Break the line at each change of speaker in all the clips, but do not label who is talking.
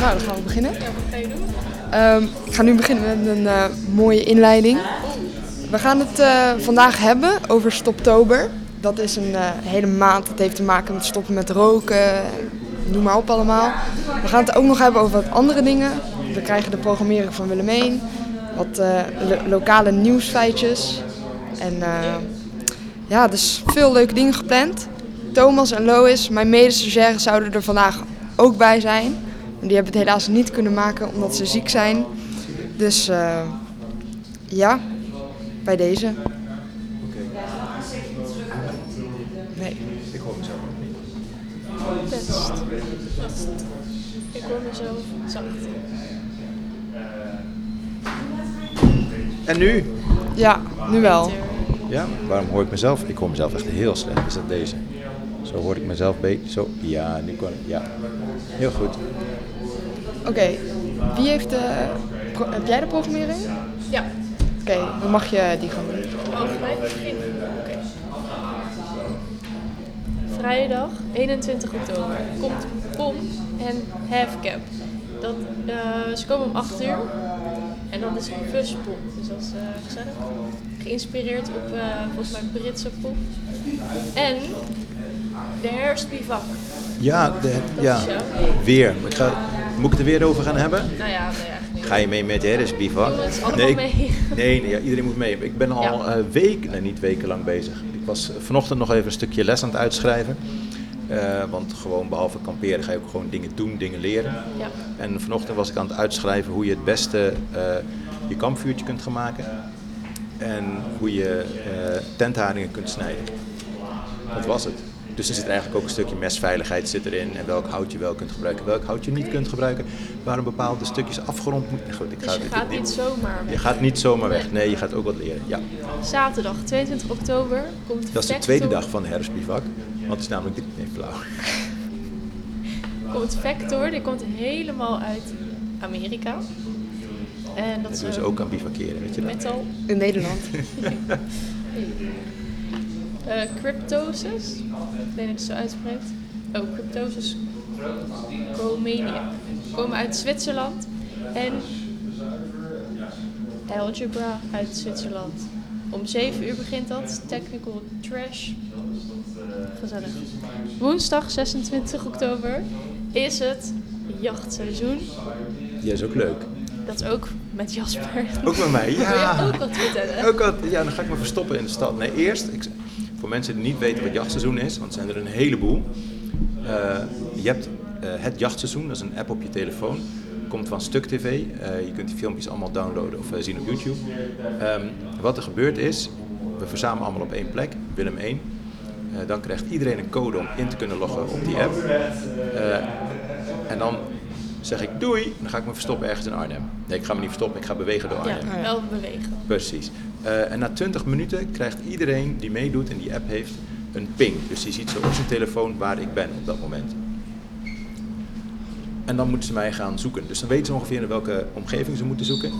Nou, dan gaan we beginnen. Ehm, ik ga nu beginnen met een eh, mooie inleiding. We gaan het eh, vandaag hebben over Stoptober. Dat is een eh, hele maand. Dat heeft te maken met stoppen met roken. Noem maar op allemaal. We gaan het ook nog hebben over wat andere dingen. We krijgen de programmering van Willemijn. Wat eh, lo- lokale nieuwsfeitjes. En eh, ja, dus veel leuke dingen gepland. Thomas en Lois, mijn medestagiaires, zouden er vandaag ook bij zijn. Maar die hebben het helaas niet kunnen maken omdat ze ziek zijn. Dus eh, ja, bij deze. Nee.
Ik hoor mezelf nog niet.
Test. Ik hoor mezelf zacht.
En nu?
Ja, nu wel.
Ja, waarom hoor ik mezelf? Ik hoor mezelf echt heel slecht. Is dat deze? Zo hoor ik mezelf beter. Zo, ja, nu kan ik. Ja, heel goed.
Oké, wie heeft de... pro- heb jij de programmering?
Ja,
Oké, dan mag je die gaan doen.
over mij beginnen. Oké. Vrijdag 21 oktober komt Pom en Halfcap. Dat, eh, ze komen om 8 uur en dat is een fuzzpop. Dus dat is eh, gezellig. Geïnspireerd op eh, volgens mij Britse pop. En de herfstbivak.
Ja, de, ja.
is eh,
Weer. Ik ga, moet ik het er weer over gaan hebben?
Nou ja, nee, eigenlijk niet.
Ga je mee met de herfstbivak?
Doen we het allemaal
nee, ik-
mee?
nee, nee, ja, iedereen moet mee. Ik ben al
Ja.
eh, weken, nee, niet wekenlang bezig. Ik was vanochtend nog even een stukje les aan het uitschrijven. Eh, want gewoon behalve kamperen ga je ook gewoon dingen doen, dingen leren.
Ja.
En vanochtend was ik aan het uitschrijven hoe je het beste eh, je kampvuurtje kunt gaan maken. En hoe je eh tentharingen kunt snijden. Dat was het. Dus er zit eigenlijk ook een stukje mesveiligheid zit erin. En welk hout je wel kunt gebruiken, welk hout je niet kunt gebruiken. Waarom bepaalde stukjes afgerond moeten. Goed, ik ga
Dus je
dit-
gaat
dit-
niet zomaar
je
weg.
gaat niet zomaar weg. Nee, je gaat ook wat leren. Ja.
Zaterdag 22 oktober komt
Dat is de
Factor-
tweede dag van de herfstbivak. Want het is namelijk dit. Nee, flauw.
komt Vector, die komt helemaal uit Amerika. En dat
Dat
is
doen ze
een
ook aan bivakeren, weet je dat?
metal
In Nederland.
eh cryptosis. Ik weet niet of het zo uitspreekt. Oh, cryptosis Comenia. Komen uit Zwitserland. En algebra uit Zwitserland. Om 7 uur begint dat. Technical trash. Gezellig. Woensdag 26 oktober is het jachtseizoen.
Ja, is ook leuk.
Dat is ook met Jasper.
Ook met mij,
Wil je
ja.
ook wat vertellen?
Ook wat, ja, dan ga ik me verstoppen in de stad. Nee, eerst, ik, voor mensen die niet weten wat jachtseizoen is, want er zijn er een heleboel. Eh, je hebt eh, het jachtseizoen, dat is een app op je telefoon. Komt van Stuk TV. Eh, je kunt die filmpjes allemaal downloaden of eh, zien op YouTube. Ehm, wat er gebeurt is, we verzamelen allemaal op één plek, Willem 1. Eh, dan krijgt iedereen een code om in te kunnen loggen op die app. Eh, en dan zeg ik doei, dan ga ik me verstoppen ergens in Arnhem. Nee, ik ga me niet verstoppen, ik ga bewegen door Arnhem.
Ja, wel bewegen.
Precies. Eh, en na 20 minuten krijgt iedereen die meedoet en die app heeft een ping. Dus die ziet zo op zijn telefoon waar ik ben op dat moment. En dan moeten ze mij gaan zoeken. Dus dan weten ze ongeveer in welke omgeving ze moeten zoeken.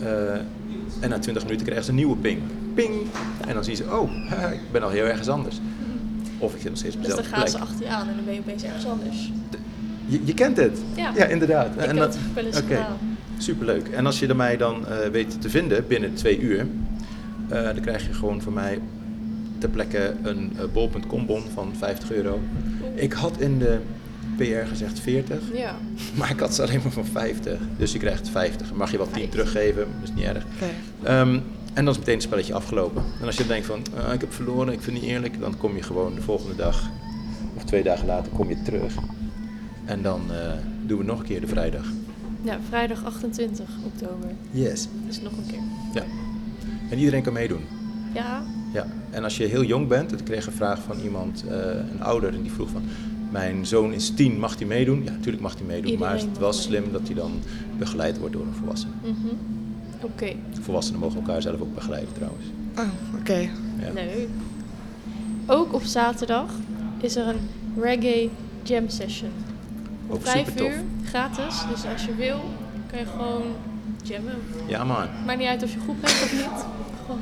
Eh, en na 20 minuten krijgen ze een nieuwe ping. Ping! En dan zien ze, oh, ik ben al heel ergens anders. Of ik zit nog steeds op
Dus dan
dezelfde
gaan
plek.
ze achter je aan en dan ben je opeens ergens anders.
Je, je kent het?
Ja.
inderdaad.
Ik heb het wel eens
oké.
gedaan.
Superleuk. En als je er mij dan eh, weet te vinden binnen twee uur, eh, dan krijg je gewoon van mij ter plekke een eh, bol.com bon van 50 euro. Ik had in de PR gezegd 40,
Ja.
maar ik had ze alleen maar van 50. Dus je krijgt 50. Mag je wel 10
Vijf.
teruggeven, dat is niet erg.
Oké.
Ehm, en dan is meteen het spelletje afgelopen. En als je denkt van, "Ah, ik heb verloren, ik vind het niet eerlijk, dan kom je gewoon de volgende dag of twee dagen later kom je terug. En dan eh, doen we nog een keer de vrijdag.
ja, vrijdag 28 oktober.
Yes.
Dus nog een keer.
Ja. En iedereen kan meedoen.
Ja,
Ja. En als je heel jong bent, ik kreeg een vraag van iemand, eh, een ouder, en die vroeg van, mijn zoon is tien, mag hij meedoen? Ja, natuurlijk mag hij meedoen,
Iedereen
maar het
mag
was
meedoen.
slim dat hij dan begeleid wordt door een volwassene.
mhm. oké. Mm.
Volwassenen mogen elkaar zelf ook begeleiden trouwens.
Oh, oké.
Ja.
Leuk. Ook op zaterdag is er een reggae jam session. Om
Ook
vijf
supertof.
uur, gratis. Dus als je wil, kan je gewoon jammen.
Ja man.
Maakt niet uit of je groep bent of niet.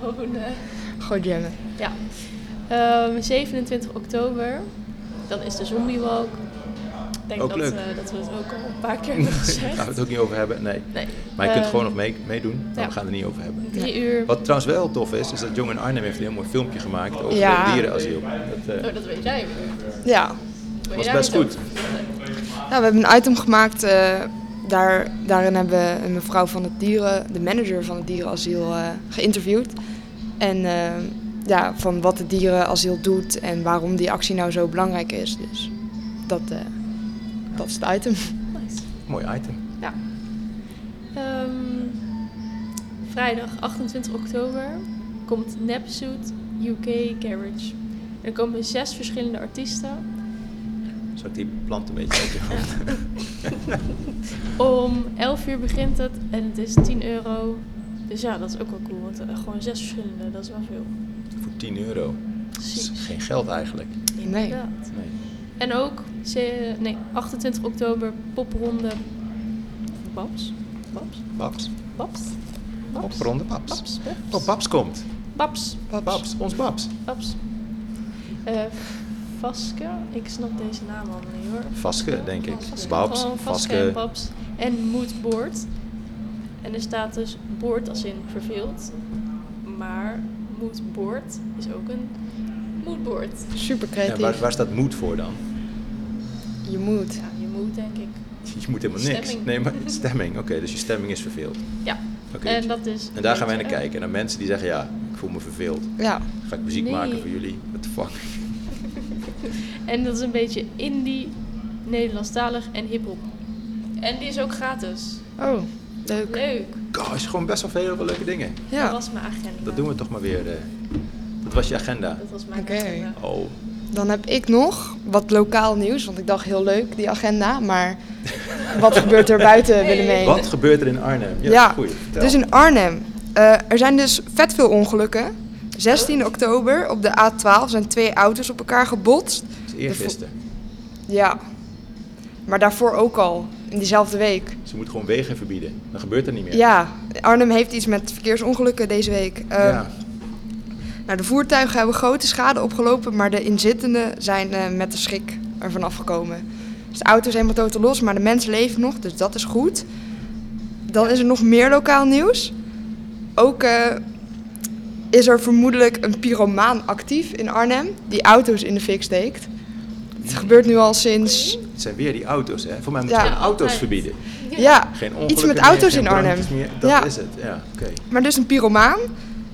Gewoon, eh,
Gewoon jammen.
ja. Ehm, 27 oktober, dan is de Zombie Walk. denk
Ook
dat,
leuk.
eh, dat we het ook al een paar keer hebben
Daar gaan we
gezegd.
het ook niet over hebben, nee.
Nee.
Maar je kunt
Eh,
gewoon nog mee- meedoen, maar
ja.
we gaan het er niet over hebben.
Drie uur.
Wat trouwens wel tof is, is dat Jong in Arnhem heeft een heel mooi filmpje gemaakt over
Ja.
het dierenasiel. Dat, eh,
Oh, dat weet jij. weer.
Ja.
Weet
was
jij
best
het ook?
goed.
Ja, Nou, we hebben een item gemaakt. eh, daar, daarin hebben we een mevrouw van het dieren, de manager van het dierenasiel, eh, geïnterviewd. En eh, ja, van wat het dierenasiel doet en waarom die actie nou zo belangrijk is. Dus dat, eh, dat is het item.
Nice.
Mooi item.
Ja. Ehm, vrijdag 28 oktober komt Nepsuit UK Garage. Er komen zes verschillende artiesten
Zal ik die plant een beetje uit je hoofd?
Om 11 uur begint het en het is 10 euro. Dus ja, dat is ook wel cool. Want eh, gewoon zes verschillende, dat is wel veel.
Voor 10 euro. Dat is
Precies.
geen geld eigenlijk.
Nee.
Inderdaad.
Nee.
En ook ze- nee, 28 oktober popronde Babs. Babs?
Babs.
Babs? Babs?
Popronde Babs.
Babs?
Oh, Babs komt.
Babs.
Babs, ons Babs.
Babs. Eh, Vaske? Ik snap deze naam al niet hoor.
Vaske, denk ik.
Vaske.
Babs,
Gewoon Vaske en
Vaske.
Babs. En Moodboard. En er staat dus boord als in verveeld. Maar Moodboard is ook een moodboard.
Super
Ja,
creatief.
waar, waar staat moed voor dan?
Je moet.
Ja, je mood denk ik.
Je moet helemaal niks.
Stemming.
Nee, maar stemming. Oké, dus je stemming is verveeld.
Ja.
Oké.
En dat is...
En daar gaan wij naar
Eh,
kijken. En dan mensen die zeggen, ja, ik voel me verveeld.
Ja,
Ga ik muziek
Nee.
maken voor jullie? What the fuck?
En dat is een beetje indie, Nederlandstalig en hiphop. En die is ook gratis.
oh, leuk.
Leuk.
Gosh, gewoon best wel veel leuke dingen.
Dat
Ja,
was mijn agenda.
Dat doen we toch maar weer. eh. Dat was je agenda.
Dat was mijn
Oké.
agenda.
Oh,
dan heb ik nog wat lokaal nieuws, want ik dacht heel leuk, die agenda. Maar wat gebeurt er buiten Willemijn?
wat gebeurt er in Arnhem? Ja, Goed,
dus in Arnhem. eh, er zijn dus vet veel ongelukken. 16 oktober op de A12 zijn twee auto's op elkaar gebotst.
eergisteren.
Ja, maar daarvoor ook al, in diezelfde week.
Ze moeten gewoon wegen verbieden. Dan gebeurt er niet meer.
Ja, Arnhem heeft iets met verkeersongelukken deze week. Eh,
Ja.
nou, de voertuigen hebben grote schade opgelopen, maar de inzittenden zijn eh, met de schrik ervan afgekomen. Dus de auto is helemaal totaal los, maar de mensen leven nog, dus dat is goed. Dan is er nog meer lokaal nieuws. Ook eh, is er vermoedelijk een pyromaan actief in Arnhem die auto's in de fik steekt. Het gebeurt nu al sinds
Het zijn weer die auto's, hè? Voor mij moeten
Ja.
we gewoon auto's
Altijd.
verbieden.
ja,
Geen ongelukken
iets met
meer,
auto's
geen
in Arnhem.
brandjes meer. Dat
ja.
is het, ja. Oké.
Maar dus een pyromaan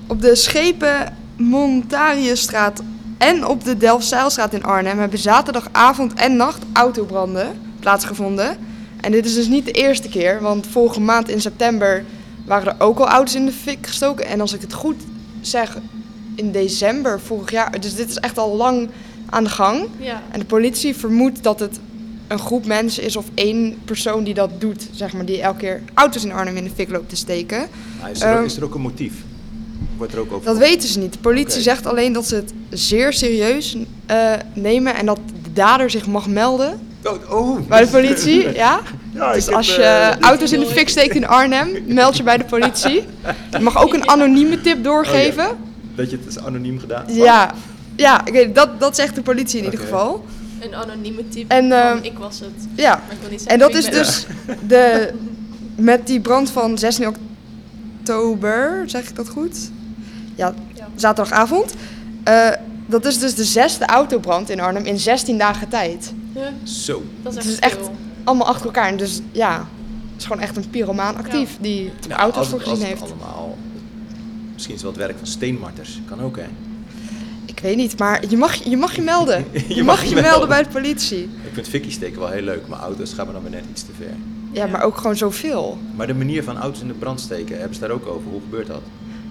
op de schepen Montariusstraat en op de Delfzijlstraat in Arnhem hebben zaterdagavond en nacht autobranden plaatsgevonden. En dit is dus niet de eerste keer, want vorige maand in september waren er ook al auto's in de fik gestoken. En als ik het goed zeg, in december vorig jaar. Dus dit is echt al lang aan de gang.
Ja.
En de politie vermoedt dat het een groep mensen is of één persoon die dat doet, zeg maar, die elke keer auto's in Arnhem in de fik loopt te steken.
Maar Nou, is, er ook,
Ehm,
is er ook een motief? Wordt er ook over...
Dat weten ze niet. De politie
Oké.
zegt alleen dat ze het zeer serieus eh, nemen en dat de dader zich mag melden
Oh, oh.
bij de politie. Ja?
Ja, ik
Dus
heb,
als je
eh, dit-
auto's in de fik steekt in Arnhem, meld je bij de politie. Je mag ook een anonieme tip
Oh
doorgeven.
Dat je het is anoniem gedaan.
Ja, ja ik weet, dat, dat zegt de politie in ieder
Oké.
geval.
Een anonieme type.
En,
van,
ehm,
ik was het.
Ja,
Maar ik wil niet zeggen
en dat
wie ik
is
ben.
dus de, met die brand van 16 oktober, zeg ik dat goed? Ja,
Ja.
zaterdagavond. Eh, dat is dus de zesde autobrand in Arnhem in 16 dagen tijd.
Ja,
Zo.
dat
Het
is echt,
is echt
veel.
Allemaal achter elkaar. En dus ja, het is gewoon echt een pyromaan actief die de
Nou,
auto's
als
voor
het- als
gezien
het
heeft.
allemaal... Misschien is het wel het werk van steenmarters. Kan ook, hè?
Ik weet niet, maar je mag je, mag je melden.
Je
je,
mag
mag
je
je melden
melden.
bij de politie.
Ik vind fikkie steken wel heel leuk, maar auto's gaan we dan weer net iets te ver.
Ja, maar ook gewoon zoveel.
Maar de manier van auto's in de brand steken, hebben ze daar ook over? Hoe gebeurt dat?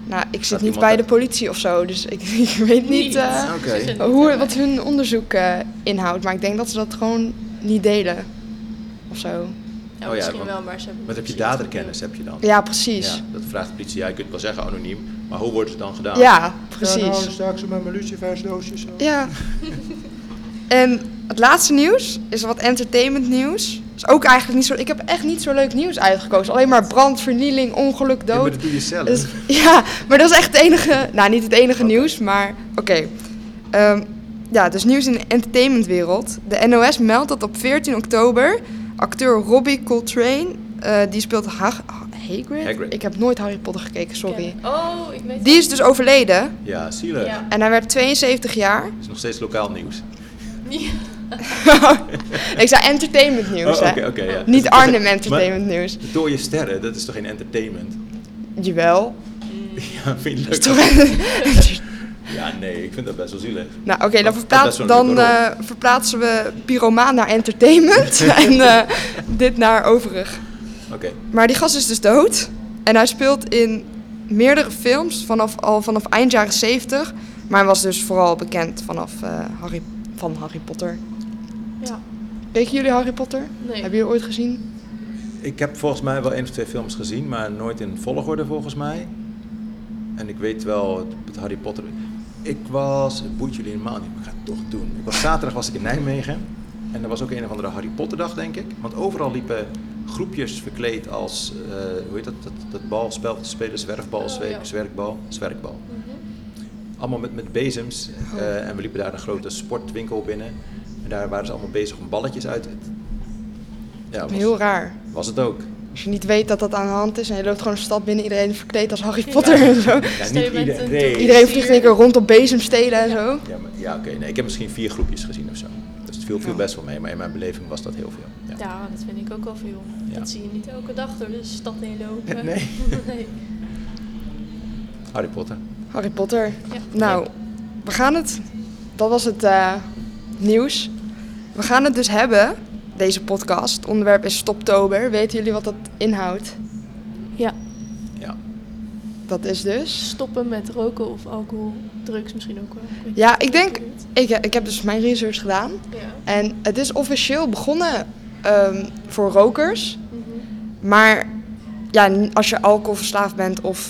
Nou, ik zit
Gaat
niet
iemand
bij
er-
de politie of zo, dus ik, ik weet niet... eh,
Oké.
Ze zijn niet
hoe,
erbij.
wat hun onderzoek eh, inhoudt. Maar ik denk dat ze dat gewoon niet delen. Of zo.
Ja,
Oh ja,
misschien
want-
wel, maar ze hebben
Wat heb je
misschien iets
daderkennis heb je dan?
Ja, precies.
Ja,
Ja,
dat vraagt de politie. Ja, je kunt wel zeggen anoniem, maar hoe wordt het dan gedaan?
precies.
straks met mijn lucifersdoosje zo.
Ja. en het laatste nieuws is wat entertainment nieuws. Is ook eigenlijk niet zo... Ik heb echt niet zo leuk nieuws uitgekozen. Alleen maar brand, vernieling, ongeluk,
Ja, maar
dood.
dat doe je zelf.
Dus, ja, maar dat is echt het enige... Nou, niet het enige nieuws, maar... Oké. Ehm, ja, het is nieuws in de entertainmentwereld. De NOS meldt dat op 14 oktober acteur Robbie Coltrane, eh, die speelt Hag- Hagrid?
Hagrid.
Ik heb nooit Harry Potter gekeken, sorry.
Oh, ik weet
Die is dus overleden
Ja, zielig.
Ja.
en hij werd 72 jaar.
is nog steeds lokaal nieuws.
niet.
ik zei entertainment nieuws,
Oh,
hè.
oké, oké, ja.
Niet Arnhem
Maar
entertainment nieuws.
Door je sterren, dat is toch geen entertainment?
Jawel.
Ja, vind je
Is
leuk?
toch-
Ja, nee, ik vind dat best wel zielig.
nou oké, dan,
best
verplaats,
wel
dan
een leuke
eh, verplaatsen we pyromaan naar entertainment en eh, dit naar overig.
Oké,
Maar die gast is dus dood. En hij speelt in meerdere films vanaf, al vanaf eind jaren 70. Maar hij was dus vooral bekend vanaf, eh, Harry, van Harry Potter.
Ja,
Keken jullie Harry Potter?
nee.
Hebben jullie ooit gezien?
ik heb volgens mij wel één of twee films gezien, maar nooit in volgorde volgens mij. En ik weet wel, het- het Harry Potter... Ik was, het boeit jullie helemaal niet, maar ik ga het toch doen. Ik was, zaterdag was ik in Nijmegen en er was ook een of andere Harry Potter dag, denk ik. Want overal liepen groepjes verkleed als, eh, hoe heet dat, dat, dat balspel te spelen, zwerfbal,
Oh,
zweep,
ja.
zwerkbal, zwerkbal.
Mhm.
Allemaal met, met bezems.
Oh.
eh, en we liepen daar een grote sportwinkel binnen. En daar waren ze allemaal bezig om balletjes uit te... Ja, was,
Heel raar.
was het ook.
Als je niet weet dat dat aan de hand is en je loopt gewoon de stad binnen, iedereen is verkleed als Harry Potter en zo.
Ja,
Stel
niet
je bent
iedereen.
een
nee.
Iedereen vliegt in één keer rond op bezemstelen en zo.
Ja, maar- ja oké. Nee, ik heb misschien vier groepjes gezien of zo. Dus het viel, viel best wel mee. Maar in mijn beleving was dat heel veel. Ja.
Ja, dat vind ik ook al veel.
Ja.
Dat zie je niet elke dag door de stad heen lopen.
Nee.
nee.
Harry Potter.
Harry Potter.
Ja.
Nou, we gaan het. Dat was het eh, nieuws. We gaan het dus hebben, deze podcast. Het onderwerp is Stoptober. Weten jullie wat dat inhoudt?
Ja,
Ja.
Dat is dus.
stoppen met roken of alcohol, drugs misschien ook wel. Ik weet
Ja,
niet
ik denk.
hoe het heet.
Ik, ik heb dus mijn research gedaan.
Ja.
En het is officieel begonnen ehm, voor rokers.
Mhm.
Maar ja, n- als je alcoholverslaafd bent of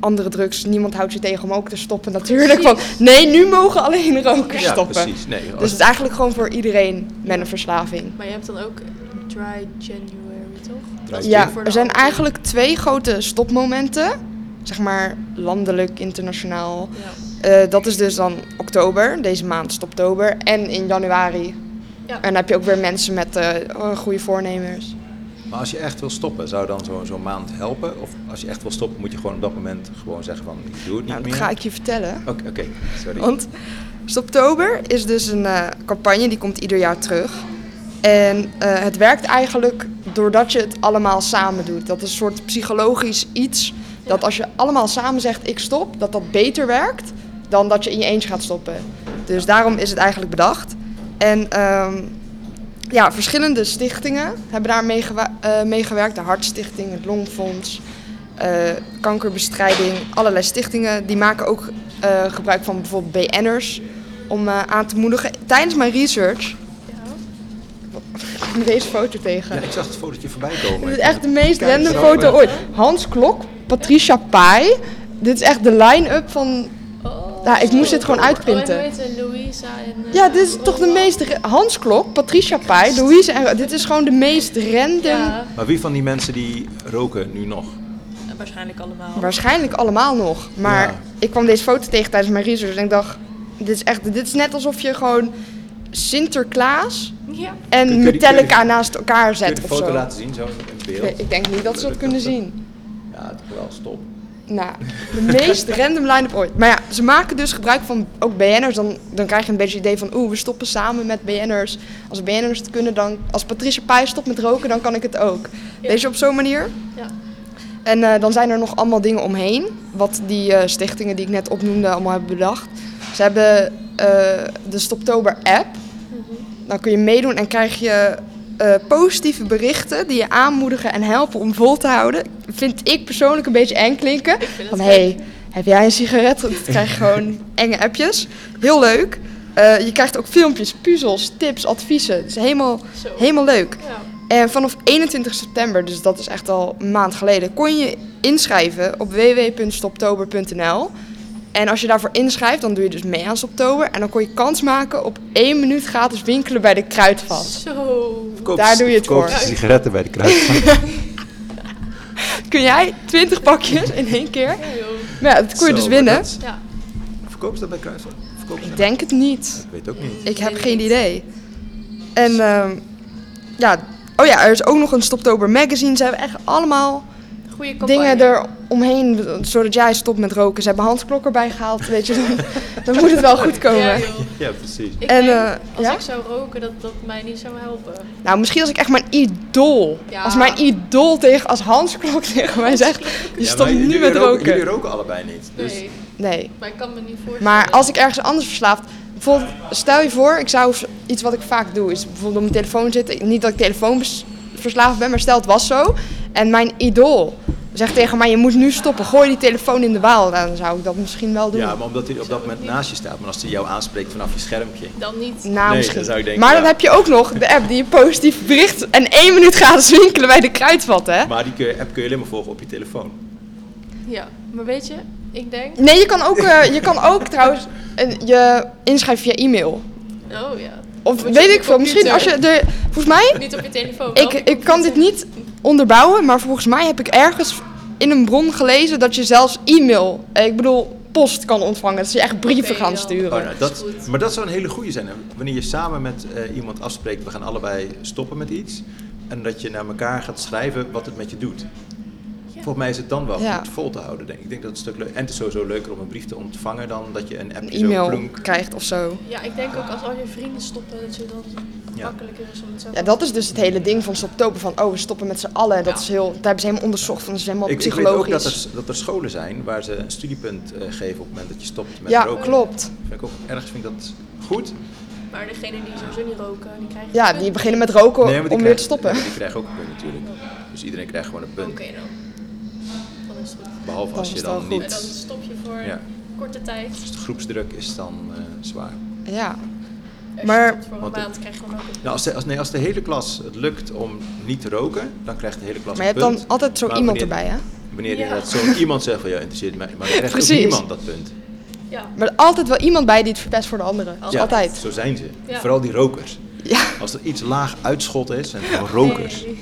andere drugs, niemand houdt je tegen om ook te stoppen natuurlijk. Want nee, nu mogen alleen rokers
Ja,
stoppen.
precies. Nee,
Dus
als-
het is eigenlijk gewoon voor iedereen met een verslaving.
Maar je hebt dan ook dry January, toch? Dat is
Ja,
ook voor de
er zijn
alcohol.
eigenlijk twee grote stopmomenten. Zeg maar landelijk, internationaal.
Ja.
Eh, dat is dus dan oktober, deze maand stoptober. En in januari.
Ja.
En dan heb je ook weer mensen met eh, goede voornemers.
Maar als je echt wil stoppen, zou dan zo'n zo'n maand helpen? Of als je echt wil stoppen, moet je gewoon op dat moment gewoon zeggen van, ik doe het niet
Nou, dat
meer?
ga ik je vertellen.
Oké, oké. sorry.
Want Stoptober is dus een eh, campagne die komt ieder jaar terug. En eh, het werkt eigenlijk doordat je het allemaal samen doet. Dat is een soort psychologisch iets. Dat
Ja.
als je allemaal samen zegt ik stop, dat dat beter werkt dan dat je in je eentje gaat stoppen. Dus daarom is het eigenlijk bedacht. En ehm, ja, verschillende stichtingen hebben daar mee, gewa- eh, mee gewerkt. De Hartstichting, het Longfonds, eh, kankerbestrijding. Allerlei stichtingen die maken ook eh, gebruik van bijvoorbeeld BN'ers om eh, aan te moedigen. Tijdens mijn research
Ja.
kwam ik deze foto tegen.
Ja, ik zag het fotootje voorbij komen.
Dit is echt de meest
Kijk,
random
zo,
foto
eh,
ooit. Hans Klok, Patricia Pai. Dit is echt de line-up van...
Oh.
Ja, ik moest dit gewoon
Oh, en
uitprinten.
hoe heet ze? Louisa en... eh,
Ja, dit is toch de
Roland.
meest... ra- Hans Klok, Patricia Pai, Louise en... Dit is gewoon de meest random...
Ja,
Maar wie van die mensen die roken nu nog?
eh, waarschijnlijk allemaal.
Waarschijnlijk allemaal nog. Maar
Ja.
ik kwam deze foto tegen tijdens mijn research en ik dacht... Dit is echt... Dit is net alsof je gewoon Sinterklaas
Ja.
en
Kun je die-
Metallica
kun je-
naast elkaar
Kun je
zet
de
of
foto
zo.
laten zien, zo in beeld?
Nee, Ik denk niet dat ze dat kunnen zien.
Ja, toch wel, stop.
Nou, de meest random line-up ooit. Maar ja, ze maken dus gebruik van ook BN'ers. Dan, dan krijg je een beetje het idee van, oeh, we stoppen samen met BN'ers. Als BN'ers het kunnen, dan... Als Patricia Pai stopt met roken, dan kan ik het ook.
Ja.
Weet je, op zo'n manier.
Ja.
En eh, dan zijn er nog allemaal dingen omheen. Wat die eh, stichtingen die ik net opnoemde allemaal hebben bedacht. Ze hebben eh, de Stoptober-app. Dan kun je meedoen en krijg je eh, positieve berichten die je aanmoedigen en helpen om vol te houden. Vind ik persoonlijk een beetje eng klinken.
Ik vind het
Van,
gek.
hey, heb jij een sigaret? Want dan krijg je gewoon enge appjes. Heel leuk. Eh, je krijgt ook filmpjes, puzzels, tips, adviezen. Het is helemaal,
Zo.
helemaal leuk.
Ja.
En Eh, vanaf 21 september, dus dat is echt al een maand geleden, kon je inschrijven op www.stoptober.nl. En als je daarvoor inschrijft, dan doe je dus mee aan Stoptober. En dan kon je kans maken op één minuut gratis winkelen bij de Kruidvat.
Zo.
Daar doe je het
verkoop
voor.
ze sigaretten bij de kruis.
Kun jij 20 pakjes in één keer?
Ja, joh.
Maar ja, dat kon je dus winnen.
Ja.
Verkoop ze dat bij Kruisweg? goedkoop zijn?
Ik denk het niet.
Ik weet ook niet.
Ik heb geen idee. En ehm, ja, oh ja, er is ook nog een Stoptober magazine. Ze hebben echt allemaal
Goede campagne.
dingen er omheen, zodat jij stopt met roken. Ze hebben handklok erbij gehaald, weet je. Dan, dan moet het wel goed komen.
Ja, joh.
Ja, precies.
Ik
En,
denk,
eh,
als
ja?
ik zou roken, dat dat mij niet zou helpen.
Nou, misschien als ik echt mijn idool,
Ja.
als mijn idool tegen, als Hans Klok tegen mij zegt, je
Ja,
stopt
maar
nu
jullie
met
roken-
roken.
Jullie roken allebei niet. Dus
Nee,
Nee,
maar ik kan me niet voorstellen.
maar als ik ergens anders verslaafd, bijvoorbeeld stel je voor, ik zou iets wat ik vaak doe, is bijvoorbeeld op mijn telefoon zitten. Niet dat ik telefoonverslaafd ben, maar stel het was zo. En mijn idool zegt tegen mij, je moet nu stoppen, gooi die telefoon in de waal. Nou, dan zou ik dat misschien wel doen.
Ja, maar omdat hij op dat moment naast je staat. Maar als hij jou aanspreekt vanaf je schermpje.
Dan niet.
Nou,
Nee,
misschien.
dat zou ik denken,
maar
ja.
dan heb je ook nog de app die je positief bericht en één minuut gratis winkelen bij de kruidvat, hè?
Maar die kun je- app kun je alleen maar volgen op je telefoon.
Ja, maar weet je, ik denk...
Nee, je kan ook, eh, je kan ook trouwens een- je inschrijven via e-mail.
Oh ja.
Of
Moet je
weet
op
ik
je
veel, misschien als je er... Volgens mij,
Niet op je telefoon. wel
ik,
op je
ik kan dit
computer.
niet onderbouwen, maar volgens mij heb ik ergens in een bron gelezen dat je zelfs e-mail, eh, ik bedoel post kan ontvangen. Dat ze je echt brieven
Oké,
gaan
dan.
sturen.
Oh, nou, dat,
is goed.
maar dat zou een hele goede zijn. hè. Wanneer je samen met eh, iemand afspreekt, we gaan allebei stoppen met iets. En dat je naar elkaar gaat schrijven wat het met je doet. Volgens mij is het dan wel
Ja.
goed vol te houden, denk ik. Ik denk dat het een stuk leuk En het is sowieso leuker om een brief te ontvangen dan dat je een
Een
appje zo
e-mail
plonk-
krijgt of zo.
Ja, ik denk ook als al je vrienden stoppen, dat je dan
Ja.
makkelijker is om het zelf
Ja, dat is dus het hele ding van stoptopen. Van, oh, we stoppen met z'n allen. Dat
Ja.
is heel, daar hebben ze helemaal onderzocht. Van, dat is helemaal
Ik, ik weet
psychologisch.
ook dat er, dat er scholen zijn waar ze een studiepunt eh, geven op het moment dat je stopt met
ja,
roken.
klopt.
Vind ik ook, ergens vind ik dat goed.
Oh,
Maar degenen die sowieso niet roken, die krijgen...
Ja,
een
die
punt.
beginnen met roken
Nee, maar die
om weer
krijgen-
te stoppen.
nee, maar die krijgen ook een punt natuurlijk. Dus iedereen krijgt gewoon een punt.
Oké dan. Dan is het goed.
Behalve
Dan
als
is
je
het wel
dan
goed.
En dan
niet...
stop je voor
Ja.
korte tijd. Als
Dus de groepsdruk is dan eh, zwaar.
Ja.
je
Maar-
stopt voor een
Want het-
maand krijg je dan ook een
Nou, als, de, als, nee, als de hele klas het lukt om niet te roken, dan krijgt de hele klas
Maar je
een
hebt
punt.
dan altijd zo
Maar
iemand
wanneer-
erbij, hè?
Wanneer
Ja.
inderdaad zo'n iemand zegt van, ja, interesseert mij. Maar dan krijgt ook
Precies.
niemand dat punt.
Ja.
Maar er altijd wel iemand bij die het verpest voor de anderen.
Ja.
Altijd.
Zo zijn ze.
Ja.
Vooral die rokers.
Ja.
Als er iets laag uitschot is, zijn het gewoon rokers.
Nee.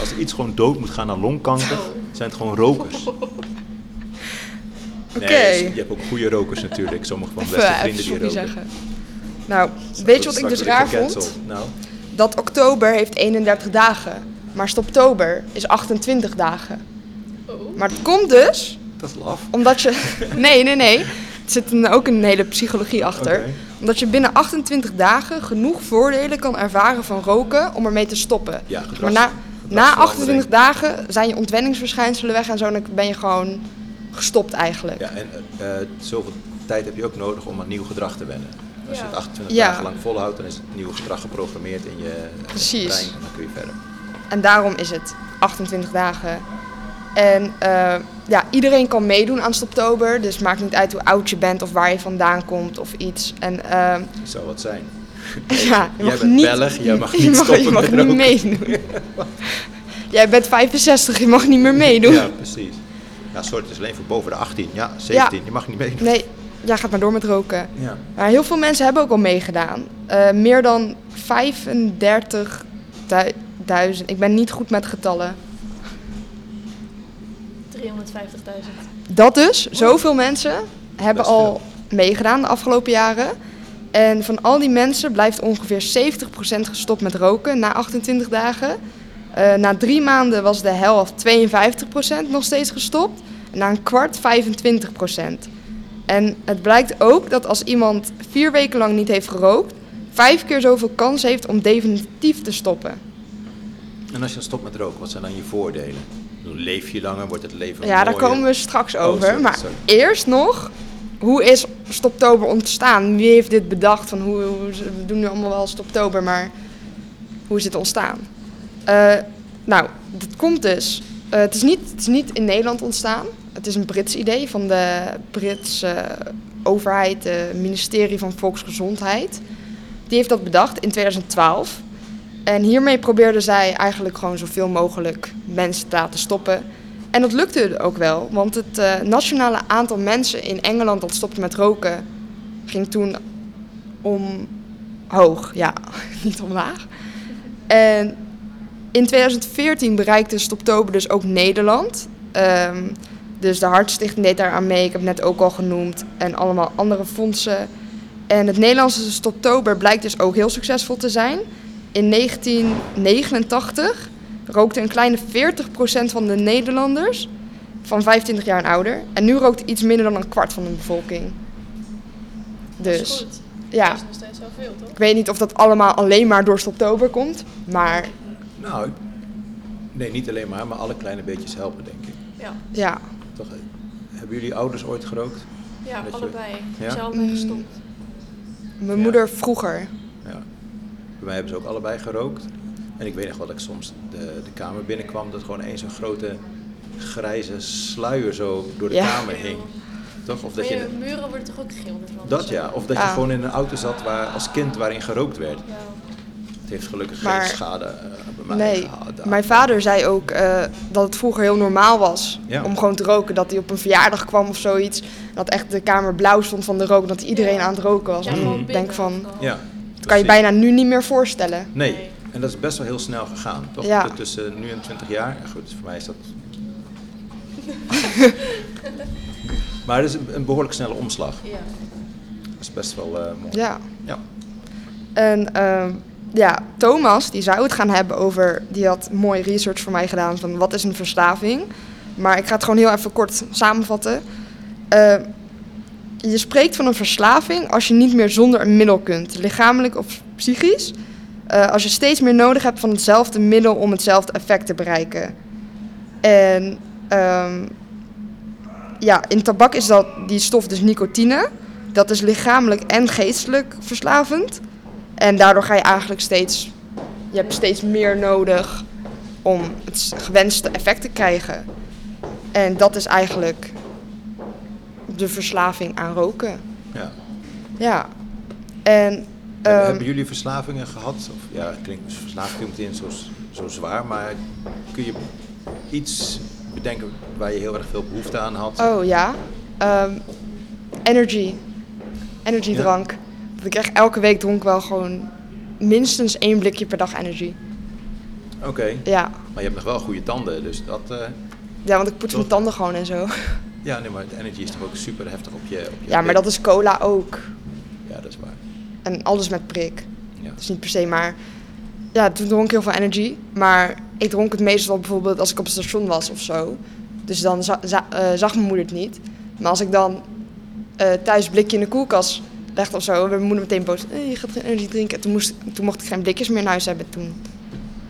Als er iets gewoon dood moet gaan aan longkanker,
Oh.
zijn het gewoon rokers.
Oké.
Nee, je hebt ook goede rokers natuurlijk. Sommige van mijn
Even,
beste
even
vrienden die
sorry
roken.
zeggen. Nou,
Straks
weet je wat ik
word
dus raar
gecanceld.
vond?
Nou,
Dat oktober heeft 31 dagen. Maar stoptober is 28 dagen.
Oh.
Maar het komt dus
dat is laf.
omdat je... Nee, nee, nee. Er zit een- ook een hele psychologie achter.
Oké.
Omdat je binnen 28 dagen genoeg voordelen kan ervaren van roken om ermee te stoppen.
Ja,
Zeg maar
gedrags-
na, na
gedragsverandering.
28 dagen zijn je ontwenningsverschijnselen weg en zo. Dan ben je gewoon gestopt eigenlijk.
Ja, en eh, eh, zoveel tijd heb je ook nodig om aan nieuw gedrag te wennen. Als je
Ja.
het 28
Ja.
dagen lang volhoudt, dan is het nieuwe gedrag geprogrammeerd in je eh,
Precies.
brein. En dan kun je verder.
En daarom is het 28 dagen. En eh, ja, iedereen kan meedoen aan Stoptober. Dus maakt niet uit hoe oud je bent of waar je vandaan komt of iets. En eh,
Dat zou wat zijn.
ja, je
Jij
mag
bent
niet...
Belg, jij mag niet
je mag,
stoppen
je mag
met
niet
roken.
meedoen. Jij bent 65, je mag niet meer meedoen.
Ja, precies. Ja, sorry, het is alleen voor boven de 18. Ja, 17. Je mag niet meedoen.
Nee, ja, gaat maar door met roken.
Ja.
Maar heel veel mensen hebben ook al meegedaan. Eh, meer dan 35.000. Ik ben niet goed met getallen.
350.000.
Dat dus, zoveel mensen hebben
Best
al meegedaan de afgelopen jaren. En van al die mensen blijft ongeveer 70% gestopt met roken na 28 dagen. Eh, na drie maanden was de helft 52% nog steeds gestopt. En na een kwart 25%. En het blijkt ook dat als iemand vier weken lang niet heeft gerookt, vijf keer zoveel kans heeft om definitief te stoppen.
En als je dan stopt met roken, wat zijn dan je voordelen? Ik bedoel, Leef je langer, wordt het leven
Ja, daar
mooier?
komen we straks
Oh,
over.
sorry,
maar
sorry.
eerst nog, hoe is Stoptober ontstaan? Wie heeft dit bedacht? Van hoe, hoe ze- we doen nu allemaal wel Stoptober, maar hoe is dit ontstaan? Eh, nou, dat komt dus. eh, het, is niet, het is niet in Nederland ontstaan. Het is een Brits idee van de Britse overheid, het ministerie van Volksgezondheid. Die heeft dat bedacht in 2012. En hiermee probeerden zij eigenlijk gewoon zoveel mogelijk mensen te laten stoppen. En dat lukte ook wel, want het eh, nationale aantal mensen in Engeland dat stopte met roken ging toen omhoog. Ja, niet omlaag. En in 2014 bereikte Stoptober dus ook Nederland. Ehm, dus de Hartstichting deed daar aan mee, ik heb het net ook al genoemd. En allemaal andere fondsen. En het Nederlandse Stoptober blijkt dus ook heel succesvol te zijn. In 1989 rookte een kleine 40% van de Nederlanders van 25 jaar en ouder. En nu rookt iets minder dan een kwart van de bevolking.
Dat is
Dus
goed.
ja,
Dat is nog steeds wel veel, toch?
ik weet niet of dat allemaal alleen maar door Stoptober komt. Maar
Nou, ik- nee, niet alleen maar, maar alle kleine beetjes helpen, denk ik.
Ja,
ja,
Toch, eh, hebben jullie ouders ooit gerookt?
ja
Dat je-
allebei. Ze
Ja?
zijn allebei
Mm.
gestopt.
mijn
Ja.
moeder vroeger.
Ja. Bij mij hebben ze ook allebei gerookt. En ik weet nog wel dat ik soms de, de kamer binnenkwam, dat gewoon eens een grote grijze sluier zo door de
Ja.
kamer hing. Toch? Of dat
Maar
je,
je muren worden toch ook geel van?
dat ja, of dat je
Ja.
gewoon in een auto zat waar, als kind waarin gerookt werd. Het heeft gelukkig
Maar-
geen schade eh, bij mij
Nee,
gehad. daar.
mijn vader zei ook eh, dat het vroeger heel normaal was
Ja.
om gewoon te roken. Dat hij op een verjaardag kwam of zoiets. Dat echt de kamer blauw stond van de rook. Dat iedereen
Ja.
aan het roken was.
Ja,
En
gewoon
ik Mm. denk
binnen
van, dat
al.
Ja,
kan je
precies.
bijna nu niet meer voorstellen.
Nee, en dat is best wel heel snel gegaan, toch?
Ja.
Tussen nu en 20 jaar. Ja, Goed, voor mij is dat. maar het is een- een behoorlijk snelle omslag.
Ja.
Dat is best wel eh, mooi.
Ja.
Ja.
En ehm, ja, Thomas, die zou het gaan hebben over, die had mooi research voor mij gedaan van wat is een verslaving. Maar ik ga het gewoon heel even kort samenvatten. Eh, je spreekt van een verslaving als je niet meer zonder een middel kunt, lichamelijk of psychisch. Eh, als je steeds meer nodig hebt van hetzelfde middel om hetzelfde effect te bereiken. En ehm, ja, in tabak is dat die stof dus nicotine. Dat is lichamelijk en geestelijk verslavend. En daardoor ga je eigenlijk steeds, je hebt steeds meer nodig om het s- gewenste effect te krijgen. En dat is eigenlijk de verslaving aan roken.
Ja.
Ja. En
Hebben-
ehm,
Hebben jullie verslavingen gehad? Of, ja, het klinkt verslaving klinkt meteen zo, zo zwaar, maar kun je iets bedenken waar je heel erg veel behoefte aan had?
oh ja, ehm, energy, energiedrank. Want ik echt elke week dronk wel gewoon minstens één blikje per dag energy.
Oké,
Ja.
maar je hebt nog wel goede tanden, dus dat. eh,
Ja, want ik poets mijn
Toch?
tanden gewoon en zo.
ja, nee, maar de energy is toch ook super heftig op je. Op je
Ja, maar dat is cola ook.
Ja, dat is waar.
En alles met prik.
Ja.
Dus niet per se, maar ja, toen dronk ik heel veel energy. Maar ik dronk het meestal bijvoorbeeld als ik op het station was of zo. Dus dan za- za- eh, zag mijn moeder het niet. Maar als ik dan eh, thuis een blikje in de koelkast legde of zo, werd mijn moeder meteen boos. "Eh, je gaat geen energy drinken. En toen, moest, toen mocht ik geen blikjes meer in huis hebben. Toen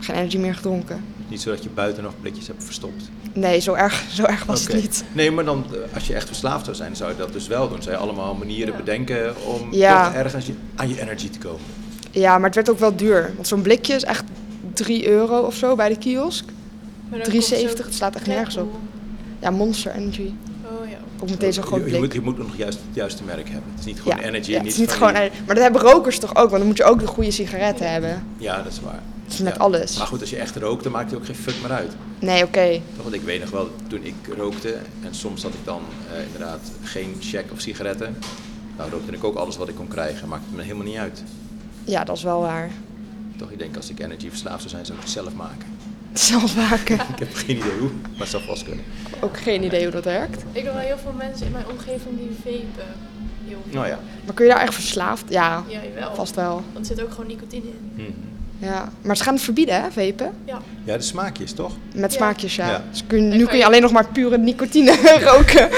geen energy meer gedronken.
Niet zodat je buiten nog blikjes hebt verstopt.
Nee, zo erg, zo erg was
Oké.
het niet.
Nee, maar dan, eh, als je echt verslaafd zou zijn, zou je dat dus wel doen. Zou je allemaal manieren bedenken om
Ja.
toch ergens je- aan je energy te komen.
Ja, maar het werd ook wel duur. Want zo'n blikje is echt 3 euro of zo bij de kiosk.
Maar dan
3,70,
komt
het slaat echt nergens op. Ja, Monster Energy.
zo'n- Oh ja.
Ook meteen zo'n groot
je, je,
blik.
moet, je moet nog juist het juiste merk hebben. Het is niet gewoon energy.
ja, het is niet
van
gewoon
die-
energy. Maar dat hebben rokers toch ook, want dan moet je ook de goede sigaretten hebben.
Ja, dat is waar.
Dat is met
Ja.
alles.
Maar goed, als je echt rookt, dan maakt het ook geen fuck meer uit.
Nee, oké.
Toch, Want ik weet nog wel, toen ik rookte, en soms had ik dan eh, inderdaad geen check of sigaretten. Nou, rookte ik ook alles wat ik kon krijgen. Maakt het me helemaal niet uit.
Ja, dat is wel waar.
Toch, ik denk als ik energy verslaafd zou zijn, zou ik het zelf maken.
Zelf maken.
Ik heb geen idee hoe, maar het zou vast kunnen.
eh, ook geen idee hoe dat werkt.
Ik heb wel heel veel mensen in mijn omgeving die vapen. Heel veel.
Nou ja.
Maar kun je daar echt verslaafd? Ja,
Ja, jawel.
vast wel.
Want er zit ook gewoon nicotine in.
Ja. Maar ze gaan het verbieden, hè, vapen?
Ja.
Ja, de smaakjes toch?
Met
Ja.
smaakjes, ja.
Ja.
Dus kun, nu
kan
kun je
je-
alleen nog maar pure nicotine roken.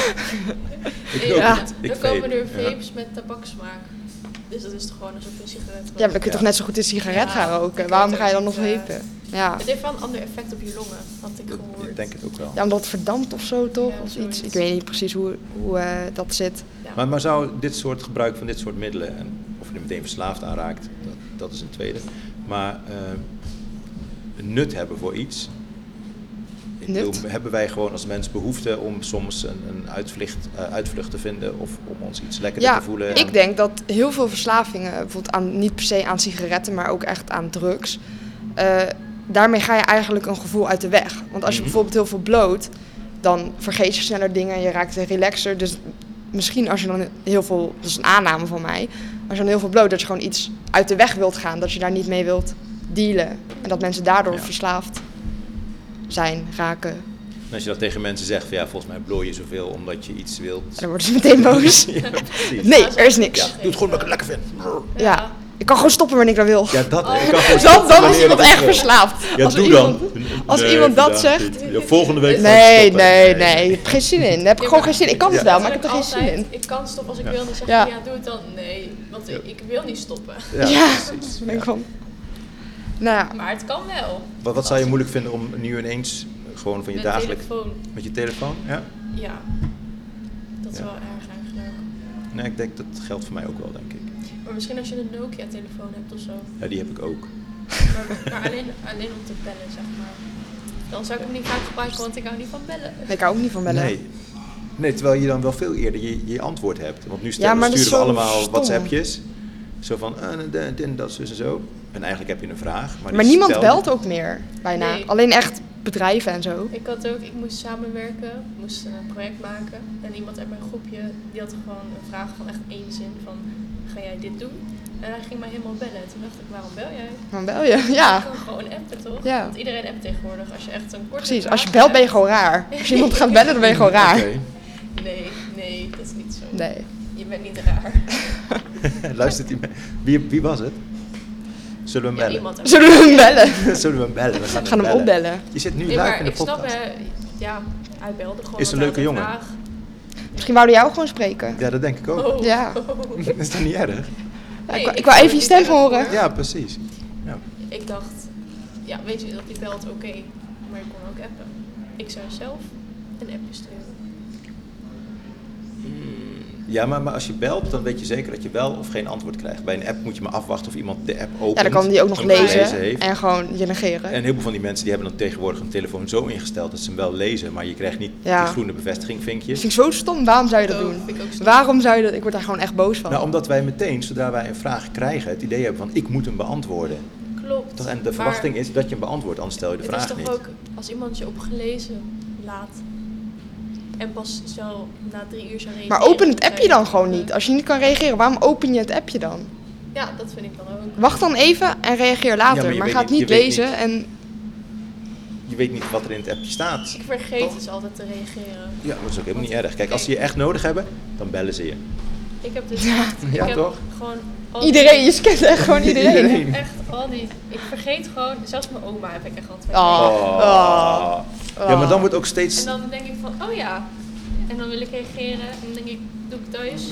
Ik
En
ook.
Ja.
Ik
Dan
vape.
komen er
Ja.
vapes met tabaksmaak. Dus dat is toch gewoon alsof je een sigaret
Ja, maar dan kun je
Ja.
toch net zo goed een sigaret
Ja.
gaan roken.
Ik
Waarom
weet
ga je dan
het
nog
niet, eh.
vapen? Ja.
Het heeft wel een ander effect op je longen, had ik
Dat-
gehoord.
Ik denk het ook wel.
ja, omdat het verdampt of zo, toch?
Ja,
of iets.
zoiets.
Ik weet niet precies hoe, hoe eh, dat zit.
Maar, maar zou dit soort gebruik van dit soort middelen, en of je er meteen verslaafd aan raakt, dat, dat is een tweede. Maar eh, een nut hebben voor iets. Ik
Nut?
hebben wij gewoon als mens behoefte om soms een, een uitvlucht, eh, uitvlucht te vinden of om ons iets lekkerder
Ja,
te voelen?
Ik denk dat heel veel verslavingen, bijvoorbeeld aan, niet per se aan sigaretten, maar ook echt aan drugs, eh, daarmee ga je eigenlijk een gevoel uit de weg. Want als je
Mhm.
bijvoorbeeld heel veel bloot, dan vergeet je sneller dingen en je raakt relaxer. Dus misschien als je dan heel veel, dat is een aanname van mij, als je dan heel veel bloot, dat je gewoon iets uit de weg wilt gaan, dat je daar niet mee wilt dealen. En dat mensen daardoor
Ja.
verslaafd zijn, raken.
En als je dat tegen mensen zegt, van ja, volgens mij bloei je zoveel omdat je iets wilt.
Dan worden ze meteen boos.
Ja, precies.
Nee, er is niks.
Ja, doe het gewoon omdat ik het lekker vind.
Ja. Ik kan gewoon stoppen wanneer ik dat wil.
Ja, dat. hè. Ik kan gewoon
Dan, dan
stoppen
is iemand
wanneer ik
echt
wil.
verslaafd.
Ja,
Oh, Als
doe
iemand-
dan.
als
Nee,
iemand dat
vandaag
zegt-
niet. Ja, volgende week gewoon
Nee,
stoppen.
nee, nee. Ik heb geen zin in. Daar heb ik
Ja,
gewoon geen zin
maar-
in. Ik kan het
Ja.
wel, maar ik heb er geen zin
Altijd,
in.
Ik kan stoppen als ik
Ja.
wil. Dan zeg
Ja.
ik, ja, doe het dan. Nee, want ik, ik wil niet stoppen.
Ja,
Ja.
precies.
Ik denk
Ja.
van. Nou ja,
Maar het kan wel.
Wat, wat zou je moeilijk vinden om nu ineens gewoon van je
Met
dagelijks...
telefoon.
Met je telefoon? Ja.
Ja. Dat is
Ja.
wel erg eigenlijk.
Nee, ik denk dat geldt voor mij ook wel, denk ik.
Maar misschien als je een Nokia-telefoon hebt of zo.
Ja, die heb ik ook.
Maar, maar alleen, alleen om te bellen, zeg maar. Dan zou ik hem niet vaak gebruiken, want ik hou niet van bellen.
ik hou ook niet van bellen.
Nee. Nee, terwijl je dan wel veel eerder je, je antwoord hebt. Want nu stel-
Ja, maar dat is
sturen we
zo
allemaal
stom.
WhatsAppjes. Zo van, eh, dit en dat, zus en zo. En eigenlijk heb je een vraag. Maar, die
Maar niemand
stel-
belt ook meer, bijna.
Nee.
Alleen echt bedrijven en zo.
Ik had ook, ik moest samenwerken, moest een project maken. En iemand uit mijn groepje, die had gewoon een vraag van echt één zin van, ga jij dit doen? En hij ging mij helemaal bellen. Toen dacht ik, waarom bel jij?
Dan bel je.
Ik
Ja,
kan gewoon appen, toch?
Ja.
Want iedereen appt tegenwoordig. Als je echt een korte
precies.
vraag
Als je belt ben je
hebt-
gewoon raar. Als je iemand gaat bellen, dan ben je gewoon raar.
Oké.
Nee, nee, dat is niet zo.
Nee.
Je bent niet raar.
Luistert die me- wie, wie was het? Zullen we
Ja,
hem
iemand uit-
Zullen we hem bellen?
bellen? Zullen we hem bellen? We gaan,
Gaan hem opbellen.
Je zit nu
Nee,
live
maar
in de
ik snap,
podcast.
hè, ja, hij belde gewoon.
Is een
want
leuke
hij had
jongen.
vraag.
Misschien wouden jou gewoon spreken.
ja, dat denk ik ook.
Oh.
Ja.
Dat is toch niet erg?
Ja, ik, wou- ik wou even je stem horen.
Ja, precies. Ja.
Ik dacht, ja, weet je dat die belt, oké. Maar je kon ook appen. Ik zou zelf een appje sturen.
Ja, maar, maar als je belt, dan weet je zeker dat je wel of geen antwoord krijgt. Bij een app moet je maar afwachten of iemand de app opent.
Ja, dan kan die ook nog
en gelezen
lezen.
heeft.
En gewoon je
En
negeren.
heel veel van die mensen die hebben dan tegenwoordig hun telefoon zo ingesteld dat ze hem wel lezen, maar je krijgt niet
Ja.
die groene bevestiging vinkje.
Dat vind ik zo stom. Waarom zou je dat
Ook,
doen?
Oh, vind ik ook stom.
Waarom zou je dat... Ik word daar gewoon echt boos van.
Nou, omdat wij meteen, zodra wij een vraag krijgen, het idee hebben van ik moet hem beantwoorden.
Klopt.
Toch? En de verwachting is dat je hem beantwoordt, anders stel je de
Het is
vraag
toch
niet.
ook als iemand je opgelezen laat. En pas zo na drie uur zou reageren.
Maar open het
dan
appje dan
zei-
gewoon niet. Als je niet kan reageren, waarom open je het appje dan?
Ja, dat vind ik dan ook.
Wacht dan even en reageer
Ja,
later.
maar
maar
je weet
ga het
niet-
niet
je weet
lezen
niet.
en...
Je weet niet wat er in het appje staat.
Ik vergeet
Toch?
dus altijd te reageren.
Ja, dat is ook helemaal niet
Want-
erg. Kijk, als ze je echt nodig hebben, dan bellen ze je.
Ik heb dus ik
Ja,
heb
toch?
gewoon al die-
Iedereen, je kent echt gewoon iedereen.
Echt al die. Ik vergeet gewoon, zelfs mijn oma heb ik echt altijd.
Oh.
Oh.
Oh.
Ja, maar dan wordt ook steeds
Ah. En dan denk ik van, oh ja. En dan wil ik reageren. En dan denk ik, doe ik thuis.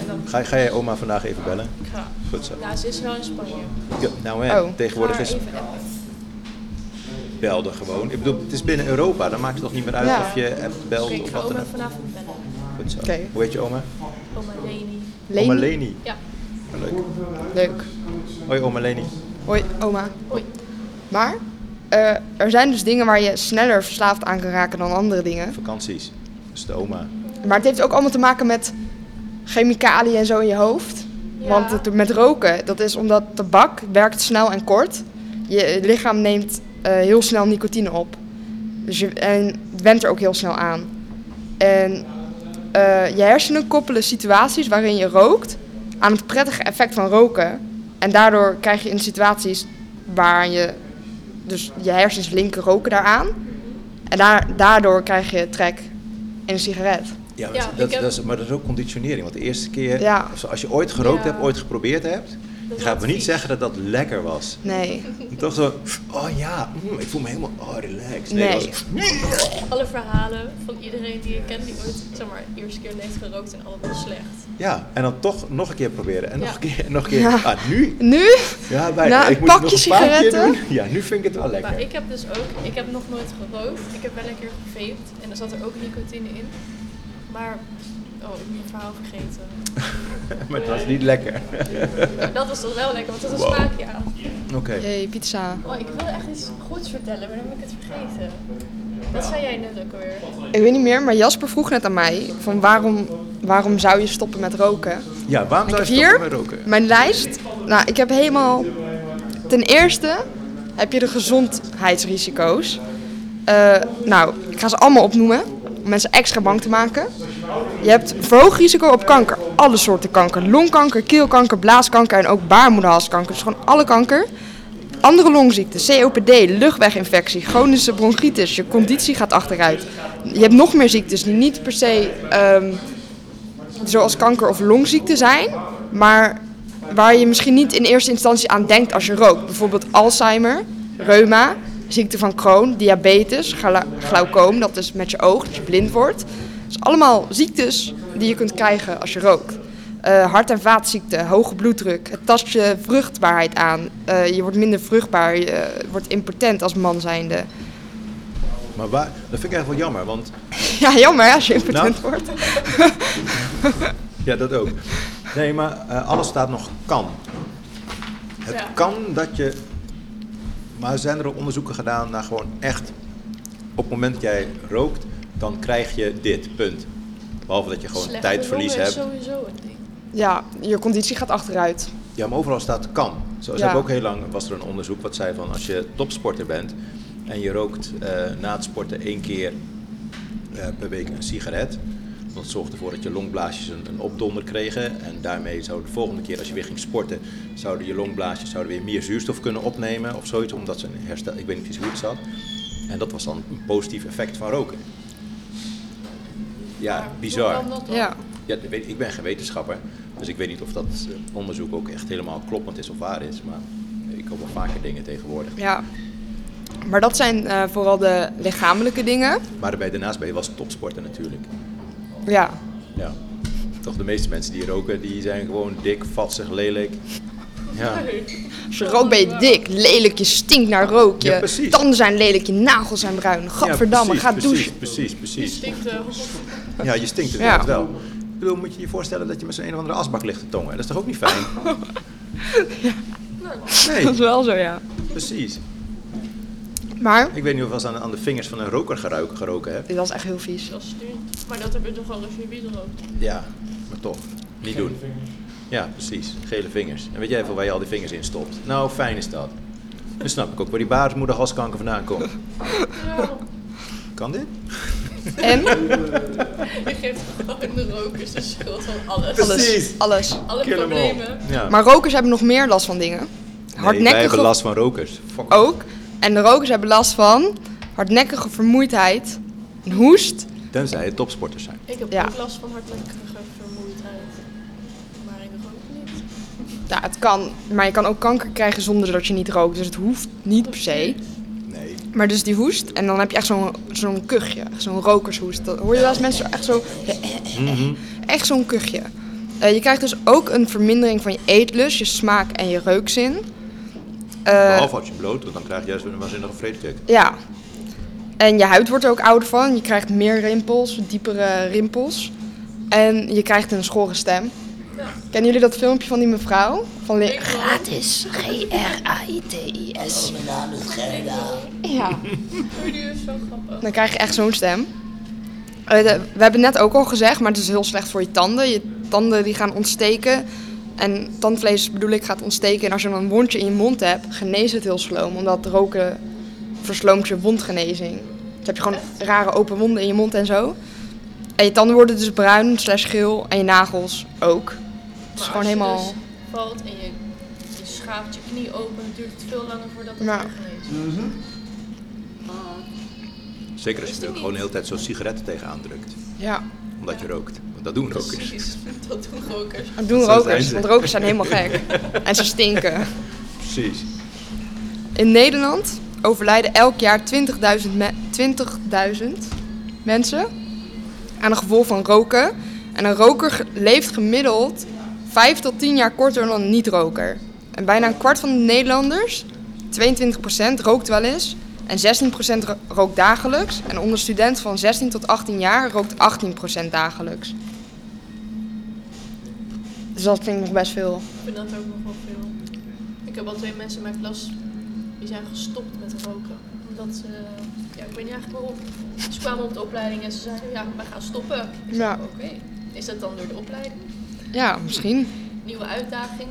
En dan
Ga, ga jij oma vandaag even bellen?
ik ga.
Goed zo.
Nou, ze is wel in Spanje.
Ja, nou hè,
Oh.
tegenwoordig
Maar
is
even appen.
belden gewoon. Ik bedoel, het is binnen Europa, dan maakt het toch niet meer uit
Ja.
of je appt, belt
Oké, ik
of
ga
wat dan
oma
ook.
vanavond bellen.
Goed zo.
Oké.
Hoe heet je oma?
Oma Leni.
Leni.
Oma Leni.
Ja,
Oh, Leuk.
ah. Leuk.
Hoi oma Leni.
Hoi, oma.
hoi.
Maar eh, er zijn dus dingen waar je sneller verslaafd aan kan raken dan andere dingen.
Vakanties. Dat is de oma.
Maar het heeft ook allemaal te maken met chemicaliën en zo in je hoofd.
Ja.
Want het, met roken, dat is omdat tabak werkt snel en kort. Je lichaam neemt eh, heel snel nicotine op. Dus je en went er ook heel snel aan. En eh, je hersenen koppelen situaties waarin je rookt aan het prettige effect van roken. En daardoor krijg je in situaties waar je, dus je hersens linken roken daaraan. En daar, daardoor krijg je trek in een sigaret.
Ja,
Ja,
dat,
ik heb-
dat is, maar dat is ook conditionering. Want de eerste keer,
Ja.
of zo, als je ooit gerookt
Ja.
hebt, ooit geprobeerd hebt, dan
is
gaat me
wel
niet
vies.
zeggen dat dat lekker was.
Nee.
Toch zo, oh ja, mm, ik voel me helemaal, oh relaxed.
Nee.
dat was-
Alle verhalen van iedereen die ik ken die ooit, zeg maar, de eerste keer heeft gerookt en allemaal slecht.
ja, en dan toch nog een keer proberen. En nog
Ja.
een keer, en nog een keer.
Ja.
Ah, nu?
Nu?
Ja, bijna.
Nou,
ik
een
moet het
pakje
nog een paar keer
sigaretten.
doen. Ja, nu vind ik het wel lekker.
Maar ik heb dus ook, ik heb nog nooit gerookt. Ik heb wel een keer gevaped en er zat er ook nicotine in. Maar, oh, ik ben het verhaal vergeten.
Maar het was niet lekker.
Maar dat was toch wel lekker, want dat was
Wow.
smaakje aan.
Oké.
Jee, pizza.
Oh, ik wilde echt iets goeds vertellen, maar dan heb ik het vergeten. Wat zei jij net ook alweer?
Ik weet niet meer, maar Jasper vroeg net aan mij van waarom, waarom zou je stoppen met roken?
Ja, waarom
Ik
zou
heb
je stoppen
hier
met roken?
mijn lijst. Nou, ik heb helemaal... Ten eerste heb je de gezondheidsrisico's. Eh, nou, ik ga ze allemaal opnoemen om mensen extra bang te maken. Je hebt verhoogd risico op kanker. Alle soorten kanker. Longkanker, keelkanker, blaaskanker en ook baarmoederhalskanker. Dus gewoon alle kanker. andere longziekten, COPD, luchtweginfectie, chronische bronchitis, je conditie gaat achteruit. Je hebt nog meer ziektes die niet per se ehm, zoals kanker of longziekten zijn, maar waar je misschien niet in eerste instantie aan denkt als je rookt. Bijvoorbeeld Alzheimer, reuma, ziekte van Crohn, diabetes, gla- glaucoom, dat is met je oog, dat je blind wordt. Dat is allemaal ziektes die je kunt krijgen als je rookt. Eh, hart- en vaatziekten, hoge bloeddruk, het tast je vruchtbaarheid aan. Eh, je wordt minder vruchtbaar, je eh, wordt impotent als man zijnde.
Maar waar, dat vind ik eigenlijk wel jammer, want
Ja, jammer hè, als je impotent wordt.
ja, dat ook. Nee, maar eh, alles staat nog kan. Het
Ja.
kan dat je. Maar zijn er ook onderzoeken gedaan naar gewoon echt. Op het moment dat jij rookt, dan krijg je dit, punt. Behalve dat je gewoon
Slechte
tijdverlies
longen
hebt.
is sowieso een ding.
Ja, je conditie gaat achteruit.
Ja, maar overal staat kan. Zo is
Ja.
ook heel lang was er een onderzoek wat zei van als je topsporter bent en je rookt eh, na het sporten één keer eh, per week een sigaret. Dat zorgde ervoor dat je longblaasjes een, een opdonder kregen. En daarmee zou de volgende keer als je weer ging sporten, zouden je longblaasjes zouden weer meer zuurstof kunnen opnemen of zoiets. Omdat ze een herstel, ik weet niet precies hoe het zat. En dat was dan een positief effect van roken. Ja, bizar.
Hoe kan dat dan?
Ja.
Ja, dat weet- ik ben geen wetenschapper, dus ik weet niet of dat eh, onderzoek ook echt helemaal kloppend is of waar is. Maar ik kom wel vaker dingen tegenwoordig.
Ja. Maar dat zijn eh, vooral de lichamelijke dingen.
Maar daarbij, daarnaast ben je wel topsporter natuurlijk.
Ja.
Ja. Toch de meeste mensen die roken, die zijn gewoon dik, vatsig, lelijk. Ja.
Als je rookt ben je dik, lelijk, je stinkt naar rook. Je
Ja, precies.
tanden zijn lelijk, je nagels zijn bruin. Gadverdamme,
Ja,
ga
precies,
douchen.
Precies,
Die
precies.
stinkt wel.
Ja, je stinkt het
Ja.
wel. Ik bedoel, moet je je voorstellen dat je met zo'n een of andere asbak ligt te tongen? Dat is toch ook niet fijn?
Dat is
Nee,
wel zo, ja.
precies.
Maar,
Ik weet niet of als aan, aan de vingers van een roker geruik- geroken heb.
dit was echt heel vies.
Dat stuurt. Maar dat hebben we toch al als je wiet rookt.
Ja, maar toch. Niet doen. Ja, precies. Gele vingers. En weet jij veel waar je al die vingers in stopt? Nou, fijn is dat. Dan snap ik ook waar die baarmoederhalskanker vandaan komt.
Ja.
Kan dit?
En?
Je geeft gewoon de rokers de schuld van
Precies.
alles.
Alles. Alles.
Alle
Kill 'em all.
problemen.
Ja.
Maar rokers hebben nog meer last van dingen.
nee, wij
Hardnekkige
hebben last van rokers. Fuck.
ook. En de rokers hebben last van hardnekkige vermoeidheid, een hoest.
Tenzij het topsporters zijn.
Ik heb
Ja.
ook last van hartelijke vermoeidheid. Maar ik rook niet.
Ja, het kan. Maar je kan ook kanker krijgen zonder dat je niet rookt. Dus het hoeft niet per se.
Nee.
Maar dus die hoest. En dan heb je echt zo'n zo'n kuchje. echt Zo'n rokershoest. Dat hoor je wel eens mensen echt zo... Echt zo'n kuchje. Eh, je krijgt dus ook een vermindering van je eetlust, je smaak en je reukzin. Eh,
Behalve als je bloot, want dan krijg je juist een waanzinnige vreedkik.
ja. En je huid wordt er ook ouder van. Je krijgt meer rimpels, diepere rimpels. En je krijgt een schorre stem. Kennen jullie dat filmpje van die mevrouw? Van Li-
Gratis. G-R-A-I-T-I-S. Mijn naam is Gerda.
Ja.
Maar die is zo grappig.
Dan krijg je echt zo'n stem. Eh, de- we hebben net ook al gezegd, maar het is heel slecht voor je tanden. Je tanden die gaan ontsteken. En tandvlees bedoel ik gaat ontsteken. En als je dan een wondje in je mond hebt, geneest het heel sloom. Omdat roken versloomt je wondgenezing. Dus heb je gewoon rare open wonden in je mond en zo. En je tanden worden dus bruin slash geel. En je nagels ook. Het is
Maar
gewoon
als je
helemaal...
dus valt en je, je schaaft je knie open, dan duurt het veel langer voordat het
Ja.
weer geneest.
Zeker als je er ook gewoon de hele tijd zo'n sigaretten tegenaan drukt.
Ja,
Omdat je rookt. Want dat doen rokers.
Precies, dat doen rokers.
dat doen
Zo zijn
rokers.
ze.
Want rokers zijn helemaal gek. en ze stinken.
Precies.
In Nederland overlijden elk jaar 20.000 me- 20.000 mensen aan een gevolg van roken. En een roker ge- leeft gemiddeld 5 tot 10 jaar korter dan een niet-roker. En bijna een kwart van de Nederlanders, 22%, rookt wel eens. En 16% ro- rookt dagelijks. En onder studenten van 16 tot 18 jaar rookt 18% dagelijks. Dus dat vind ik nog best veel.
Ik vind dat ook nog wel veel. Ik heb al twee mensen in mijn klas die zijn gestopt met roken. Omdat ze, ja, ik weet niet eigenlijk waarom. Ze kwamen op de opleiding en ze zeiden, ja, wij gaan stoppen. Ik zei,
Ja.
oké. Is dat dan door de opleiding?
Ja, misschien.
Nieuwe uitdaging?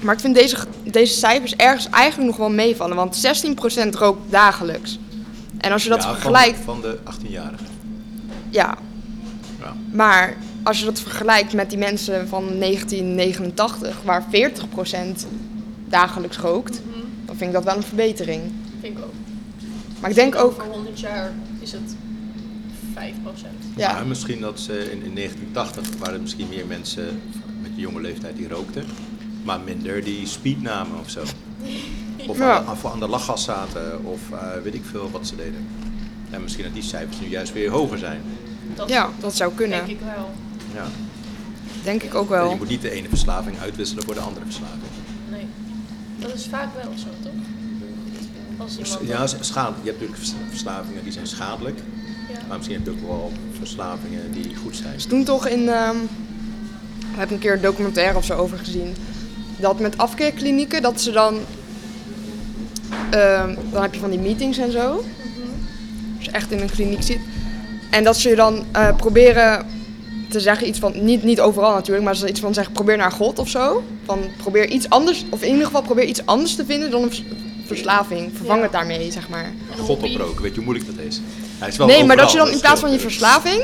Maar ik vind deze, deze cijfers ergens eigenlijk nog wel meevallen. Want 16% rookt dagelijks. En als je dat
Ja, van-
vergelijkt.
Van, de 18-jarigen.
Ja,
Ja.
maar als je dat vergelijkt met die mensen van 1989, waar 40% dagelijks rookt.
Mhm.
dan vind ik dat wel een verbetering.
Vind ik ook.
Maar ik denk ook,
Over 100 jaar is het 5
ja,
Maar misschien dat ze in, in 1980 waren er misschien meer mensen met de jonge leeftijd die rookten. Maar minder die speed namen of zo. Of,
Ja.
aan, de, of aan de lachgas zaten of eh, weet ik veel wat ze deden. En misschien dat die cijfers nu juist weer hoger zijn.
Dat
ja, dat zou kunnen.
denk ik wel.
Ja.
Denk ik ook
Je
wel.
moet niet de ene verslaving uitwisselen voor de andere verslaving.
Nee. Dat is vaak wel zo, toch? Als
Dus,
iemand...
Ja, schadelijk. Je hebt natuurlijk vers- verslavingen die zijn schadelijk. Maar misschien heb je ook wel verslavingen die goed zijn.
Ze doen toch in, ehm ik heb een keer een documentaire of zo over gezien, dat met afkeerklinieken, dat ze dan, ehm, dan heb je van die meetings en zo, als je echt in een kliniek zit, en dat ze je dan eh, proberen te zeggen iets van, niet, niet overal natuurlijk, maar ze iets van zeggen, probeer naar God of zo, van probeer iets anders, of in ieder geval probeer iets anders te vinden dan een vers- verslaving, vervang
Ja.
het daarmee, zeg maar.
God oproken, weet je hoe moeilijk dat is? Hij is wel
Nee, maar
overal, dus
dat je dan in plaats van je
scheelt.
verslaving.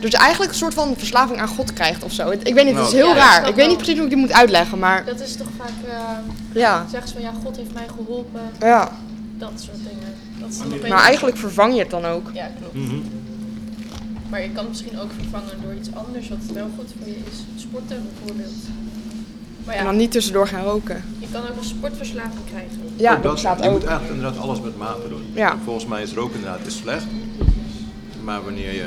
Dus eigenlijk een soort van verslaving aan God krijgt of zo. Het- Ik weet niet, het is
Nou,
heel
ja, ik
raar.
snap
Ik weet niet
wel.
precies hoe ik dit moet uitleggen, maar
Dat is toch vaak... eh
ja.
zeggen ze van, ja, God heeft mij geholpen.
ja.
Dat soort dingen. Dat is dan opeens-
Maar Nou, eigenlijk vervang je het dan ook.
Ja, klopt.
Mhm.
Maar je kan het misschien ook vervangen door iets anders wat wel goed voor je is. Sporten bijvoorbeeld. Maar
En
ja,
dan niet tussendoor gaan roken.
je kan ook een sportverslaving krijgen.
Ja,
Ook
dat staat
Oh, je
ook.
moet eigenlijk inderdaad alles met mate doen.
Ja.
Volgens mij is roken inderdaad is slecht. Maar wanneer je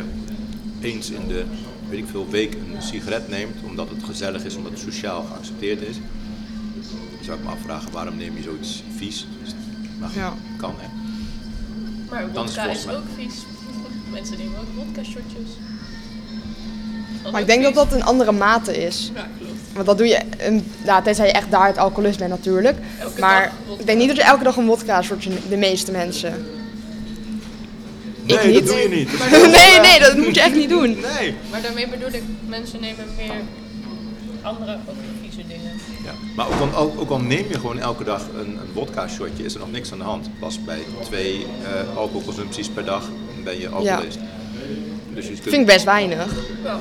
eens in de weet ik veel, week een sigaret neemt, omdat het gezellig is, omdat het sociaal geaccepteerd is, dan zou ik me afvragen waarom neem je zoiets vies. Dus, maar goed,
Ja.
kan hè.
Maar
Dan is
vodka
het
is
volgens
ook vies. Mensen nemen ook vodka shotjes.
Maar ik denk dat dat een andere mate is.
Ja, klopt.
Want dat doe je, een, nou, tenzij je echt daar het alcoholist bent natuurlijk.
Elke
maar
dag wodka.
ik denk niet dat je elke dag een wodka soort de meeste mensen.
Nee,
niet.
dat doe je niet.
nee, nee, dat moet je echt niet doen.
Nee.
Maar daarmee bedoel ik, mensen nemen meer andere, ook vieze dingen.
Ja, maar ook al, ook, ook al neem je gewoon elke dag een, een vodka-shotje, is er nog niks aan de hand. Pas bij twee eh, alcoholconsumpties per dag ben je alcoholist. Dus je kunt...
Vind ik best weinig.
Wel,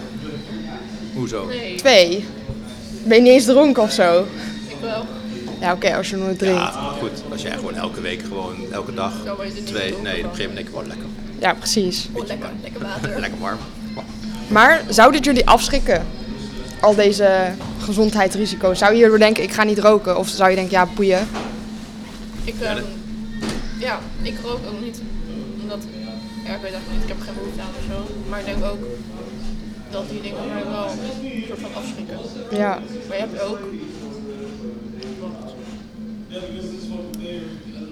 Hoezo?
nee,
Twee. Ben je niet eens dronken of zo?
ik wel.
Ja, oké, als je nooit drinkt.
Ja, maar Ah, goed. Als jij gewoon elke week, gewoon elke dag
Dan word je er niet
twee...
dronken
Nee, op
van.
een gegeven moment denk ik wel lekker.
Ja, precies.
Oh, lekker, lekker water.
Lekker warm. Wow.
Maar zou dit jullie afschrikken? Al deze gezondheidsrisico's. Zou je hierdoor denken, ik ga niet roken? Of zou je denken, ja, boeien?
Ik,
Ja,
ehm,
dat-
ja, ik rook ook niet. Omdat, ja, ik weet echt niet, ik heb geen behoefte aan of zo. Maar ik denk ook dat die dingen mij wel een soort van afschrikken.
Ja.
Maar je hebt ook.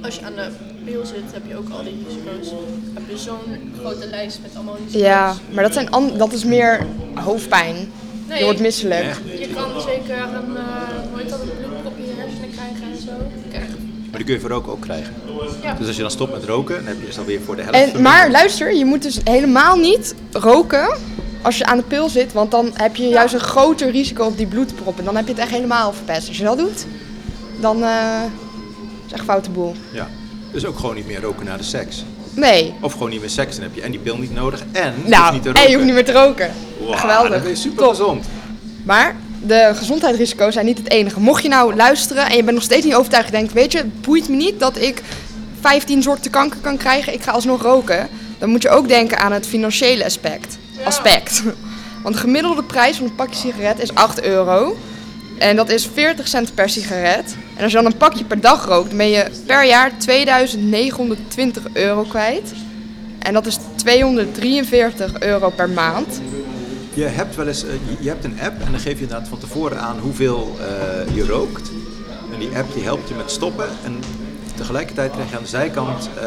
Als je aan de pil zit, heb je ook al die risico's. Heb je zo'n grote lijst met allemaal risico's.
Ja, maar dat, zijn an- dat is meer hoofdpijn.
Nee.
Je wordt misselijk.
Echt?
Je kan zeker een, eh hoe heet dat, een bloedprop in je hersenen krijgen en zo. Kijk,
Maar die kun je voor roken ook krijgen.
Ja.
Dus als je dan stopt met roken, dan heb je dus alweer voor de helft...
En,
verminderd.
maar luister, je moet dus helemaal niet roken als je aan de pil zit. Want dan heb je juist een groter risico op die bloedprop. En dan heb je het echt helemaal verpest. Als je dat doet, dan eh, is het echt foute boel.
Ja. Dus ook gewoon niet meer roken na de seks.
Nee.
Of gewoon niet meer seks, dan heb je en die pil niet nodig en je hoeft
Nou,
niet te roken.
en je hoeft niet meer te roken.
Wow,
Geweldig.
Dan ben je super
Top.
gezond.
Maar de gezondheidsrisico's zijn niet het enige. Mocht je nou luisteren en je bent nog steeds niet overtuigd, je denkt, weet je, het boeit me niet dat ik 15 soorten kanker kan krijgen, ik ga alsnog roken. Dan moet je ook denken aan het financiële aspect. aspect. Want de gemiddelde prijs van een pakje sigaret is 8 euro. En dat is 40 cent per sigaret. En als je dan een pakje per dag rookt, dan ben je per jaar 2920 euro kwijt. En dat is 243 euro per maand.
Je hebt wel eens, eh, je- je hebt een app en dan geef je inderdaad van tevoren aan hoeveel eh, je rookt. En die app die helpt je met stoppen. En tegelijkertijd krijg je aan de zijkant eh,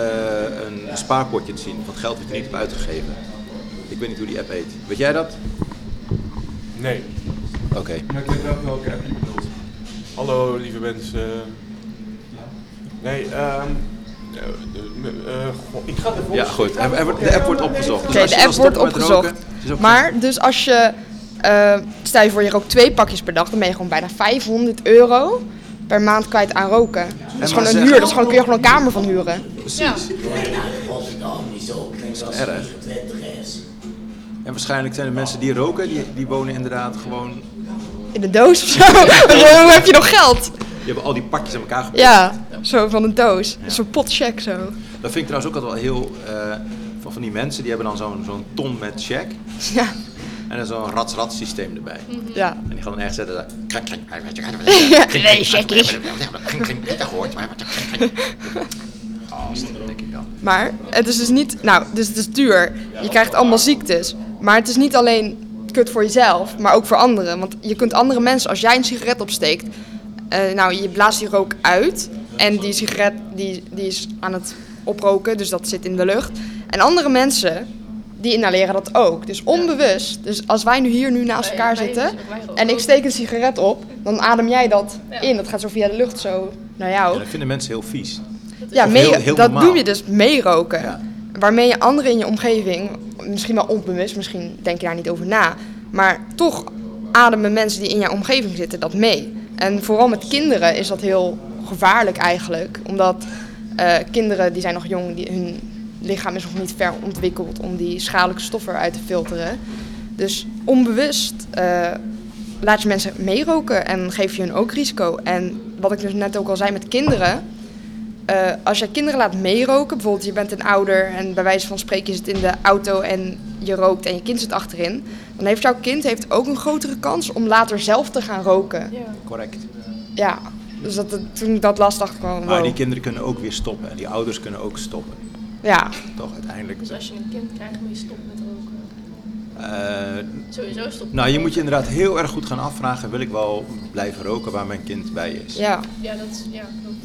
een, een spaarpotje te zien van het geld dat je niet hebt uitgegeven. Ik weet niet hoe die app heet. Weet jij dat?
Nee,
Oké.
maar ik weet wel welke app je bedoelt. Hallo lieve mensen. Nee, ehm... eh, eh, eh, goh, ik ga ervoor.
Ja, goed. Er- er wordt- de app wordt opgezocht. Dus
Oké,
als je
de
dan
app wordt
stopt met
opgezocht.
roken, is ook-
Maar dus als je, eh stel je voor je rookt twee pakjes per dag, dan ben je gewoon bijna 500 euro per maand kwijt aan roken. Dat
maar
is gewoon een
zeg-
huur, dat is gewoon, kun je gewoon een kamer van huren.
Precies. Dat is erg. En waarschijnlijk zijn de mensen die roken, die, die wonen inderdaad gewoon
In de doos of zo. Hoe heb je nog geld?
Die hebben al die pakjes aan elkaar geplakt.
Ja, zo van een doos.
Ja.
Zo'n potcheck zo.
Dat vind ik trouwens ook altijd wel heel... eh, van, van die mensen, die hebben dan zo'n zo'n ton met check.
Ja,
En dan zo'n rats-rats systeem erbij.
ja.
En die gaan dan ergens zetten. daar. Kring, kring, kring, kring, kring,
Nee, checkies.
kring, kring, kring, dat hoort, maar- kring, kring. Oh, stom, denk ik dan.
Maar het is dus niet, nou, dus het is duur. Je krijgt allemaal ziektes. Maar het is niet alleen kut voor jezelf, maar ook voor anderen. Want je kunt andere mensen, als jij een sigaret opsteekt, eh, nou, je blaast die rook uit. En die sigaret die, die is aan het oproken, dus dat zit in de lucht. En andere mensen, die inhaleren dat ook. Dus onbewust. Dus als wij nu hier nu naast
Wij-
elkaar
wij-
zitten
wij roken
en ik
ook.
steek een sigaret op, dan adem jij dat
Ja.
in. Dat gaat zo via de lucht zo naar
Ja,
jou.
dat vinden mensen heel vies.
Ja,
Of
mee,
heel- heel
dat
normaal.
doe je dus meeroken.
Ja.
Waarmee je anderen in je omgeving, misschien wel onbewust, misschien denk je daar niet over na. Maar toch ademen mensen die in jouw omgeving zitten dat mee. En vooral met kinderen is dat heel gevaarlijk eigenlijk. Omdat eh, kinderen die zijn nog jong, die, hun lichaam is nog niet ver ontwikkeld om die schadelijke stoffen eruit te filteren. Dus onbewust eh, laat je mensen meeroken en geef je hun ook risico. En wat ik dus net ook al zei met kinderen, eh, als jij kinderen laat meeroken, bijvoorbeeld je bent een ouder en bij wijze van spreken je zit in de auto en je rookt en je kind zit achterin, dan heeft jouw kind heeft ook een grotere kans om later zelf te gaan roken.
Ja.
Correct.
Ja, dus dat, dat- toen ik dat las dacht ik gewoon,
Maar Ah, die
wow.
kinderen kunnen ook weer stoppen. En die ouders kunnen ook stoppen.
Ja,
Toch uiteindelijk.
Dus als je een kind krijgt, moet je stoppen met roken.
Eh,
Sowieso stoppen.
nou, je moet je inderdaad heel erg goed gaan afvragen: wil ik wel blijven roken waar mijn kind bij is?
ja.
Ja, dat is, ja, klopt.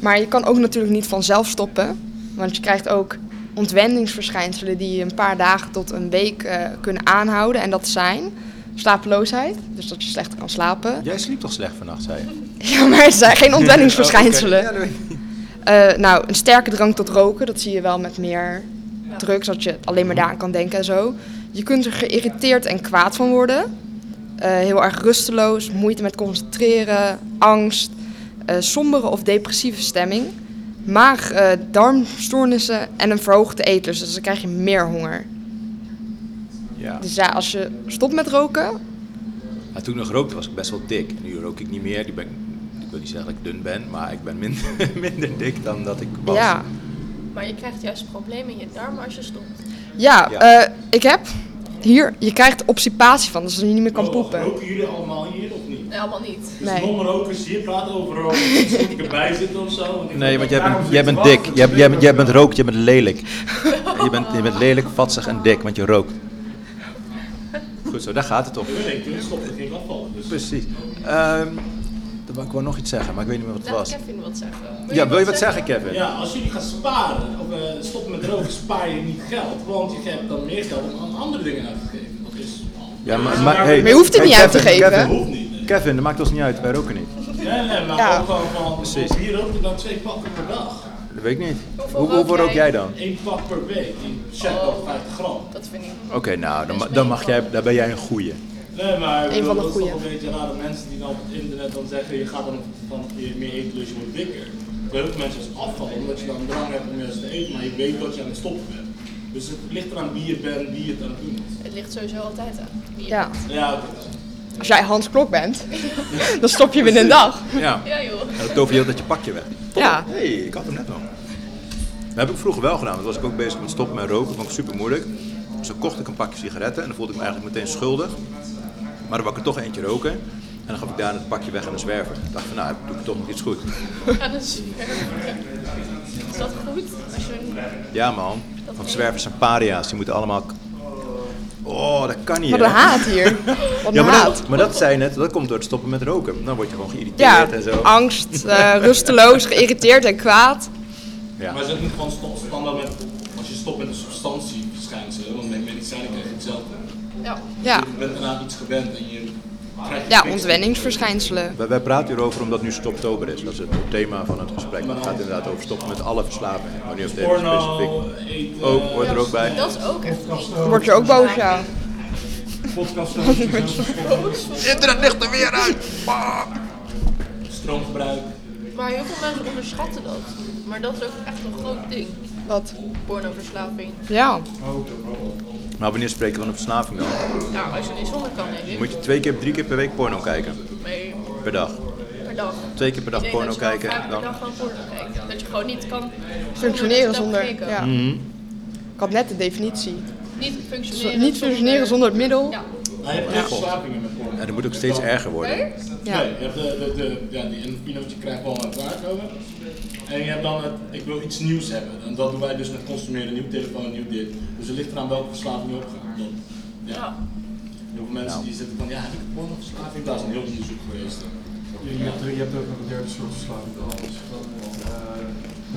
Maar je kan ook natuurlijk niet vanzelf stoppen, want je krijgt ook ontwendingsverschijnselen die je een paar dagen tot een week eh, kunnen aanhouden. En dat zijn slapeloosheid, dus dat je slechter kan slapen.
Jij sliep toch slecht vannacht, zei je?
Ja, maar het zijn geen ontwendingsverschijnselen.
Oh, oké. Ja, dat weet ik.
Eh, nou, een sterke drang tot roken, dat zie je wel met meer drugs, dat je alleen maar daaraan kan denken en zo. Je kunt er geïrriteerd en kwaad van worden. Eh, heel erg rusteloos, moeite met concentreren, angst, eh, sombere of depressieve stemming, maag, eh, darmstoornissen en een verhoogde eetlust. Dus dan krijg je meer honger.
Ja.
Dus ja, als je stopt met roken,
Maar toen ik nog rookte was ik best wel dik. En nu rook ik niet meer. Ik, ben, ik wil niet zeggen dat ik dun ben, maar ik ben minder, minder dik dan dat ik was.
ja.
Maar je krijgt juist problemen in je darmen als je stopt.
Ja,
Ja.
eh, ik heb hier, je krijgt obstipatie van, dus dat je niet meer kan poepen.
Roken jullie allemaal hier of niet?
Nee, allemaal niet.
Dus
Nee.
non-rokers hier praten over eh, roken. Misschien moet ik erbij zitten of zo. want ik
Nee,
vind
want jij
dat
bent,
daarom
jij
zit
bent
te
dik.
wachten
Jij,
tot
jij,
ik
bent- jij
ben.
bent rookt, je bent lelijk. Je bent, je bent lelijk, vatsig en dik, want je rookt. Goed zo, daar gaat het om.
Nee, toen stopte ik ging afvallen. Dus
Precies. Ehm dan wou ik wel nog iets zeggen, maar ik weet niet meer wat het
Laat
was.
Nou, Kevin wat zeggen.
Ja, wil je wat zeggen, Kevin?
ja, als jullie gaan sparen of eh, stoppen met roken, spaar je niet geld. Want je hebt dan meer geld om aan andere dingen uit te geven. Dat is al.
Ja, maar,
Maar je hoeft het niet uit te
Kevin,
geven.
Kevin,
Hoeft niet. Nee,
Kevin, dat maakt ons niet uit, wij roken niet.
nee, nee maar
Ja.
ook gewoon van.
Precies.
Precies. Hier rook ik dan twee pakken per dag.
Dat weet ik niet.
Hoeveel
Hoe,
rook
hoeveel rook
jij?
jij dan?
Eén pak per week. Die check over 50 gram.
Dat vind ik.
Oké, nou, dan, ma- dan, mag jij, dan ben jij een goeie.
Nee, maar ik
Eén van
bedoel,
de
dat is toch
goeie.
een beetje rare mensen die dan op het internet dan zeggen, je gaat dan van je meer eten, dus je wordt dikker. Voor heel veel mensen is afvallen, omdat je dan drang hebt om juist te eten, maar je weet dat je aan het stoppen bent. Dus het ligt eraan wie je bent, wie je het aan het doen is.
Het ligt sowieso altijd aan. wie je
Ja.
Ja, oké.
Als jij Hans Klok bent, dan stop je binnen een dag.
Ja,
bent. Ja, joh.
en dan tover je ook dat je pakje weg.
Ja.
Hé, hey, ik had hem net nog. Dat heb ik vroeger wel gedaan, want toen was ik ook bezig met stoppen met roken, vond ik super moeilijk. Dus dan kocht ik een pakje sigaretten en dan voelde ik me eigenlijk meteen schuldig. Maar dan wou ik er toch eentje roken en dan gaf ik daar het pakje weg aan een zwerver. Ik dacht van, nou, doe ik toch nog iets goed.
Aan een zwerver. Is dat goed? Als je een...
Ja man, want zwervers zijn paria's, die moeten allemaal... k- Oh, dat kan niet.
Wat
hè?
een haat hier. Wat een
Ja, maar
haat.
dat, maar dat zei je net, dat komt door het stoppen met roken. Dan word je gewoon
Ja,
geïrriteerd en zo.
angst, eh, rusteloos, geïrriteerd en kwaad.
Maar is het niet gewoon stop, standaard met, als je stopt met een substantie verschijnsel, want met medicijnen krijg je hetzelfde.
Ja.
Ja,
Je bent daarna iets gewend en je krijgt
ja
niks.
ontwenningsverschijnselen.
Wij, wij praten hierover omdat nu stoptober is. Dat is het thema van het gesprek. Het gaat inderdaad over stoppen met alle verslavingen. Maar nu op deze specifiek.
Porno, eten,
Ook, hoort er ook bij.
Dat is ook echt niet.
Word je ook boos, ja.
Internet ligt er weer uit!
stroomgebruik.
Maar heel veel mensen onderschatten dat. Maar dat is ook echt een groot ding.
Wat?
Pornoverslaving.
Ja.
Maar wanneer spreken we van een verslaving dan?
Nou, als je niet zonder kan, denk ik.
Moet je twee keer, drie keer per week porno kijken.
Nee,
Per dag.
per per dag.
Twee keer per dag
Ik denk
porno
dat je gewoon
kijken,
Vaak per
dan-
dag gewoon porno kijken. Dat je gewoon niet kan
Functioneren
dat je
zonder.
gekeken.
Ja.
Mhm.
Ik had net de definitie.
Niet
Zo-
functioneren.
Niet functioneren zonder het middel.
Ja.
Hij heeft echt verslavingen met porno.
Ja, dat moet ook steeds erger worden.
Ja.
Nee, je hebt de, de, de- ja, die een pinootje krijgt wel aan het klaarkomen. En je hebt dan het, ik wil iets nieuws hebben. En dat doen wij dus met consumeren, nieuw telefoon, nieuw dit. Dus het ligt eraan welke verslaving je opgaat. Dat, ja.
Ja.
Heel veel mensen die zitten van, ja, heb ik een pornoverslaving? Daar is een heel onderzoek geweest.
Je hebt, er- je hebt ook nog een derde soort verslaving dat is van eh,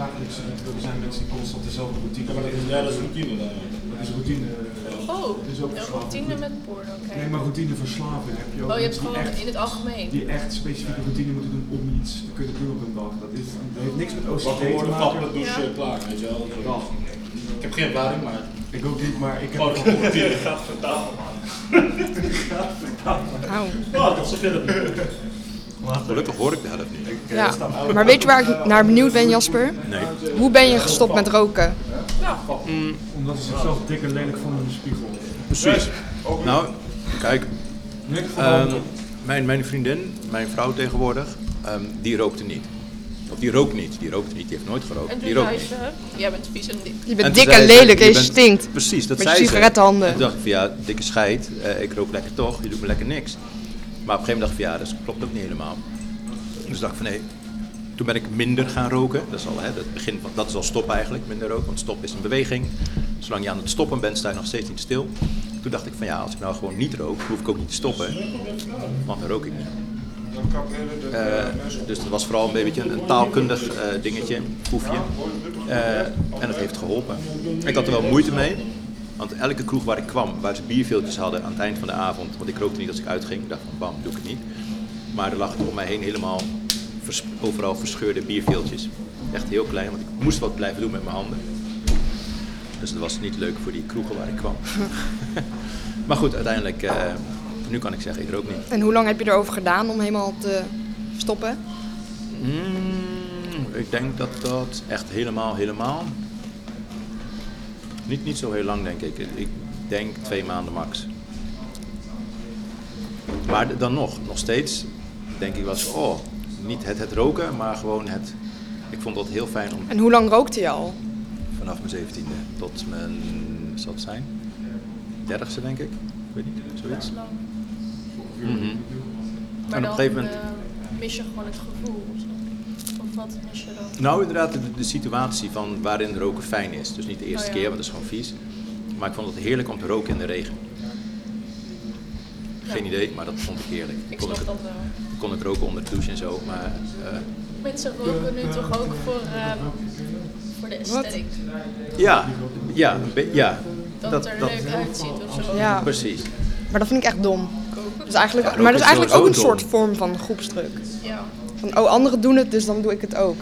dagelijkse ritueel. Er zijn mensen die constant dezelfde routine
Ja, maar dat is, ja, dat is routine dan.
Dat is routine. eh,
Oh,
Het is ook
een
verslaving.
routine met porno kijken.
Nee, maar routineverslaving heb je ook.
Oh, je hebt
mensen die
gewoon
echt-
in het algemeen.
die echt specifieke routine moeten doen om iets te kunnen doen op een dag. Dat, is, dat heeft niks met OCD
Wat
te
geworden,
maken.
fappelen, douchen,
Ja.
klaar, weet je wel. Ik heb geen ervaring, maar...
Ik ook niet, maar ik heb
Oh,
ook wel gehoord.
routine gaat vertalen,
Auw.
Oh, dat is een film.
Gelukkig hoor ik de helft niet.
Ja. Maar weet je waar ik naar benieuwd ben, Jasper?
Nee.
Hoe ben je gestopt met roken?
Omdat ze zichzelf dik en lelijk vonden in de spiegel.
Precies. Nou, kijk,
Niks van
ehm, mijn, mijn vriendin, mijn vrouw tegenwoordig, ehm, die rookte niet. Of die rookt niet, die rookt niet, die heeft nooit
En
gerookt. Die
toen
rookt
zei
niet.
ze, jij bent vies en dik.
Je
En
bent
toen
dik en
zei ze,
lelijk en je
bent-
stinkt.
Precies, dat
Met je
zei ze.
sigarettenhanden.
En Toen dacht ik van ja, dikke scheid, eh, ik rook lekker toch, je doet me lekker niks. Maar op een gegeven moment dacht ik van ja, dat klopt ook niet helemaal. Dus dacht ik van nee, toen ben ik minder gaan roken. Dat is al hè, het begin van, dat is al stop eigenlijk, minder roken. Want stop is een beweging. Zolang je aan het stoppen bent, sta je nog steeds niet stil. Toen dacht ik van ja, als ik nou gewoon niet rook, hoef ik ook niet te stoppen. Want dan rook ik niet. Eh, dus dat was vooral een beetje een, een taalkundig eh, dingetje, een proefje. Eh, en dat heeft geholpen. Ik had er wel moeite mee. Want elke kroeg waar ik kwam, waar ze bierveeltjes hadden aan het eind van de avond, want ik rookte niet als ik uitging, ik dacht van bam, doe ik het niet. Maar er lag om mij heen helemaal vers- overal verscheurde bierveeltjes. Echt heel klein, want ik moest wat blijven doen met mijn handen. Dus dat was niet leuk voor die kroegen waar ik kwam. maar goed, uiteindelijk, eh, nu kan ik zeggen, ik rook niet.
En hoe lang heb je erover gedaan om helemaal te stoppen?
Mm, ik denk dat dat echt helemaal, helemaal. Niet, niet zo heel lang, denk ik. Ik denk twee maanden max. Maar d- dan nog, nog steeds denk ik wel eens, oh, niet het, het roken, maar gewoon het. Ik vond dat heel fijn om
En hoe lang rookte je al?
vanaf mijn 17e tot mijn, wat zal het zijn? 30ste, denk ik. Ik weet niet, zoiets. Mhm.
Maar
op
dan
een gegeven moment-
eh, mis je gewoon het gevoel. of zo. Of wat mis je dan?
Nou, inderdaad, de, de situatie van waarin roken fijn is. Dus niet de eerste
Oh ja.
keer, want dat is gewoon vies. Maar ik vond het heerlijk om te roken in de regen. Geen idee, maar dat vond ik heerlijk.
Ik
kon,
snap
ik,
dat wel.
kon ik roken onder de douche en zo. Maar eh,
Mensen roken nu toch ook voor, eh, voor de aesthetic.
ja, ja, een be- ja.
Dat, er leuk uitziet of zo.
Ja,
Precies.
maar dat vind ik echt dom. Dus eigenlijk,
roken
maar dat
is
is eigenlijk ook een
sowieso
soort
dom.
vorm van groepsdruk.
Ja.
Van, oh, anderen doen het, dus dan doe ik het ook.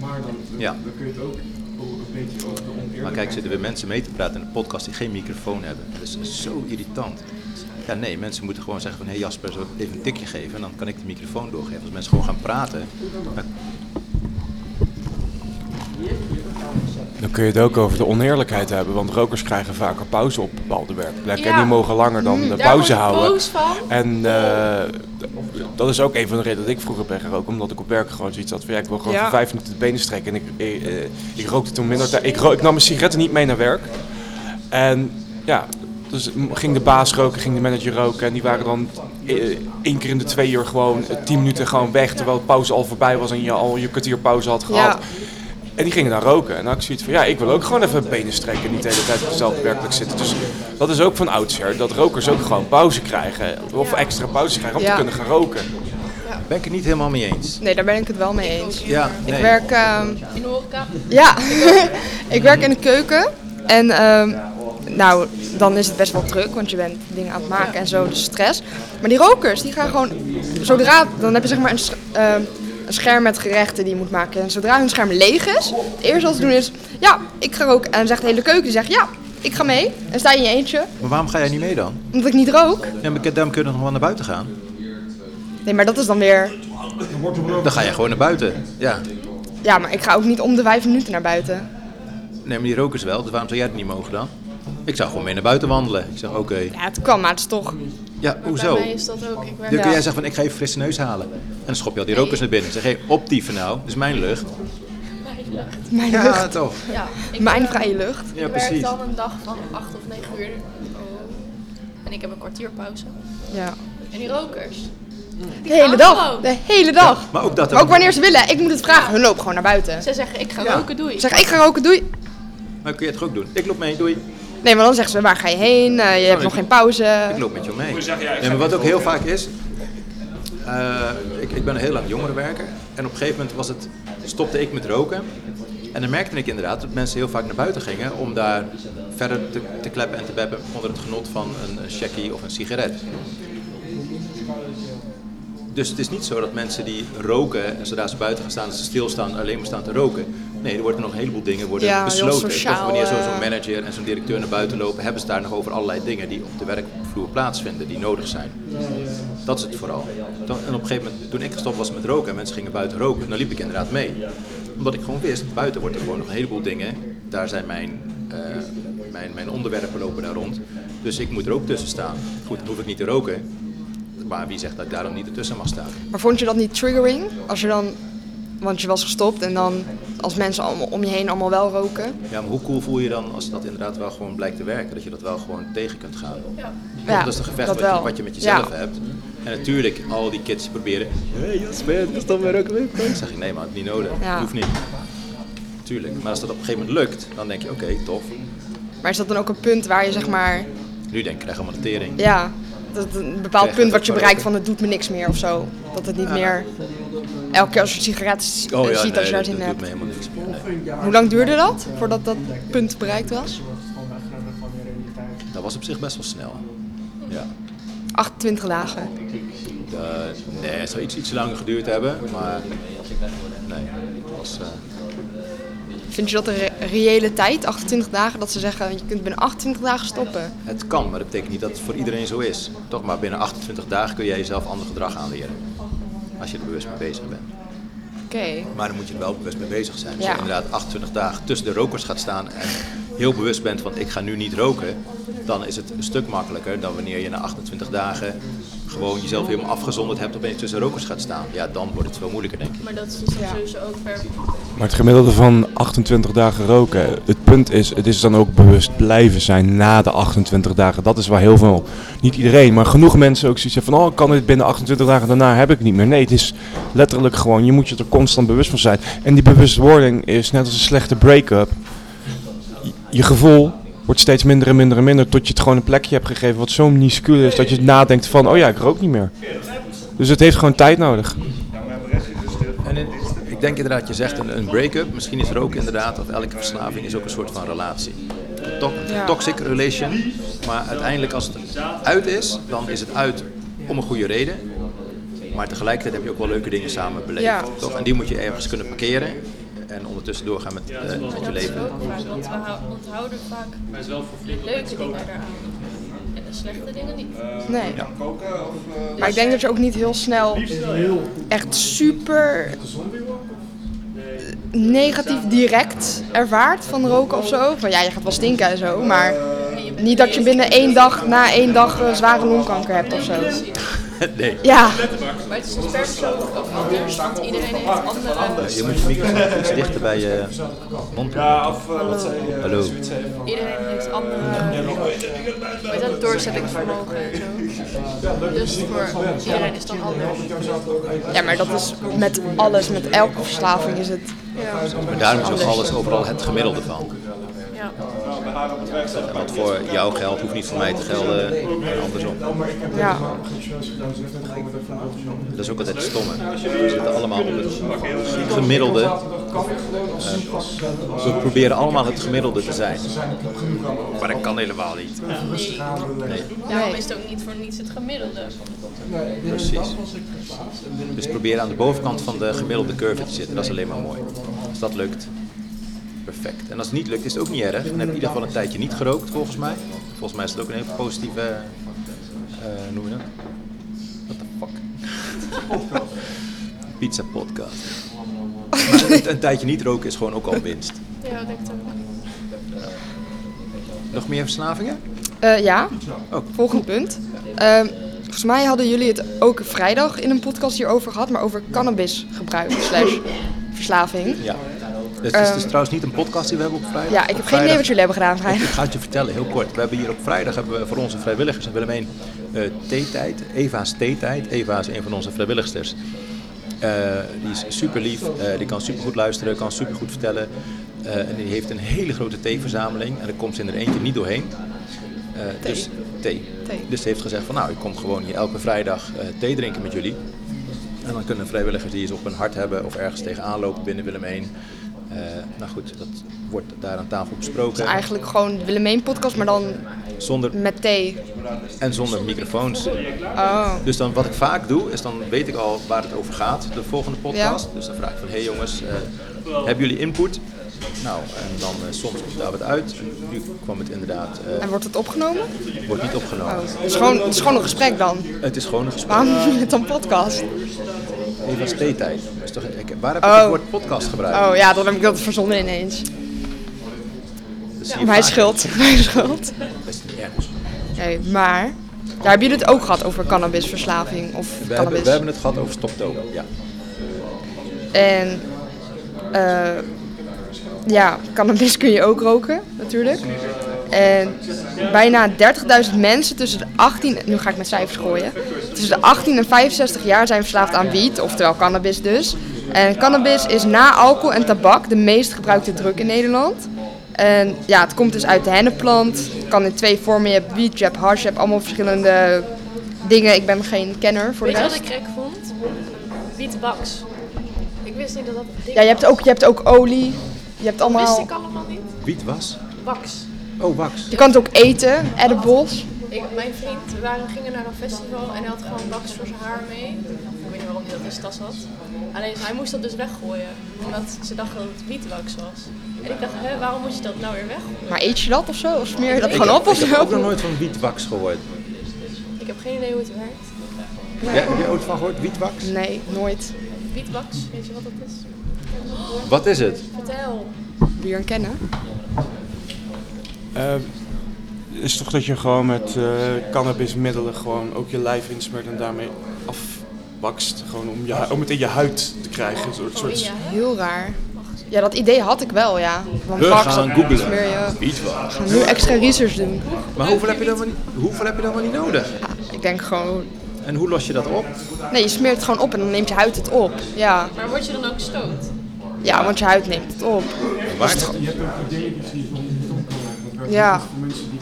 Maar dan,
Ja.
dan kun je het ook ook een beetje over de oneerlijkheid.
Maar kijk, zitten we mensen mee te praten in een podcast die geen microfoon hebben. Dat is zo irritant. Ja, nee, mensen moeten gewoon zeggen van, hé hey Jasper, zou ik even een tikje geven? En dan kan ik de microfoon doorgeven. Als mensen gewoon gaan praten, dan
Dan kun je het ook over de oneerlijkheid hebben, want rokers krijgen vaker pauze op bepaalde werkplekken.
Ja. Mm,
En die mogen langer dan de
Daar
pauze
word ik
houden.
boos van.
En eh, d- dat is ook een van de redenen dat ik vroeger ben gerookt. Omdat ik op werk gewoon zoiets had van ja, ik wil gewoon
Ja.
voor vijf minuten de benen strekken. En ik, eh, eh, ik rookte toen minder. tijd. Ik, ro- ik nam mijn sigaretten niet mee naar werk. En ja, dus m- ging de baas roken, ging de manager roken. En die waren dan eh, één keer in de twee uur gewoon eh, tien minuten gewoon weg. Terwijl de pauze al voorbij was en je al je kwartier pauze had gehad.
Ja.
En die gingen dan roken. En dan had ik zoiets van, ja, ik wil ook gewoon even benen strekken. en Niet de hele tijd op hetzelfde werkelijk zitten. Dus dat is ook van oudsher. Dat rokers ook gewoon pauze krijgen. Of extra pauze krijgen om
Ja.
te kunnen gaan roken.
ben ik het niet helemaal mee eens.
Nee, daar ben ik het wel mee eens.
Ja, nee.
Ik werk, ehm,
In de horeca.
ja, ik werk in de keuken. En ehm, nou, dan is het best wel druk, want je bent dingen aan het maken en zo, dus stress. Maar die rokers, die gaan gewoon, zodra, dan heb je zeg maar een, sch- ehm, een scherm met gerechten die je moet maken. En zodra hun scherm leeg is, het eerste wat ze doen is, ja, ik ga roken. En dan zegt de hele keuken, die zegt, ja, ik ga mee. En sta je in je eentje,
Maar waarom ga jij niet mee dan?
omdat ik niet rook.
Ja, maar daarom kun je nog wel naar buiten gaan.
Nee, maar dat is dan weer,
Dan ga je gewoon naar buiten. Ja.
ja, maar ik ga ook niet om de vijf minuten naar buiten.
Nee, maar die rokers wel, dus waarom zou jij het niet mogen dan? Ik zou gewoon mee naar buiten wandelen. Ik zeg, oké.
Ja, het kan, maar het is toch,
Ja,
Maar
hoezo?
Bij mij is dat ook. Ik werk
Dan kun
Ja.
jij zeggen van ik ga even frisse neus halen. En dan schop je al die rokers naar binnen. Zeg hé, optieven nou, dat is mijn lucht.
bij de lucht.
Mijn
Ja,
lucht.
toch?
Ja, ik,
Mijn
eh,
vrije lucht.
Ja,
ik
precies.
werk dan een dag van 8 of 9 uur. Oh. En ik heb een kwartier pauze.
Ja.
En die rokers.
De hele dag. De hele dag.
Maar ook dat
Maar ook wanneer ze willen. Ik moet het vragen. Hun lopen gewoon naar buiten.
Ze zeggen, ik ga
Ja.
roken, doei.
Ik zeg, ik ga roken, doei.
Maar kun je het toch ook doen? Ik loop mee, doei.
Nee, maar dan zeggen ze, waar ga je heen? Eh, je hebt
ik-
nog geen pauze.
Ik loop met jou mee.
je zeggen, ja, ik
Nee,
ga
maar wat
niet
ook heel
roken.
vaak is. eh, ik, ik ben een heel lang jongerenwerker. En op een gegeven moment was het, stopte ik met roken. En dan merkte ik inderdaad dat mensen heel vaak naar buiten gingen om daar verder te, te kleppen en te beppen onder het genot van een, een checkie of een sigaret. Dus het is niet zo dat mensen die roken en zodra ze buiten gaan staan, dat ze stilstaan, alleen maar staan te roken. Nee, er worden nog een heleboel dingen worden
Ja, heel
besloten.
sociaal,
Toch wanneer zo- zo'n
eh,
manager en zo'n directeur naar buiten lopen, hebben ze daar nog over allerlei dingen die op de werkvloer plaatsvinden, die nodig zijn. Dat is het vooral. Dan, en op een gegeven moment, toen ik gestopt was met roken en mensen gingen buiten roken, dan liep ik inderdaad mee. Omdat ik gewoon wist, buiten wordt er gewoon nog een heleboel dingen. Daar zijn mijn, eh, mijn, mijn onderwerpen lopen daar rond. Dus ik moet er ook tussen staan. Goed, dan hoef ik niet te roken. Maar wie zegt dat ik daar dan niet ertussen mag staan?
Maar vond je dat niet triggering? Als je dan, want je was gestopt en dan als mensen allemaal om je heen allemaal wel roken.
Ja, maar hoe cool voel je dan als dat inderdaad wel gewoon blijkt te werken? Dat je dat wel gewoon tegen kunt gaan?
Ja.
Ja,
dat is een gevecht
dat
wat je,
wel.
wat je met jezelf
Ja.
hebt. En natuurlijk, al die kids proberen... Hé, hey, Jasper, stop met roken. weet je wel." Dan zeg ik, nee man, niet nodig.
Ja.
Hoeft niet. Tuurlijk. Maar als dat op een gegeven moment lukt, dan denk je, oké, tof.
Maar is dat dan ook een punt waar je zeg maar,
Nu denk ik, krijg allemaal de tering.
ja, dat het een bepaald
Krijg je
punt
dat
wat je
ook
bereikt
wel
van het doet me niks meer of zo. Dat het niet meer elke keer als je een sigaret z- ziet
Oh ja, nee,
als je
dat,
daar
dat
zin in
doet
hebt.
me helemaal niks meer. Nee.
Hoe lang duurde dat voordat dat punt bereikt was?
Dat was op zich best wel snel. Ja.
28 dagen.
Eh, nee, het zou iets, iets langer geduurd hebben, maar... Nee, het was... eh,
Vind je dat een re- reële tijd, 28 dagen, dat ze zeggen je kunt binnen 28 dagen stoppen?
Het kan, maar dat betekent niet dat het voor iedereen zo is. Toch maar binnen 28 dagen kun jij jezelf ander gedrag aanleren. Als je er bewust mee bezig bent.
Oké.
Maar dan moet je er wel bewust mee bezig zijn. Als
Ja.
je inderdaad 28 dagen tussen de rokers gaat staan en heel bewust bent van ik ga nu niet roken, dan is het een stuk makkelijker dan wanneer je na 28 dagen gewoon jezelf helemaal afgezonderd hebt opeens tussen rokers gaat staan. Ja, dan wordt het veel moeilijker denk ik.
Maar dat is dus dan sowieso ook ver.
Maar het gemiddelde van 28 dagen roken, het punt is, het is dan ook bewust blijven zijn na de 28 dagen. Dat is waar heel veel, niet iedereen, maar genoeg mensen ook zoiets hebben van, oh, ik kan dit binnen 28 dagen, daarna heb ik het niet meer. Nee, het is letterlijk gewoon, je moet je er constant bewust van zijn. En die bewustwording is net als een slechte break-up. Je gevoel wordt steeds minder en minder en minder, tot je het gewoon een plekje hebt gegeven wat zo minuscuul is, dat je nadenkt van, oh ja, ik rook niet meer. Dus het heeft gewoon tijd nodig.
En in- ik denk inderdaad, je zegt een, een break-up, misschien is roken inderdaad, of elke verslaving is ook een soort van relatie. Een to- een
Ja.
toxic relation, maar uiteindelijk als het uit is, dan is het uit om een goede reden. Maar tegelijkertijd heb je ook wel leuke dingen samen beleefd.
Ja.
Toch? En die moet je ergens kunnen parkeren en ondertussen doorgaan met, eh, met je
Dat is
leven.
ook vaak, want we hou- onthouden vaak de leuke dingen eraan. En de slechte dingen niet.
Eh,
Nee. Maar ik denk dat je ook niet heel snel echt super negatief direct ervaart van roken of zo. Van ja, je gaat wel stinken en zo, maar niet dat je binnen één dag, na één dag, eh, zware longkanker hebt of zo.
Nee,
Ja,
Maar het is dus per persoon ook anders, want iedereen heeft
je
andere...
moet je microfoon iets dichter bij je mond doen.
Ja, of eh, wat zei je? eh,
Hallo.
zoiets even van,
Iedereen heeft andere... Maar dat doorzettingsvermogen en zo. Dus voor iedereen is dan anders.
ja maar dat is met alles, met elke verslaving is het.
Maar daarom is ook alles overal het gemiddelde van.
Ja.
En wat voor jou geldt, hoeft niet voor mij te gelden en andersom.
Oh,
Ja.
Dat is ook altijd het stomme. We zitten allemaal onder het gemiddelde. Eh, we proberen allemaal het gemiddelde te zijn. Maar dat kan helemaal niet. Nee,
Daarom is het ook niet voor niets het gemiddelde.
precies. Dus probeer aan de bovenkant van de gemiddelde curve te zitten. Dat is alleen maar mooi. Als dat lukt, perfect. En als het niet lukt, is het ook niet erg. Dan heb je in ieder geval een tijdje niet gerookt, volgens mij. Volgens mij is het ook een hele positieve... eh, hoe noem je dat? What the fuck? Pizza podcast. Maar een, een tijdje niet roken is gewoon ook al winst.
Ja, dat denk ik ook.
Nog meer verslavingen?
Eh, ja,
Oh.
volgend punt. Ehm, Volgens mij hadden jullie het ook vrijdag in een podcast hierover gehad, maar over cannabisgebruik slash verslaving.
Ja. Dus het is,
Ehm,
dus trouwens niet een podcast die we hebben op vrijdag.
Ja, ik
Op
heb geen idee wat
vrijdag-
jullie hebben gedaan
Ik, ik
vrijdag.
ga het je vertellen, heel kort. We hebben hier op vrijdag hebben we voor onze vrijwilligers in Willem 1 theetijd. Eva's theetijd. Eva is een van onze vrijwilligsters. Eh, die is super lief, eh, die kan super goed luisteren, kan super goed vertellen. Eh, en die heeft een hele grote theeverzameling en daar komt ze in er eentje niet doorheen. Eh, Dus thee.
Thee.
Dus ze heeft gezegd van nou, ik kom gewoon hier elke vrijdag eh, thee drinken met jullie. En dan kunnen vrijwilligers die iets op hun hart hebben of ergens tegenaan lopen binnen Willem 1. eh, nou goed, dat wordt daar aan tafel besproken.
Dus Eigenlijk gewoon de Willemijn podcast, maar dan
Zonder
met thee.
en zonder microfoons.
Oh.
Dus dan wat ik vaak doe, is dan weet ik al waar het over gaat, de volgende podcast. Dus dan vraag ik van, hé hey jongens, eh, hebben jullie input? Nou, en dan eh, soms komt daar wat uit. En nu kwam het inderdaad, eh,
En wordt het opgenomen?
wordt niet opgenomen.
Het is gewoon, het is gewoon een gesprek dan.
Het is gewoon een gesprek.
Waarom noem je het dan podcast?
Even als theetijd. Dat is toch- ik- Waar heb ik
Oh.
het woord podcast gebruikt?
Oh ja, dan heb ik dat verzonnen ineens.
Dat zie je
Maar hij
vaak.
schuld. Mijn schuld.
Dat is niet erg.
Nee, maar daar hebben jullie het ook gehad over cannabisverslaving of
We hebben,
cannabis.
we hebben het gehad over stoptober. Ja.
En eh, ja, cannabis kun je ook roken natuurlijk. En bijna 30.000 mensen tussen de 18, en- nu ga ik met cijfers gooien, tussen de 18 en 65 jaar zijn verslaafd aan wiet, oftewel cannabis dus. En cannabis is na alcohol en tabak de meest gebruikte drug in Nederland. En ja, het komt dus uit de hennepplant. Het kan in twee vormen. Je hebt wiet, je hebt hash, je hebt allemaal verschillende dingen. Ik ben geen kenner voor
Weet
de
je
rest.
wat ik gek vond? Wietbaks. Ik wist niet dat dat een ding
Ja, je hebt
was.
ook, je hebt ook olie. Je hebt allemaal...
Wist ik allemaal niet.
Wiet was?
Baks.
Oh, wax.
Je kan het ook eten, edibles.
Ik, mijn vriend, we waren, gingen naar een festival en hij had gewoon baks voor zijn haar mee. Ik weet niet waarom hij dat in zijn tas had. Alleen hij moest dat dus weggooien, omdat ze dachten dat het wietbaks was. En ik dacht, hè, waarom moet je dat nou weer weggooien?
Maar eet je dat of zo? Of smeer je dat
Ik
gewoon
heb-
op of
Ik heb ook nog
zo?
nooit van wietwax gehoord.
Ik heb geen idee hoe het werkt.
Ja, heb je ooit van gehoord? Wietwax?
Nee, nooit.
Wietbaks, weet je wat dat is?
Wat is het?
Vertel.
Wie hem kennen?
Eh, is toch dat je gewoon met eh, cannabismiddelen gewoon ook je lijf insmert en daarmee afbakst. Gewoon om, je, hu- om het in je huid te krijgen. Een soort, soort,
Ja, hè?
Heel raar. Ja, dat idee had ik wel, ja. Want
We
baks,
gaan
dat
googlen.
smeer je.
Wietwax.
Ik ga nu extra research doen.
Maar hoeveel heb, je dan wel niet, hoeveel heb je dan wel niet nodig?
Ja, ik denk gewoon...
En hoe los je dat op?
Nee, je smeert het gewoon op en dan neemt je huid het op. Ja,
Maar word je dan ook stookt?
ja want je huid neemt het op.
Waar?
Je hebt ook ideeën die je nog niet op kan leggen. Dat werkt
Ja.
niet voor mensen die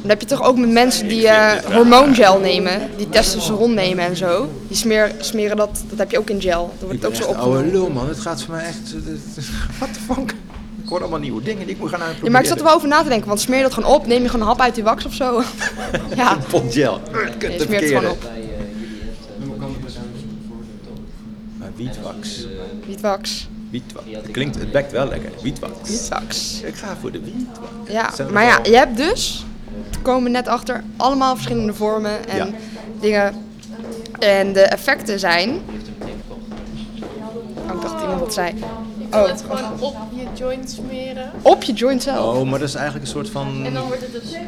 Dan heb je toch ook met mensen die eh, hormoongel nemen. Die testosteron nemen en zo. Die smeer, smeren dat... Dat heb je ook in gel. Dan wordt
Ik
het
ben
ook zo
echt een oude
opgenomen.
lul man, het gaat voor mij echt... What the fuck? Ik hoor allemaal nieuwe dingen die ik moet gaan
Ja,
uitproberen.
maar ik zat er wel over na te denken, want smeer je dat gewoon op, neem je gewoon een hap uit die wax of zo. ja,
Pot gel. Kunt
je smeert
de
het
verkeerde.
gewoon op.
Maar wietwax.
Wietwax.
Wietwax. Het klinkt, het bekt wel lekker. Wietwax.
Wietwax.
Ik ga voor de wietwax.
Ja,
Zijn we
maar ja,
wel-
je hebt dus, we komen net achter, allemaal verschillende vormen en
Ja.
dingen. En de effecten zijn... Oh, ik dacht iemand wat zei.
Je kan
Oh,
het gewoon op je joint smeren.
op je joint zelf.
Oh, maar dat is eigenlijk een soort van...
En dan
Een
wordt het dus eh,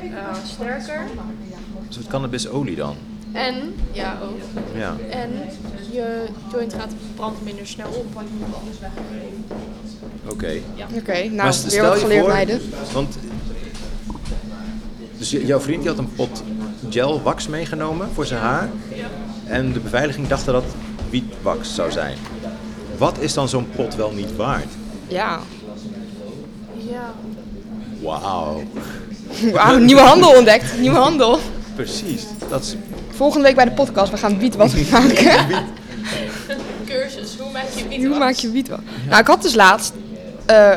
sterker.
soort cannabisolie dan.
En, ja ook.
Ja.
En je joint gaat brand minder snel op.
Oké.
Oké, nou,
Maar
weer wat geleerd meiden.
Want... Dus j- jouw vriend die had een pot gel wax meegenomen voor zijn haar. En de beveiliging dacht dat dat wietwax zou zijn. Wat is dan zo'n pot wel niet waard?
Ja,
Ja.
Wauw.
Wauw, nieuwe handel ontdekt, nieuwe handel.
Precies. Dat is
Volgende week bij de podcast, we gaan wietwassen maken.
Cursus, hoe maak je wiet
Hoe maak je wiet wel? Nou, ik had dus laatst eh,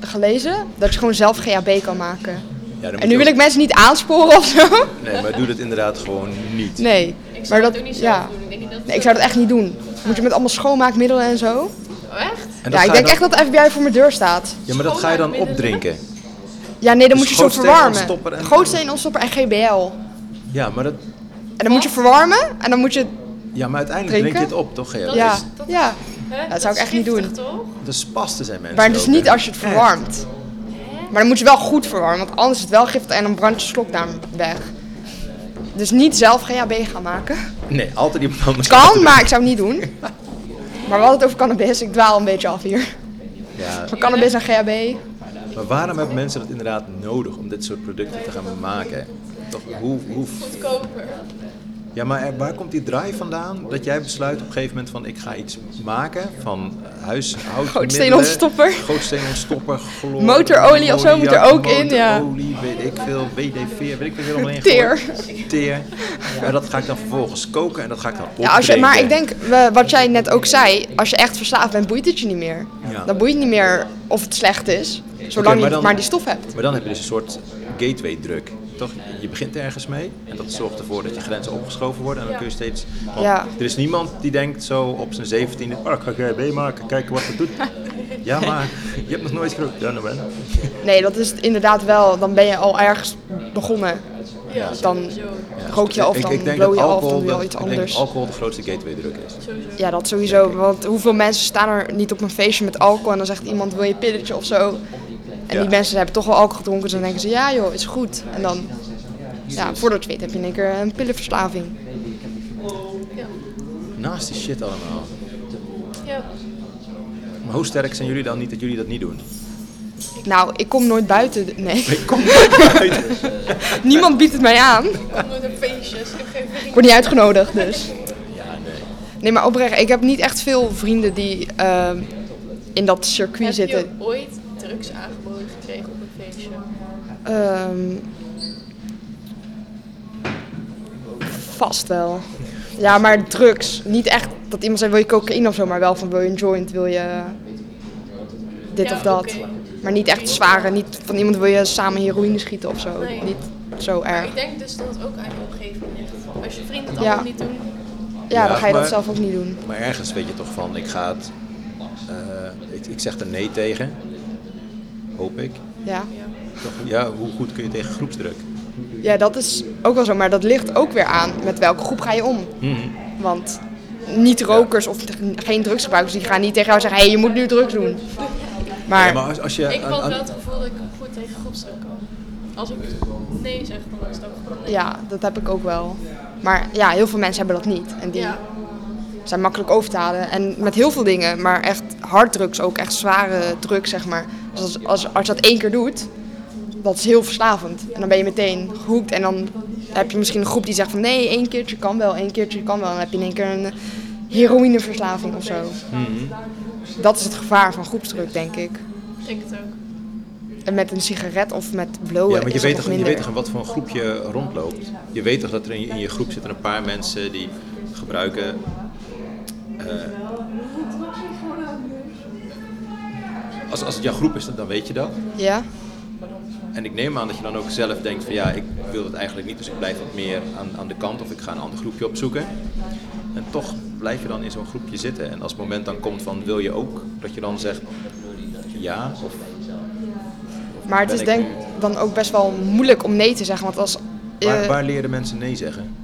gelezen dat je gewoon zelf GHB kan maken.
Ja, dan moet
En nu
je
wil
ook-
ik mensen niet aansporen of zo.
Nee, maar doe dat inderdaad gewoon niet.
Nee,
Ik zou
maar
dat
dat,
ook niet zelf
ja.
doen. Ik, denk niet dat
Nee, ik zou dat echt niet doen. Moet je met allemaal schoonmaakmiddelen en zo?
Oh, echt?
En dat
Ja,
ga je
ik denk
dan-
echt dat de FBI voor mijn deur staat.
Ja, maar dat ga je dan
Schoonmaakmiddelen.
opdrinken.
Ja, nee, dan
Dus
moet je zo
gootsteen, ontstopper
verwarmen.
en-
Gootsteen, ontstopper en GBL.
Ja, maar, dat...
En dan moet je verwarmen en dan moet je...
Oh,
ja, maar uiteindelijk drink je het
Drinken?
op, toch? Ja,
Ja,
dus
Dat, is,
ja.
Hè?
dat zou ik
is
echt niet
giftig,
doen.
Toch?
dat is spasten zijn mensen.
Maar dus
ook, hè?
niet als je het verwarmt. Maar dan moet je wel goed verwarmen, want anders is het wel giftig en dan brandt je slokdarm weg. Dus niet zelf GHB gaan maken.
Nee, altijd iemand anders. laten
Kan,
doen.
maar ik zou het niet doen. Maar we hadden het over cannabis. Ik dwaal een beetje af hier.
Ja,
Van cannabis en GHB.
maar waarom hebben mensen dat inderdaad nodig om dit soort producten te gaan maken? Toch, hoe, hoe,
Goedkoper.
ja, maar er- waar komt die draai vandaan? Dat jij besluit op een gegeven moment van ik ga iets maken van eh, huishoudmiddelen.
Grootsteenontstopper.
Grootsteenontstopper. chloor,
Motorolie of zo moet er ook in, ja.
Motorolie, weet ik veel, WD-4, weet ik veel. Omheen
Teer.
gegooid. Teer. En dat ga ik dan vervolgens koken en dat ga ik dan
Ja, als je, maar ik
opdrinken.
denk, we- wat jij net ook zei, als je echt verslaafd bent, boeit het je niet meer.
Ja.
Dan boeit het niet meer of het slecht is, zolang
Oké,
je
dan-
maar die stof hebt.
Maar dan heb je dus een soort gateway-druk. Toch? Je begint ergens mee en dat zorgt ervoor dat je grenzen opgeschoven worden. En dan kun je steeds... want
Ja.
Er is niemand die denkt zo op zijn zeventiende... Oh, ik ga GHB maken, kijken wat het doet. ja, maar je hebt nog nooit gerookt. Ja, nou wel.
Nee, dat is het inderdaad wel, dan ben je al ergens begonnen.
Ja,
Dan
sowieso.
rook je of
Ik-
dan
ik denk
blow
dat
je af, dan
alcohol,
doe je al
de-
iets
ik denk dat
anders.
alcohol de grootste gateway-druk is.
Ja, dat sowieso, want hoeveel mensen staan er niet op een feestje met alcohol en dan zegt iemand, wil je een pilletje of zo? En
Ja.
die mensen hebben toch wel alcohol gedronken, dus dan denken ze, ja joh, is goed. En dan, ja, voordat je het weet heb je in één keer een pillenverslaving.
Naast die shit allemaal.
Ja,
Maar hoe sterk zijn jullie dan niet dat jullie dat niet doen?
Nou, ik kom nooit buiten, nee.
Ik kom er uit.
Niemand biedt het mij aan.
ik kom nooit naar feestjes. Ik heb geen vrienden.
Ik word niet uitgenodigd, dus.
Ja, nee.
Nee, maar oprecht, ik heb niet echt veel vrienden die ehm, in dat circuit
Heb
zitten.
je ooit drugs aangeboden gekregen op een feestje?
Ehm, vast wel. Ja, maar drugs. Niet echt dat iemand zei, wil je cocaïne of zo, maar wel van wil je een joint, wil je dit
Ja,
of dat.
oké.
Maar niet echt zware, niet van iemand wil je samen heroïne schieten of zo.
Nee.
Niet zo
Maar
erg.
ik denk dus dat het ook aan je omgeving ligt. Als je vrienden het
Ja.
allemaal niet doen,
Ja, dan
Ja,
ga je dat
maar-
zelf ook niet doen.
Maar ergens weet je toch van, ik ga het... eh, ik, ik zeg er nee tegen. Hoop ik.
Ja.
Toch, ja, hoe goed kun je tegen groepsdruk?
Ja, dat is ook wel zo, maar dat ligt ook weer aan met welke groep ga je om. Want niet-rokers of te- geen drugsgebruikers, die gaan niet tegen jou zeggen, hé, hey, je moet nu drugs doen. Maar,
Ja, maar als, als je aan-
ik had
aan-
wel het gevoel dat ik goed tegen groepsdruk kan. Als ik nee zeg, dan is dat gewoon nee.
ja, dat heb ik ook wel. Maar ja, heel veel mensen hebben dat niet. En die
Ja,
zijn makkelijk over te halen. En met heel veel dingen, maar echt harddrugs ook, echt zware drugs, zeg maar. Dus als, als, als je dat één keer doet, dat is heel verslavend. En dan ben je meteen gehoekt. En dan heb je misschien een groep die zegt van nee, één keertje kan wel, één keertje kan wel. En dan heb je in één keer een eh, heroïneverslaving of zo.
Mhm.
Dat is het gevaar van groepsdruk, denk ik.
ik denk het ook.
En met een sigaret of met blowen.
ja, want
is
je
dat
weet,
nog
toch, je
minder.
weet toch in wat voor een groep je rondloopt? Je weet toch dat er in je, in je groep zitten een paar mensen die gebruiken... eh, als, als het jouw groep is, dan- dan weet je dat.
Ja?
En ik neem aan dat je dan ook zelf denkt van ja, ik wil dat eigenlijk niet, dus ik blijf wat meer aan, aan de kant of ik ga een ander groepje opzoeken. En toch blijf je dan in zo'n groepje zitten. En als het moment dan komt van wil je ook, dat je dan zegt ja of
Maar het
Ben
is
ik
denk dan ook best wel moeilijk om nee te zeggen. Want als...
Waar,
eh,
waar leren mensen nee zeggen?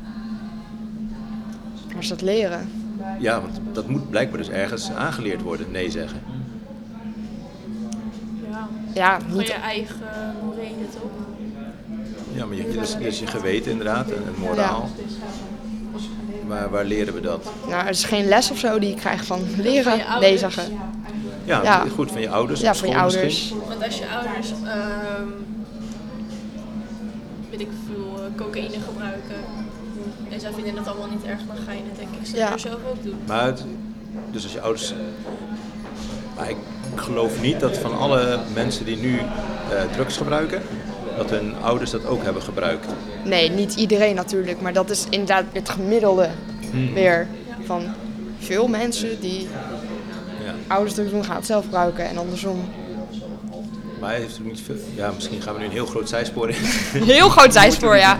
waar is dat leren?
Ja, want dat moet blijkbaar dus ergens aangeleerd worden, nee zeggen.
Ja,
Ja,
van je
niet...
eigen morele toch?
Ja, maar je, dus, dus je geweten inderdaad en het moraal. Maar waar leren we dat?
Nou, er is geen les of zo die ik krijg van
Van je
leren.
ouders.
Nee zeggen.
Ja,
Ja.
goed, van je ouders
Ja,
op
van je
school
ouders.
misschien.
Want als je ouders, ehm, weet ik veel, eh, cocaïne gebruiken en zij vinden dat allemaal niet erg, dan ga je het denk ik
Ja.
zeker zelf ook doen.
Maar het- dus als je ouders. Maar ik geloof niet dat van alle mensen die nu eh, drugs gebruiken, dat hun ouders dat ook hebben gebruikt.
Nee, niet iedereen natuurlijk. Maar dat is inderdaad het gemiddelde
Hmm.
weer van veel mensen die
Ja.
ouders drugs doen, gaan het zelf gebruiken. En andersom.
Maar hij heeft er niet veel. Ja, misschien gaan we nu een heel groot zijspoor in.
Heel groot zijspoor, ja.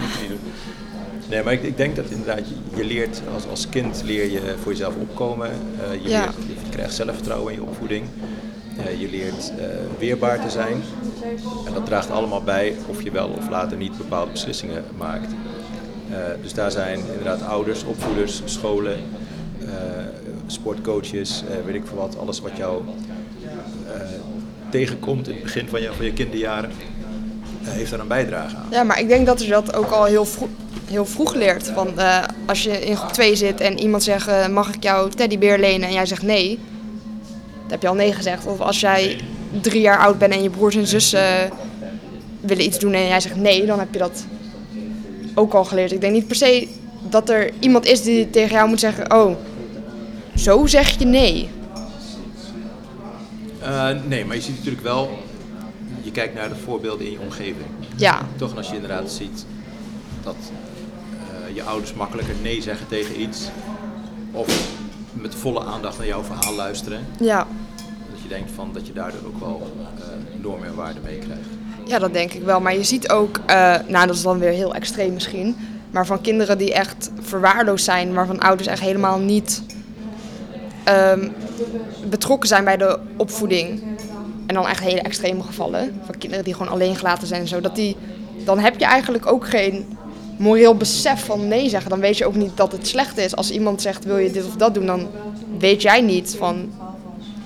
Nee, maar ik, ik denk dat inderdaad, je, je leert als, als kind leer je voor jezelf opkomen. Eh, je,
Ja.
leert- je krijgt zelfvertrouwen in je opvoeding. Eh, je leert eh, weerbaar te zijn. En dat draagt allemaal bij of je wel of later niet bepaalde beslissingen maakt. Eh, dus daar zijn inderdaad ouders, opvoeders, scholen, eh, sportcoaches, eh, weet ik veel wat. Alles wat jou eh, tegenkomt in het begin van je, van je kinderjaren. heeft daar een bijdrage aan.
Ja, maar ik denk dat je dat ook al heel, vro- heel vroeg leert. Want eh, als je in groep 2 zit en iemand zegt, eh, mag ik jouw teddybeer lenen? En jij zegt nee, dan heb je al nee gezegd. Of als jij drie jaar oud bent en je broers en zussen eh, willen iets doen en jij zegt nee, dan heb je dat ook al geleerd. Ik denk niet per se dat er iemand is die tegen jou moet zeggen, oh, zo zeg je nee.
Eh, nee, maar je ziet natuurlijk wel, je kijkt naar de voorbeelden in je omgeving.
Ja,
Toch, en als je inderdaad ziet dat eh, je ouders makkelijker nee zeggen tegen iets, of met volle aandacht naar jouw verhaal luisteren,
ja.
dat je denkt van dat je daardoor ook wel eh normen en waarden mee krijgt.
Ja, dat denk ik wel. Maar je ziet ook, eh, nou dat is dan weer heel extreem misschien, maar van kinderen die echt verwaarloosd zijn, waarvan ouders echt helemaal niet ehm, betrokken zijn bij de opvoeding. En dan echt hele extreme gevallen, van kinderen die gewoon alleen gelaten zijn en zo. Dat die, dan heb je eigenlijk ook geen moreel besef van nee zeggen. Dan weet je ook niet dat het slecht is. Als iemand zegt wil je dit of dat doen, dan weet jij niet van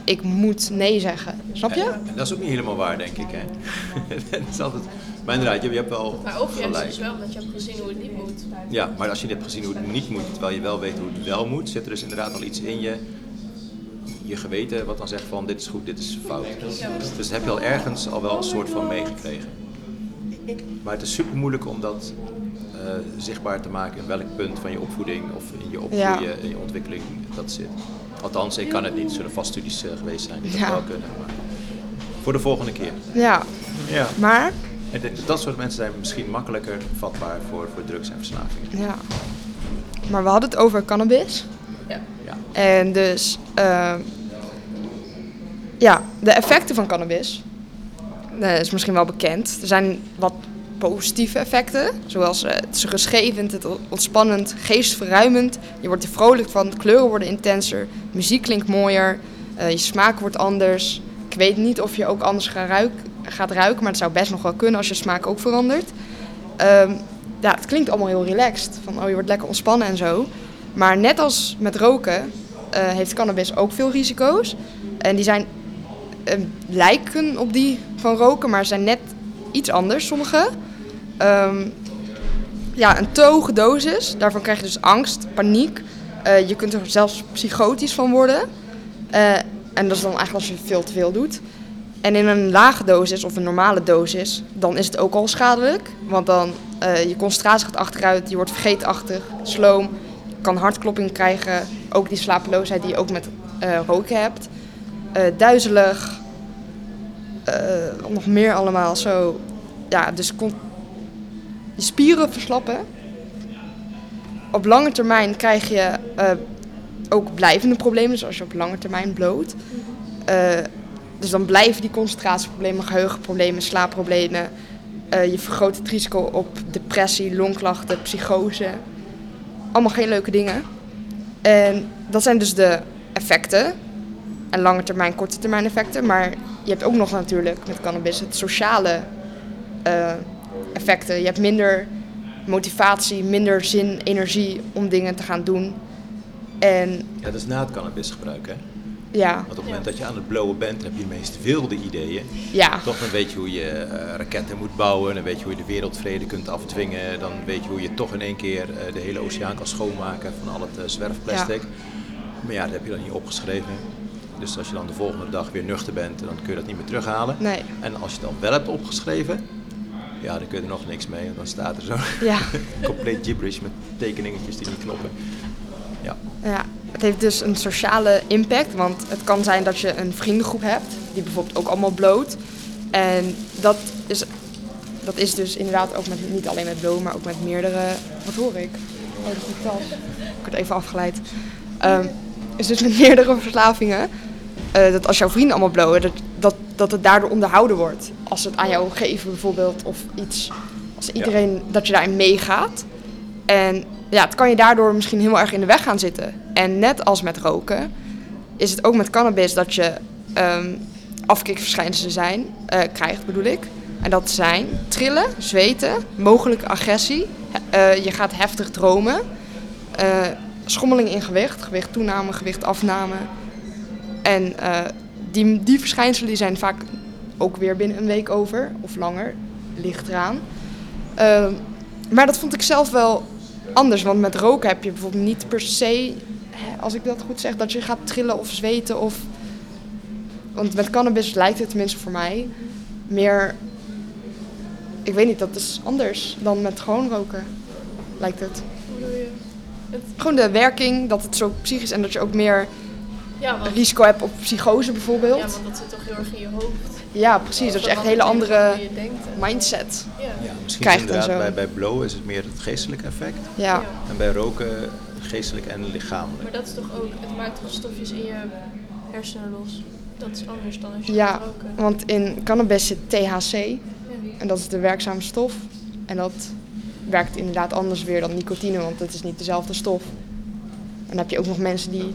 ik moet nee zeggen. Snap je?
En, en dat is ook niet helemaal waar, denk ik. Hè? dat is altijd, maar inderdaad, je, je hebt wel
Maar ook juist
gelijk.
dus wel, omdat je hebt gezien hoe het niet moet.
Ja, maar als je niet hebt gezien hoe het niet moet, terwijl je wel weet hoe het wel moet, zit er dus inderdaad al iets in je, je geweten wat dan zegt van dit is goed, dit is fout. Dus dat heb je al ergens al wel een soort van meegekregen. Maar het is super moeilijk om dat eh, zichtbaar te maken in welk punt van je opvoeding of in je opgroeien,
Ja.
in je ontwikkeling dat zit. Althans, ik kan het niet. Er zullen vast studies eh, geweest zijn die dat
Ja.
wel kunnen. Maar voor de volgende keer.
Ja,
Ja.
maar...
En dit- dat soort mensen zijn misschien makkelijker vatbaar voor, voor drugs en verslavingen.
Ja. Maar we hadden het over cannabis.
Ja.
Ja.
En dus, ehm, ja, de effecten van cannabis. Dat is misschien wel bekend. Er zijn wat positieve effecten. Zoals eh, het is rustgevend, het on- ontspannend, geestverruimend. Je wordt er vrolijk van, de kleuren worden intenser, muziek klinkt mooier, eh, je smaak wordt anders. Ik weet niet of je ook anders gaat, ruik, gaat ruiken, maar het zou best nog wel kunnen als je smaak ook verandert. Ehm, ja, het klinkt allemaal heel relaxed. Van oh, je wordt lekker ontspannen en zo. Maar net als met roken eh, heeft cannabis ook veel risico's. En die zijn eh, lijken op die van roken, maar zijn net iets anders, sommige. Ehm, ja, een te hoge dosis. Daarvan krijg je dus angst, paniek. Eh, je kunt er zelfs psychotisch van worden. Eh, en dat is dan eigenlijk als je veel te veel doet. En in een lage dosis of een normale dosis, dan is het ook al schadelijk. Want dan eh je concentratie gaat achteruit, je wordt vergeetachtig, sloom, je kan hartklopping krijgen. Ook die slapeloosheid die je ook met eh, roken hebt. Eh, duizelig, eh, wat nog meer allemaal zo. Ja, dus con- je spieren verslappen. Op lange termijn krijg je eh, ook blijvende problemen, dus als je op lange termijn bloot. Eh, dus dan blijven die concentratieproblemen, geheugenproblemen, slaapproblemen. Eh, je vergroot het risico op depressie, longklachten, psychose. Allemaal geen leuke dingen. En dat zijn dus de effecten. En lange termijn, korte termijn effecten. Maar je hebt ook nog natuurlijk met cannabis het sociale eh, effecten. Je hebt minder motivatie, minder zin, energie om dingen te gaan doen. En
Ja, dat is na het cannabisgebruik, hè?
ja,
Want op het moment dat je aan het blowen bent, heb je de meest wilde ideeën.
ja.
Toch dan weet je hoe je eh, raketten moet bouwen, dan weet je hoe je de wereldvrede kunt afdwingen. Dan weet je hoe je toch in één keer eh, de hele oceaan kan schoonmaken van al het eh, zwerfplastic. Maar ja, dat heb je dan niet opgeschreven. Dus als je dan de volgende dag weer nuchter bent, dan kun je dat niet meer terughalen.
Nee.
En als je het dan wel hebt opgeschreven, ja, dan kun je er nog niks mee. Want dan staat er zo
Ja.
compleet gibberish met tekeningetjes die niet kloppen. Ja.
Ja, het heeft dus een sociale impact, want het kan zijn dat je een vriendengroep hebt, die bijvoorbeeld ook allemaal bloot. En dat is, dat is dus inderdaad ook met, niet alleen met bloot, maar ook met meerdere. Wat hoor ik? Oh, dat is mijn tas. Ik word even afgeleid. Ehm, is dus met meerdere verslavingen. eh, dat als jouw vrienden allemaal blowen, dat, dat, dat het daardoor onderhouden wordt. Als ze het aan jou geven bijvoorbeeld, of iets. Als iedereen, dat je daarin meegaat. En ja, het kan je daardoor misschien heel erg in de weg gaan zitten. En net als met roken, is het ook met cannabis dat je ehm afkikverschijnselen zijn, eh, krijgt, bedoel ik. En dat zijn trillen, zweten, mogelijke agressie. eh, eh, je gaat heftig dromen. eh, schommeling in gewicht, gewicht toename, gewicht afname. En eh, die, die verschijnselen die zijn vaak ook weer binnen een week over of langer. ligt eraan. Ehm, maar dat vond ik zelf wel anders, want met roken heb je bijvoorbeeld niet per se, hè, als ik dat goed zeg, dat je gaat trillen of zweten of... Want met cannabis lijkt het tenminste voor mij meer... Ik weet niet, dat is anders dan met gewoon roken, lijkt het.
Hoe bedoel je?
Gewoon de werking, dat het zo psychisch en dat je ook meer
Ja, want,
risico hebt op psychose bijvoorbeeld.
ja, want dat zit toch heel erg in je hoofd.
Ja, precies. Dat je echt een hele
Hoe
andere
je denkt. en-
mindset
Ja.
Ja, misschien
Krijgt en
inderdaad
zo.
bij, bij blow is het meer het geestelijke effect.
ja.
En bij roken geestelijk en lichamelijk.
Maar dat is toch ook, het maakt toch stofjes in je hersenen los. Dat is anders dan als je
Ja,
gaat roken.
want in cannabis zit THC
Ja.
en dat is de werkzame stof. En dat werkt inderdaad anders weer dan nicotine, want het is niet dezelfde stof. En dan heb je ook nog mensen die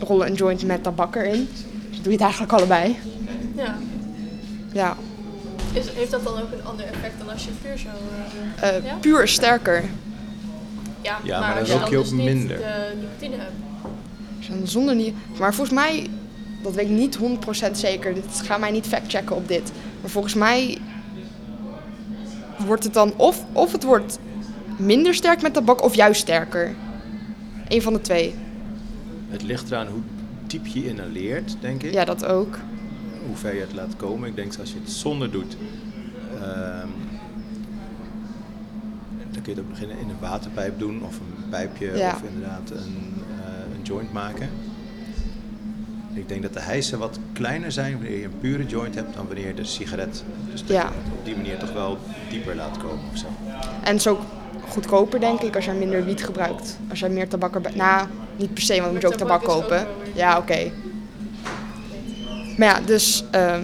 rollen een joint met tabak erin. Dus doe je het eigenlijk allebei.
Ja.
Ja,
Is, heeft dat dan ook een ander effect dan als je puur zo... eh,
eh,
ja?
puur is sterker.
ja,
Ja, maar
als
dan rook je
dus
ook
niet
minder.
de nicotine hebt.
Dus dan zonder niet. Maar volgens mij, dat weet ik niet 100% zeker. Dit ga mij niet factchecken op dit. Maar volgens mij wordt het dan of, of het wordt minder sterk met tabak of juist sterker. Eén van de twee.
Het ligt eraan hoe diep je inhaleert, denk ik.
Ja, dat ook.
Hoe ver je het laat komen. Ik denk als je het zonder doet, ehm, dan kun je het ook nog in, in een waterpijp doen of een pijpje
Ja.
of inderdaad een, eh, een joint maken. Ik denk dat de hijsen wat kleiner zijn wanneer je een pure joint hebt dan wanneer je de sigaret. Dus dat
Ja.
je het op die manier toch wel dieper laat komen of zo.
En het is ook goedkoper, denk ik, als jij minder wiet gebruikt. Als jij meer tabak erbij... Nou, niet per se, want dan moet je ook
Maar
tabak
tabak is ook
kopen.
wel weer-
Ja, oké. Maar ja, dus... ehm,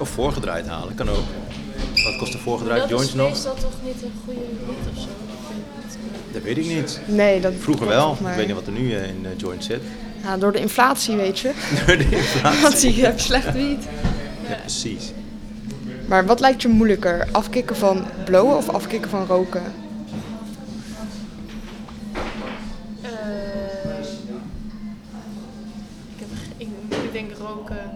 Of voorgedraaid halen, kan ook. Wat kost een
Maar
voorgedraaid
dat
joint
is
nog?
meestal toch niet een goede hit of zo.
Dat weet ik niet.
nee, dat...
Vroeger
dat
wel.
volgens mij.
Ik weet niet wat er nu eh, in de joint zit.
Ja, door de inflatie, weet je.
De inflatie.
Want je hebt slecht wiet.
Ja, precies.
Maar wat lijkt je moeilijker? Afkicken van blowen of afkicken van roken?
Eh, ik, heb, ge- ik, ik denk roken.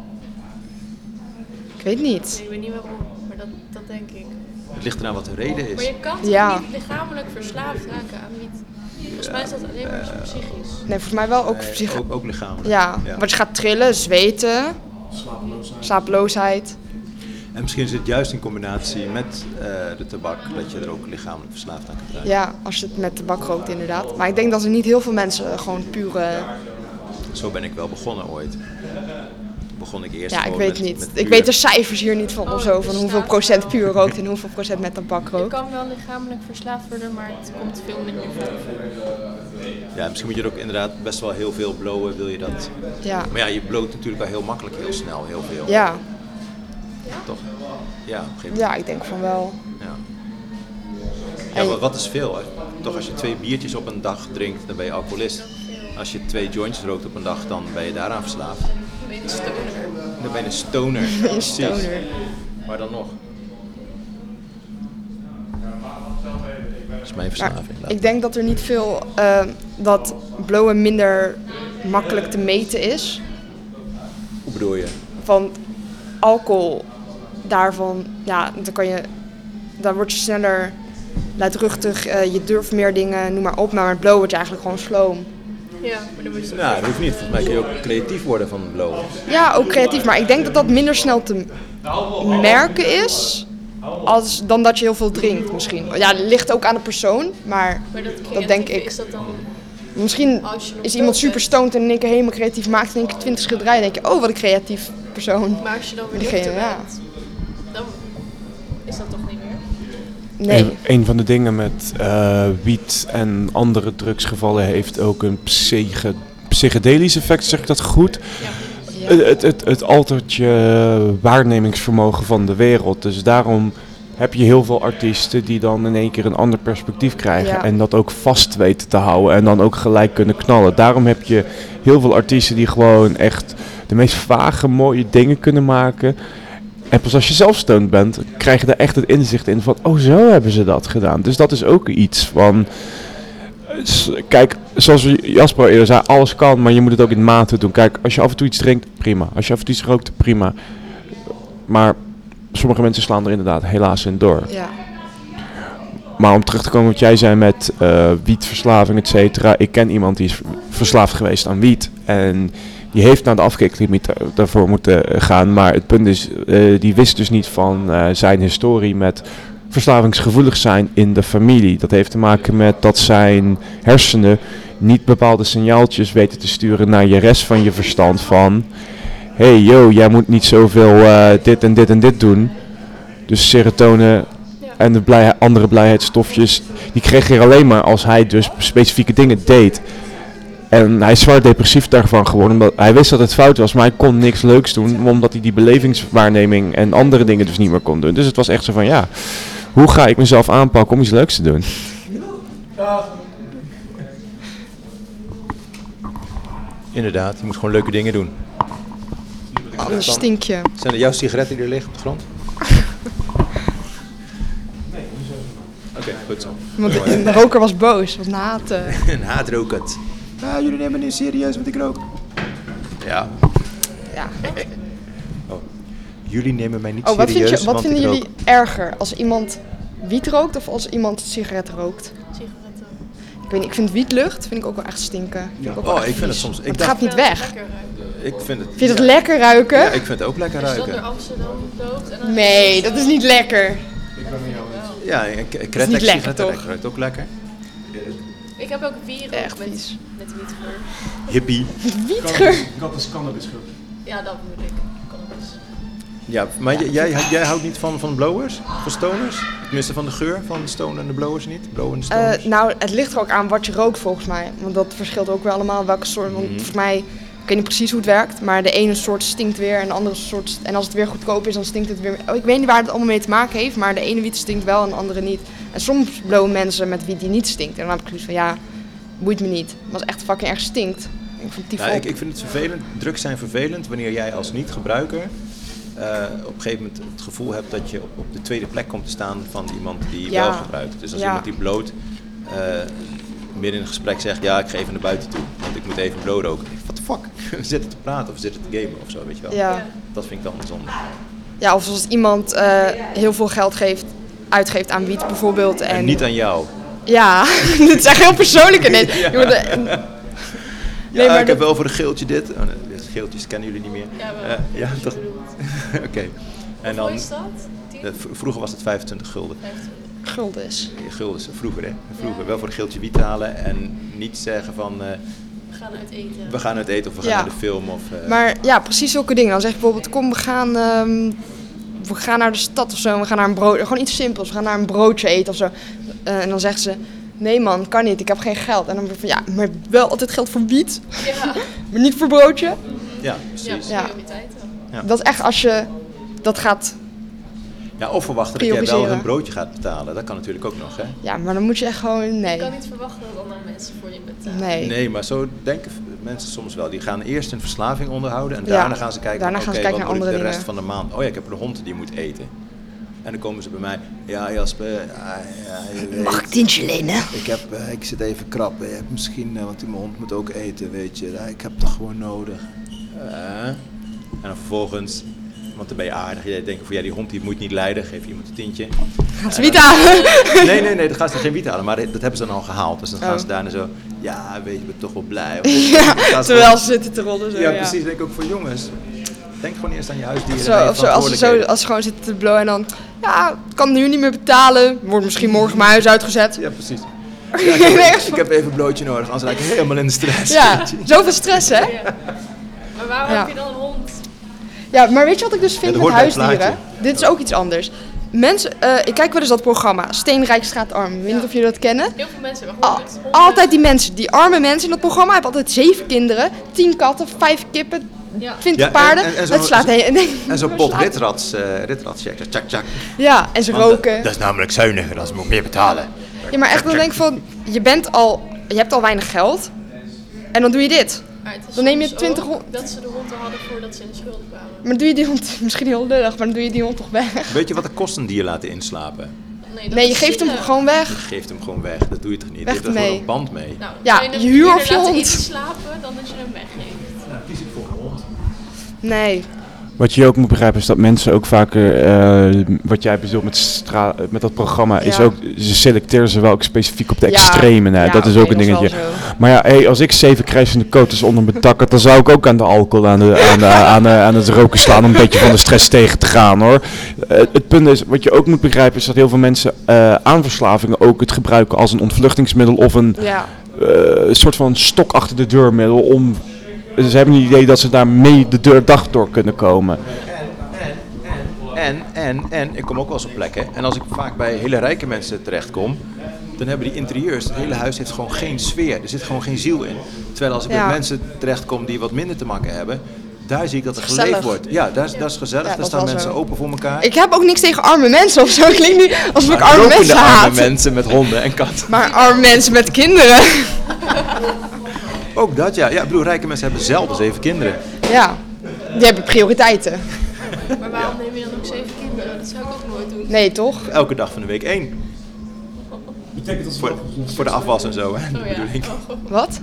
Ik weet niet.
Nee, ik weet niet waarom, maar dat, dat denk ik.
Het ligt eraan wat de reden
Maar
is.
je kan toch
Ja.
niet lichamelijk verslaafd raken aan wiet? Volgens mij is dat alleen maar zo psychisch.
Nee, volgens mij wel ook
Nee,
psych...
Eh, ook, ook lichamelijk.
Ja, want je gaat trillen, zweten,
Slapeloosheid.
slapeloosheid.
En misschien is het juist in combinatie met eh, de tabak dat je er ook lichamelijk verslaafd aan kunt raken.
Ja, als je het met tabak rookt inderdaad. Maar ik denk dat er niet heel veel mensen gewoon pure...
Zo ben ik wel begonnen ooit. Begon ik eerst
Ja, ik
gewoon
weet
met,
het niet.
met
Ik
puur-
weet dus- de cijfers hier niet van
Oh,
of zo.
dat
Van hoeveel
bestaat
procent
wel.
puur rookt en hoeveel procent met tabak
Je
rookt.
kan wel lichamelijk verslaafd worden, maar het komt veel minder voor.
Ja, misschien moet je er ook inderdaad best wel heel veel blowen, wil je dat.
Ja.
Maar ja, je bloot natuurlijk wel heel makkelijk, heel snel, heel veel.
Ja.
Toch? Ja, op een gegeven moment.
ja, ik denk van wel.
Ja. Ja,
En-
wat, wat is veel? Toch als je twee biertjes op een dag drinkt, dan ben je alcoholist. Als je twee jointjes rookt op een dag, dan ben je daaraan verslaafd.
Een beetje stoner.
Dan ben je een stoner.
Een
Precies.
stoner.
Maar dan nog. Dat is mijn
Maar
verslaving. laat
ik denk dat er niet veel eh, dat blowen minder makkelijk te meten is.
maar. Hoe bedoel je?
Van alcohol, daarvan, ja, dan kan je, dan word je sneller luidruchtig, eh, je durft meer dingen, noem maar op. Maar met blowen word je eigenlijk gewoon sloom.
Ja, maar dan moet je
Nou, dat hoeft niet. Volgens mij kun je ook creatief worden van blowen.
Ja, ook creatief, maar ik denk dat dat minder snel te merken is als, dan dat je heel veel drinkt misschien. Ja, ligt ook aan de persoon, maar
Maar dat,
dat denk
creatieve,
ik.
Is dat dan
Misschien
Als je nog
is iemand
dood
super
bent.
stoned en in één keer helemaal creatief maakt. In één keer twintig schilderijen. denk je, oh wat een creatief persoon.
Maar als je dan weer
Diegene,
nuchter
ja.
bent, dan is dat toch niet meer?
Nee.
Een, een van de dingen met eh, wiet en andere drugsgevallen heeft ook een psyche- psychedelisch effect, zeg ik dat goed?
eh,
Het, het, het, het altert je waarnemingsvermogen van de wereld. Dus daarom heb je heel veel artiesten die dan in één keer een ander perspectief krijgen.
Ja.
En dat ook vast weten te houden en dan ook gelijk kunnen knallen. Daarom heb je heel veel artiesten die gewoon echt de meest vage, mooie dingen kunnen maken. En pas als je zelf stoned bent, krijg je daar echt het inzicht in van, oh zo hebben ze dat gedaan. Dus dat is ook iets van, eh, s- kijk, zoals Jasper al eerder zei, alles kan, maar je moet het ook in mate doen. Kijk, als je af en toe iets drinkt, prima. Als je af en toe iets rookt, prima. Maar sommige mensen slaan er inderdaad helaas in door.
Ja.
Maar om terug te komen op wat jij zei met eh, wietverslaving, et cetera. Ik ken iemand die is ver- verslaafd geweest aan wiet. En die heeft naar de afkiklimiet da- daarvoor moeten eh, gaan. Maar het punt is, eh, die wist dus niet van eh, zijn historie met verslavingsgevoelig zijn in de familie. Dat heeft te maken met dat zijn hersenen niet bepaalde signaaltjes weten te sturen naar je rest van je verstand. Van, hey yo, jij moet niet zoveel eh, dit en dit en dit doen. Dus serotonen en de blij andere blijheidsstofjes, die kreeg hij alleen maar als hij dus specifieke dingen deed. En hij is zwaar depressief daarvan geworden, omdat hij wist dat het fout was, maar hij kon niks leuks doen, omdat hij die belevingswaarneming en andere dingen dus niet meer kon doen. Dus het was echt zo van, ja, hoe ga ik mezelf aanpakken om iets leuks te doen?
Inderdaad, je moet gewoon leuke dingen doen.
Anders stink je.
Zijn er jouw sigaretten die er liggen op de grond? Oké, goed zo.
Want de de roker was boos, was eh, haten.
Een haatrookert. Ah, jullie nemen niet serieus wat ik rook. Ja.
Ja.
Oh. Jullie nemen mij niet
Oh, wat, vind
serieus,
je, wat
want
vinden
ik rook.
jullie erger? Als iemand wiet rookt of als iemand sigaret rookt?
Sigaretten.
Ik weet niet, ik vind wietlucht vind ik ook wel echt stinken. Vind ik ook wel
Oh,
echt
ik vind het
vies.
soms...
Want
Ik,
het gaat
dacht,
niet
Wel
weg.
lekker ruikt.
ik vind het...
Vind je dat
ja.
lekker ruiken?
Ja, ik vind het ook lekker
Als je dat door
ruiken.
Amsterdam loopt en dan
Nee, dat is niet lekker.
Ja, en k-
is
kretek
niet lekker,
sigaretten
toch?
ruikt ook lekker.
Ik heb ook bier
Echt
ook met,
vies.
met wietgeur.
Hippie.
Wietgeur.
Dat is cannabis geur.
Ja, dat bedoel ik. Cannabis.
Ja, maar j- jij, jij houdt niet van, van blowers? Van stoners? Tenminste van de geur van stoner en de blowers niet? Blower en de stoners?
Eh, nou, het ligt er ook aan wat je rookt volgens mij. Want dat verschilt ook wel allemaal welke soort.
Mhm.
Want volgens mij, ik weet niet precies hoe het werkt. Maar de ene soort stinkt weer en de andere soort... En als het weer goedkoop is, dan stinkt het weer... Oh, ik weet niet waar het allemaal mee te maken heeft. Maar de ene wiet stinkt wel en de andere niet. En soms blowen mensen met wiet die niet stinkt. En dan heb ik zoiets van, ja, boeit me niet. Maar als het echt fucking erg stinkt, denk ik van tief
Ja,
op.
Nou, ik, ik vind het vervelend. Drugs zijn vervelend wanneer jij als niet-gebruiker eh, op een gegeven moment het gevoel hebt dat je op, op de tweede plek komt te staan van iemand die
Ja.
wel gebruikt. Dus als
Ja.
iemand die bloot eh, midden in een gesprek zegt, ja ik ga even naar buiten toe, want ik moet even bloot roken. What the fuck? We zitten te praten of we zitten te gamen of zo, weet je wel.
Ja.
Dat vind ik dan zonde.
ja, of als iemand eh, heel veel geld geeft, uitgeeft aan wiet bijvoorbeeld. En,
En, niet aan jou.
Ja, dit is echt heel persoonlijk ineens. Jongen, de-
Ja,
eh, maar
ik heb
dat-
wel voor een geeltje dit. Oh, nee, dit- geeltjes kennen jullie niet meer.
Ja, wel.
Eh, ja toch? Oké. En
Hoe
dan,
is dat? Tien?
eh, v- vroeger was het 25 gulden.
Gulden is.
guldens, vroeger hè. Vroeger wel voor een geeltje wiet halen en niet zeggen van eh,
We gaan uit eten.
we gaan uit eten of we gaan
Ja.
naar de film of... eh,
Maar ja, precies zulke dingen. Dan zeg je bijvoorbeeld, kom, we gaan, ehm, we gaan naar de stad of zo. en We gaan naar een brood, gewoon iets simpels. We gaan naar een broodje eten of zo. Eh, en dan zegt ze, nee man, kan niet, ik heb geen geld. En dan ben ik van, ja, maar wel altijd geld voor wiet,
Ja,
maar niet voor broodje.
Ja,
ja,
precies. Ja.
Ja.
prioriteiten.
Dat is echt als je dat gaat,
of verwachten dat jij wel
Prioriseren.
hun broodje gaat betalen. Dat kan natuurlijk ook nog, hè.
ja, maar dan moet je echt gewoon,
Je
nee,
kan niet verwachten dat andere mensen voor je betalen.
nee.
Nee, maar zo denken v- mensen soms wel. Die gaan eerst hun verslaving onderhouden en
Ja.
daarna gaan ze kijken,
Daarna
van,
gaan ze
oké,
kijken
wat
naar
moet ik de
andere
rest van de maand... Oh ja, ik heb een hond die moet eten. En dan komen ze bij mij, ja Jasper, ah, ja, je weet,
Mag ik tientje lenen?
ik, heb, eh, ik zit even krap, hè. misschien, eh, want die mijn hond moet ook eten, weet je. Ja, ik heb dat gewoon nodig. Eh? en dan vervolgens, want dan ben je aardig, je denkt van ja, die hond die moet niet lijden, geef iemand een tientje.
Gaan ze wiet halen.
Nee, nee, nee, dan gaan ze geen wiet halen, maar dat hebben ze dan al gehaald. Dus dan gaan
Oh.
ze daarna zo, ja, weet je, ik ben toch wel blij. Dan gaan
Ja,
ze
terwijl
gewoon-
ze zitten te rollen. Zo,
ja, precies, denk ik ook voor jongens. Denk gewoon eerst aan je huisdieren en aan
Zo,
je
of zo, als ze zo,
verantwoordelijkheden.
als ze gewoon zitten te blowen en dan, ja, ik kan nu niet meer betalen. Wordt misschien morgen mijn huis uitgezet.
Ja, precies. Ja, ik,
Nee,
heb,
echt.
ik heb even een blootje nodig, anders raak ik helemaal in de stress.
Ja, zoveel stress hè?
Maar waarom
Ja.
heb je dan een hond?
Ja, maar weet je wat ik dus vind met
dat hoort bij het
huisdieren? Dit is ook iets anders. Mensen, eh, ik kijk wel eens dat programma, Steenrijk Straat Arm. Ik weet niet of jullie dat kennen.
Heel veel mensen hebben
Al-
honderd. Honden.
altijd die mensen, die arme mensen in dat programma hebben altijd zeven kinderen, tien katten, vijf kippen,
Ja.
twintig
Ja, en-
paarden.
en- en zo'n-
het slaat heen.
En zo'n
het
pot
slaat-
ritrats, eh ritrats check, tjak, tjak.
Ja, en ze
Want, eh,
roken.
Dat is namelijk zuiniger, dat moet meer betalen.
Ja, maar echt dan denk ik van, je bent al, je hebt al weinig geld. En dan doe je dit.
Maar het is
Dan neem je
soms
20
ook
hond-
Dat ze de hond al hadden voordat ze in de schulden kwamen.
Maar dan doe je die hond, misschien heel lullig, maar dan doe je die hond toch weg.
Weet je wat het kost een dier laten inslapen?
Nee, dat
Nee, je
is
geeft hem
zielig.
gewoon weg.
Geef hem gewoon weg, dat doe je toch niet? Je
Weg
hebt er gewoon
ermee.
een band mee.
Nou,
Ja,
kan
je huur of
hem
je
eerder laten
hond.
inslapen dan dat je hem weggeeft.
Nee.
Wat je ook moet begrijpen is dat mensen ook vaker, eh, wat jij bedoelt met, stra- met dat programma, is
Ja.
ook, ze selecteren ze wel ook specifiek op de
Ja.
extreme. Nou,
Ja,
dat is
oké,
ook een
wel
dingetje.
zo.
Maar ja, hey, als ik zeven krijsende koters onder mijn dak had, dan zou ik ook aan de alcohol, aan, de, aan, de- aan, de- aan het roken slaan om een beetje van de stress tegen te gaan hoor. Eh, het punt is, wat je ook moet begrijpen is dat heel veel mensen eh, aan verslavingen ook het gebruiken als een ontvluchtingsmiddel of een
Ja,
eh, soort van stok achter de deurmiddel om... Ze hebben het idee dat ze daarmee de deur dag door kunnen komen.
En, en, en, ik kom ook wel eens op plekken. En als ik vaak bij hele rijke mensen terechtkom, dan hebben die interieurs, het hele huis heeft gewoon geen sfeer. Er zit gewoon geen ziel in. Terwijl als ik
Ja.
met mensen terechtkom die wat minder te maken hebben, daar zie ik dat er
Gezellig.
geleefd wordt. Ja, daar, is- daar is gezellig.
Ja,
daar
dat
staan
wel
mensen
zo.
open voor elkaar.
ik heb ook niks tegen arme mensen of zo. Het Klinkt nu alsof ik
Maar
arme
lopende
mensen haat.
arme mensen met honden en katten.
Maar arme mensen met kinderen.
Ook dat, ja. Ja, ik bedoel, rijke mensen hebben zelden zeven kinderen.
Ja, die hebben prioriteiten.
Maar waarom neem je dan ook zeven kinderen? Dat zou ik ook nooit doen.
Nee, toch?
Elke dag van de week één.
Betekent dat ze
Voor,
wel-
voor de afwas en zo, hè.
Oh
bedoel ik.
ja.
Wat?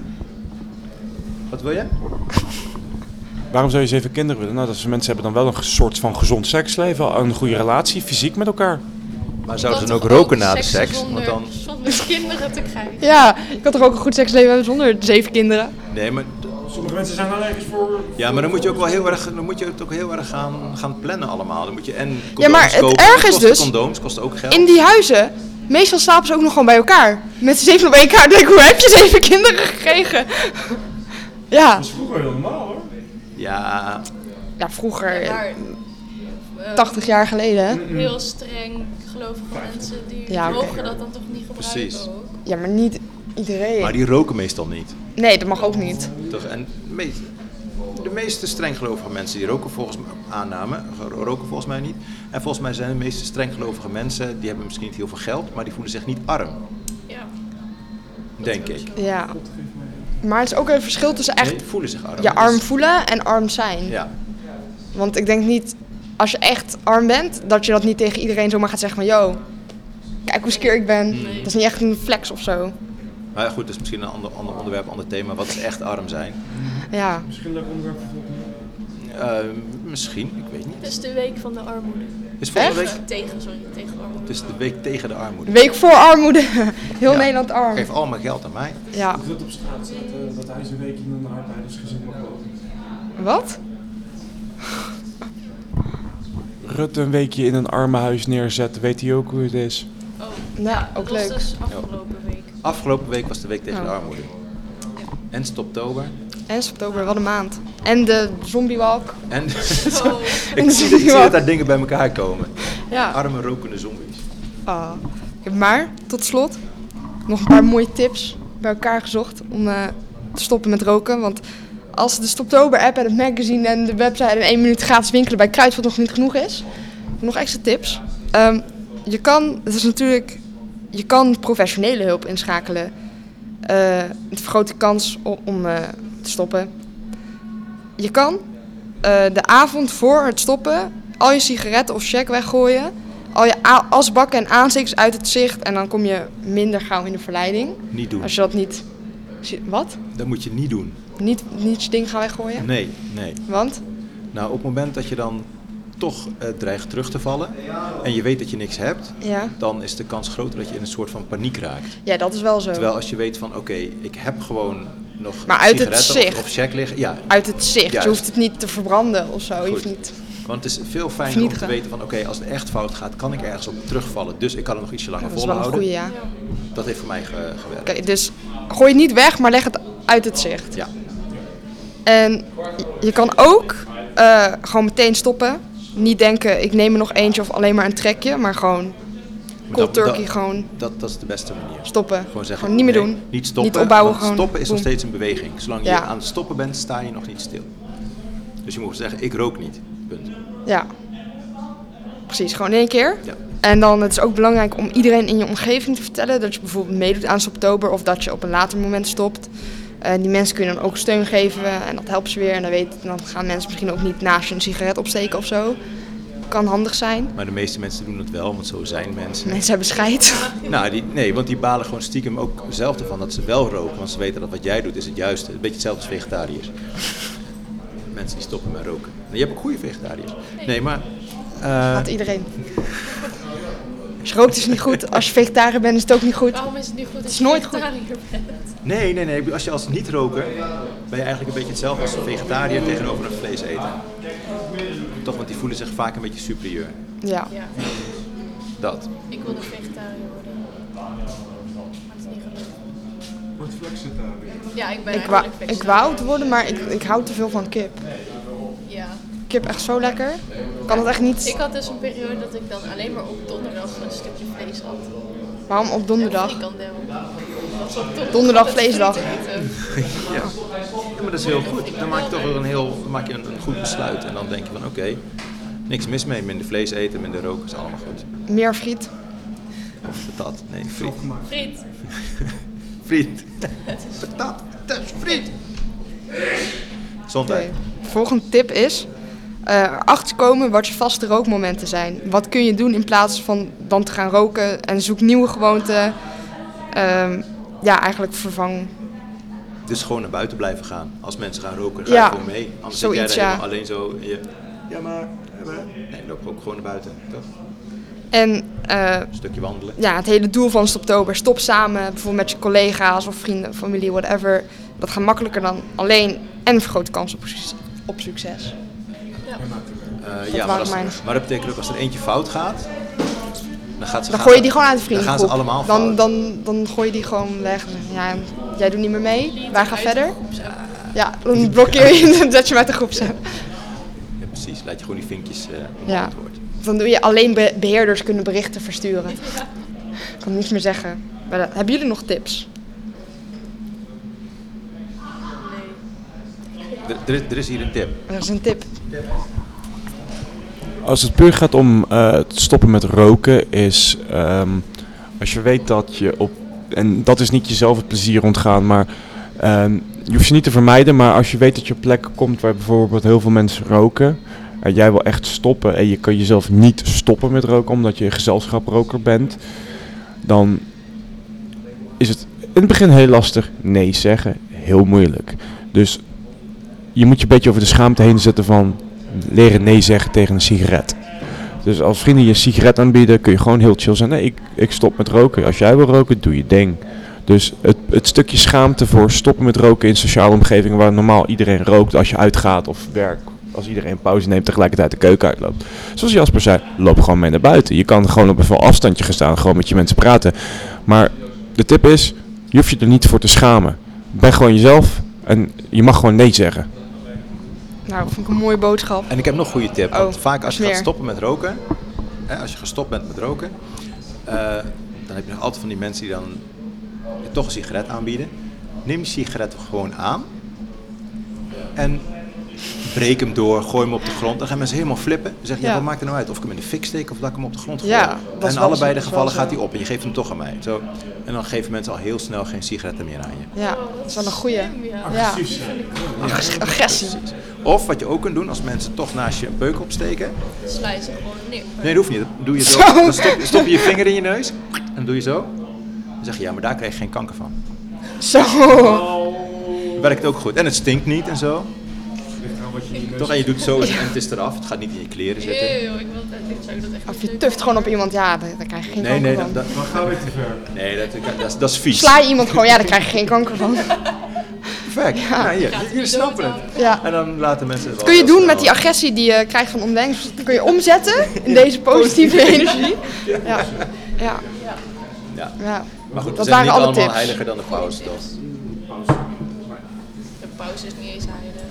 Wat wil je?
Waarom zou je zeven kinderen willen? Nou, dat ze mensen hebben dan wel een soort van gezond seksleven, een goede relatie, fysiek met elkaar.
Maar zouden ze
Dan
dan ook
toch
roken na de seks?
zonder,
Want dan...
zonder kinderen te krijgen.
Ja, ik had toch ook een goed seksleven hebben zonder zeven kinderen?
Nee, maar
Sommige mensen zijn allergisch voor.
Ja, maar dan moet je ook wel heel erg, dan moet je het ook heel erg gaan, gaan plannen allemaal. Dan moet je en condooms
maar het
kopen.
erg is
kost
dus-
Condooms kost ook geld.
In die huizen, meestal slapen ze ook nog gewoon bij elkaar. Met z'n zeven op één kaart denk ik, hoe heb je zeven kinderen gekregen? Ja,
Dat is vroeger heel normaal hoor.
Ja,
ja vroeger,
Maar
eh,
eh,
80 jaar geleden. hè?
heel streng gelovige mensen die
Mm. Ja, oké.
mogen dat dan toch niet gebruiken
Precies.
ook.
Ja, maar niet
maar
iedereen.
die roken meestal niet.
Nee, dat mag ook niet.
Toch? En de meeste, de meeste strenggelovige mensen die roken volgens mij, aanname, roken volgens mij niet. En volgens mij zijn de meeste strenggelovige mensen, die hebben misschien niet heel veel geld, maar die voelen zich niet arm,
Ja.
denk ik.
Ja. Maar het is ook een verschil tussen echt
Nee, voelen zich arm. Dus-
je arm voelen en arm zijn.
Ja,
Want ik denk niet, als je echt arm bent, dat je dat niet tegen iedereen zomaar gaat zeggen van... Yo, kijk hoe skeer ik ben.
Mm.
Dat is niet echt een flex of zo.
maar Nou ja, goed, dat is misschien een ander, ander onderwerp, ander thema. Wat is echt arm zijn?
Ja.
Misschien leuk onderwerp voor volgende week.
Eh, misschien, ik weet niet.
Het is de week van de armoede.
Is volgende
Echt?
week?
Tegen, sorry, tegen armoede.
Het is de week tegen de armoede.
Week voor armoede. Heel
Ja.
Nederland arm.
Geef al mijn geld aan mij.
Ja.
Ik wil dat op straat zetten dat hij zijn week in een arbeidersgezin mag wonen.
Wat?
Rut een weekje in een armenhuis neerzetten, weet hij ook hoe het is.
Oh,
Nou, ook
dat was
leuk.
dus afgelopen week.
Afgelopen week was de week tegen
Oh.
de armoede. En stoptober.
En oktober, wat een maand. En de zombiewalk.
En ik,
Oh,
zie, ik zie dat daar dingen bij elkaar komen.
Ja.
Arme rokende zombies.
Ah. Ik heb maar, tot slot, nog een paar mooie tips bij elkaar gezocht om eh, te stoppen met roken. Want als de Stoptober-app en het magazine en de website en één minuut gratis winkelen bij Kruidvat nog niet genoeg is, nog extra tips. Ehm, je kan, het is natuurlijk, je kan professionele hulp inschakelen. Eh, het vergroot de kans o- om, eh, te stoppen. Je kan eh, de avond voor het stoppen al je sigaretten of check weggooien. Al je a- asbakken en aanstekers uit het zicht. En dan kom je minder gauw in de verleiding.
Niet doen.
Als je dat niet... zie- Wat?
Dat moet je niet doen.
Niet, niet je ding gaan weggooien?
Nee, nee.
Want?
Nou, op het moment dat je dan toch eh, dreigt terug te vallen en je weet dat je niks hebt,
Ja.
dan is de kans groter dat je in een soort van paniek raakt.
Ja, dat is wel zo.
Terwijl als je weet van, oké, ik heb gewoon nog
Maar uit het
sigaretten of-
zicht.
of check liggen. Ja,
Uit het zicht.
Juist.
Je hoeft het niet te verbranden of zo. Je hoeft
Goed.
niet...
Want het is veel
Of
fijner
niet
om te
gaan.
weten van, oké, als het echt fout gaat, kan ik ergens op terugvallen. Dus ik kan het nog ietsje langer
Dat is wel een
volhouden.
goede, ja.
Dat heeft voor mij ge- gewerkt.
Oké, dus gooi het niet weg, maar leg het uit het zicht.
Ja.
En je kan ook eh, gewoon meteen stoppen. Niet denken, ik neem er nog eentje of alleen maar een trekje. Maar gewoon cold
Dat-
turkey,
dat-
gewoon
Dat, dat is de beste manier.
stoppen.
Gewoon zeggen.
niet meer
nee,
doen.
Niet stoppen.
Niet opbouwen,
want
gewoon.
Stoppen is nog
boem.
steeds een beweging. Zolang je
Ja.
aan het stoppen bent, sta je nog niet stil. Dus je moet zeggen, ik rook niet. Punt.
Ja. Precies, gewoon in één keer.
Ja.
En dan het is ook belangrijk om iedereen in je omgeving te vertellen dat je bijvoorbeeld meedoet aan Stoptober of dat je op een later moment stopt. Eh, die mensen kun je dan ook steun geven en dat helpt ze weer. En dan, weet, dan gaan mensen misschien ook niet naast je een sigaret opsteken of zo. Kan handig zijn.
Maar de meeste mensen doen het wel, want zo zijn mensen.
Mensen hebben scheid.
Nou, die, nee, want die balen gewoon stiekem ook zelf ervan dat ze wel roken. Want ze weten dat wat jij doet is het juiste. Een beetje hetzelfde als vegetariërs. mensen die stoppen met roken. En je hebt ook goede vegetariërs. Nee, maar... eh,
Gaat iedereen. Als je rookt is het niet goed. Als je vegetariër bent is het ook niet goed.
Waarom is het nu goed als
is
je
nooit goed.
vegetariër bent?
nee, nee, nee. Als je als niet-roker... ben je eigenlijk een beetje hetzelfde als een vegetariër tegenover een vleeseter. Toch, want die voelen zich vaak een beetje superieur.
Ja.
Ja,
Dat.
ik wilde vegetariër worden. Maar het is niet gelukt.
Wordt flexitariër.
Ja, ik ben
Ik, wou,
eigenlijk
ik
vegetariër.
wou het worden, maar ik, ik hou te veel van kip.
Ja.
Kip echt zo lekker. Ik kan het echt
Ik
niet.
had dus een periode dat ik dan alleen maar op donderdag een stukje vlees had.
Waarom op donderdag?
Frikandel. Dat is op donderdag.
Donderdag
Dat is
vleesdag.
niet te eten.
Ja. ja, maar dat is heel goed. Dan maak je toch weer een heel dan maak je een, een goed besluit. En dan denk je van oké, niks mis mee. Minder vlees eten, minder roken is allemaal goed.
Meer friet.
Of patat. Nee, friet.
Friet.
Friet. Patat. Dat is friet. Gezondheid.
Oké. Volgende tip is. eh achter komen wat je vaste rookmomenten zijn. Wat kun je doen in plaats van dan te gaan roken en zoek nieuwe gewoonten. Ehm, ja, eigenlijk vervang.
Dus gewoon naar buiten blijven gaan. Als mensen gaan roken, ga je
Ja,
gewoon mee. Anders
zoiets,
zit jij daar
ja.
helemaal alleen zo. en je, ja, maar... ja, maar. Nee, loop ook gewoon naar buiten. Toch?
En eh,
Een stukje wandelen.
ja, het hele doel van Stoptober, stop samen, bijvoorbeeld met je collega's of vrienden, familie, whatever. Dat gaat makkelijker dan alleen en vergroot de kans op, suc- op succes.
Eh, ja, maar,
waren
als,
mijn.
maar dat betekent ook als er eentje fout gaat, dan gaat ze
Dan
gaan-
gooi je die gewoon uit de
Dan
vriendengroep.
gaan ze allemaal
dan,
fout.
dan, dan gooi je die gewoon weg. Ja, jij doet niet meer mee, wij gaan verder. Ja, dan blokkeer je dat je met de groep zet.
Ja, precies. Laat je gewoon die vinkjes eh
Ja.
worden.
Dan doe je alleen be- beheerders kunnen berichten versturen. Ik kan niks meer zeggen. Maar dat- hebben jullie nog tips?
Er, er is- er is hier een tip.
Dat is een tip.
Als het puur gaat om eh, het stoppen met roken, is ehm, als je weet dat je op. En dat is niet jezelf het plezier ontgaan, maar ehm, je hoeft ze niet te vermijden. Maar als je weet dat je op plekken komt waar bijvoorbeeld heel veel mensen roken. En jij wil echt stoppen en je kan jezelf niet stoppen met roken omdat je gezelschaproker bent. Dan is het in het begin heel lastig nee zeggen. Heel moeilijk. Dus je moet je een beetje over de schaamte heen zetten van leren nee zeggen tegen een sigaret. Dus als vrienden je een sigaret aanbieden, kun je gewoon heel chill zijn. Nee, ik, ik stop met roken. Als jij wil roken, doe je ding. Dus het, het stukje schaamte voor stoppen met roken in sociale omgevingen waar normaal iedereen rookt als je uitgaat of werk. Als iedereen pauze neemt, tegelijkertijd de keuken uitloopt. Zoals Jasper zei, loop gewoon mee naar buiten. Je kan gewoon op een veel afstandje gaan staan, gewoon met je mensen praten. Maar de tip is, je hoeft je er niet voor te schamen. Ben gewoon jezelf en je mag gewoon nee zeggen.
Nou, dat vind ik een mooie boodschap.
En ik heb nog een goede tip. Want
Oh,
vaak als je
meer.
gaat stoppen met roken, hè, als je gestopt bent met roken, eh, dan heb je nog altijd van die mensen die dan je toch een sigaret aanbieden. Neem die sigaret gewoon aan en breek hem door, gooi hem op de grond. Dan gaan mensen helemaal flippen. Dan zeggen, ja.
Ja.
wat maakt het nou uit? Of ik hem in de fik steek of laat ik hem op de grond gooi.
Ja, dat is
en
wel
allebei
zo,
de
dat is
gevallen
wel zo.
gaat hij op en je geeft hem toch aan mij. Zo. En dan geven mensen al heel snel geen sigaretten meer aan je.
Ja, dat is wel een goeie.
Ja.
Ja,
Precies. zijn.
agressie.
Of wat je ook kunt doen, als mensen toch naast je een peuk opsteken,
Slijt ze gewoon neer.
Nee, dat hoeft niet. Dat doe je zo.
Zo.
Dan stop, stop je je vinger in je neus. En dan doe je zo. Dan zeg je, ja, maar daar krijg je geen kanker van.
Zo.
Werkt ook goed. En het stinkt niet en zo.
Ligt eraan wat je in je neus
Toch, en je doet zo en het is eraf. Het gaat niet in je kleren zitten.
Eeuw, ik wil dat ik zou dat echt
Of
niet
je
leuk
tuft gewoon op iemand, ja, daar, daar krijg je geen
Nee,
kanker
nee,
van.
dat, dat,
Dan gaan we te ver.
nee dat, dat, is, dat is vies.
Sla je iemand gewoon, ja, daar krijg je geen kanker van.
Perfect. Nou, hier,
Gaat
jullie
niet
snappen
dood
het.
Ja.
En dan laten mensen het wel
Kun je
heel
doen
snel.
met die agressie die je krijgt van omdenkers, dat kun je omzetten in deze positieve energie. Ja, ja,
Ja.
ja.
Maar goed, we
dat
zijn niet
waren alle
allemaal
tips.
heiliger dan de paus, toch?
De pauze is niet eens heilig.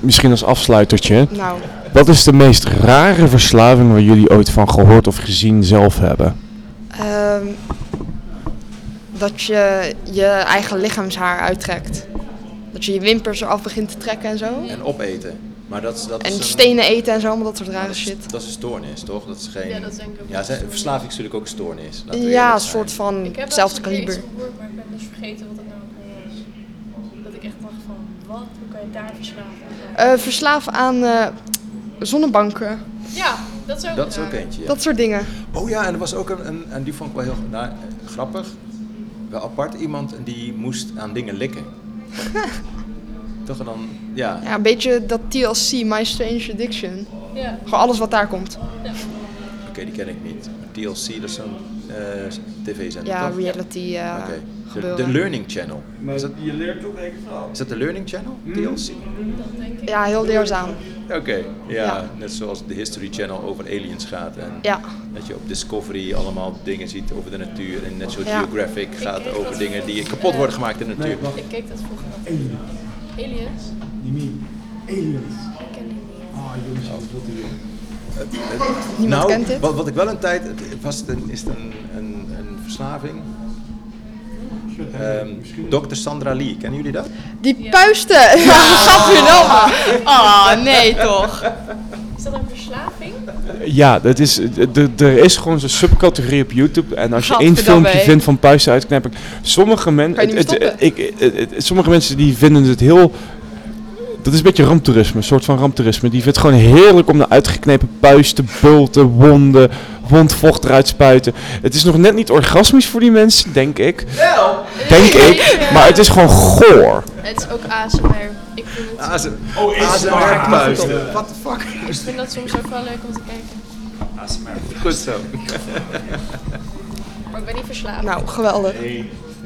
Misschien als afsluitertje.
Nou,
Wat is de meest rare verslaving waar jullie ooit van gehoord of gezien zelf hebben?
ehm, dat je je eigen lichaamshaar uittrekt. Dat je je wimpers eraf begint te trekken en zo.
En opeten. Maar dat, is- dat is
En
een-
stenen eten en zo, allemaal dat soort
dat
rare
is-
shit.
Dat is een stoornis, toch? Dat is geen...
Ja, dat denk ik ook.
Ja, ze- verslaving is natuurlijk ook een stoornis. laten we
Ja,
eerlijk
een
zijn.
soort van
Ik heb wel eens
hetzelfde
een keer iets
kaliber.
gehoord, maar ik ben dus vergeten wat het nou ook was. Dat ik echt dacht van, wat? Hoe kan je daar verslaafd aan zijn?
Eh verslaaf aan eh, zonnebanken,
Ja, dat is ook
Dat is
raar.
ook eentje, ja.
dat soort dingen.
Oh ja, en er was ook een, een en die vond ik wel heel nou, eh, grappig. Wel apart iemand die moest aan dingen likken. Toch en dan, ja.
Ja, een beetje dat TLC, My Strange Addiction.
Ja.
Gewoon alles wat daar komt.
Oké, die ken ik niet. TLC, dat is zo'n eh, tv-zender,
Ja,
toch?
reality eh,
Oké. De- De,
gebeuren.
Learning Channel.
Maar je leert toch één verhaal.
Is dat de Learning Channel? TLC?
ja, heel leerzaam.
Oké, ja,
Hmm. Ja.
Net zoals de History Channel over aliens gaat. En
Ja.
Dat je op Discovery allemaal dingen ziet over de natuur. En net zo
Ja.
Geographic gaat
kreeg
over
dat
dingen die
van-
kapot
eh,
worden gemaakt in de natuur.
Ik keek dat vroeger nog. Aliens?
Die meme. Aliens.
Ik ken die niet.
Ah, jongens, dat wil die weer.
Niemand
nou,
kent dit.
Wat, wat ik wel een tijd... het Was het een, is het een, een, een verslaving?
Shit, hè?
Ehm Dr. Sandra Lee, kennen jullie dat?
Die puisten! Ja, gadverdamme! Ah, nee toch.
Is dat een verslaving?
Ja, dat is, d- d- er is gewoon zo'n subcategorie op YouTube. En als je één
Gadverdamme,
filmpje
hè?
vindt van puisten uitknappen. Sommige, men,
Kan je niet
het- het-
stoppen.
ik, het- het- sommige mensen die vinden het heel. Dat is een beetje ramptoerisme, een soort van ramptoerisme. Die vindt het gewoon heerlijk om naar uitgeknepen puisten, bulten, wonden, wondvocht eruit spuiten. Het is nog net niet orgasmisch voor die mensen, denk ik. Denk ik. Maar het is gewoon goor.
Het is ook ASMR. Ik vind, het,
ASMR
Oh, is het
ASMR
waar?
puisten. What the fuck?
ik vind dat soms ook wel leuk om te kijken.
Goed zo.
Maar ik ben niet verslaafd.
Nou, geweldig.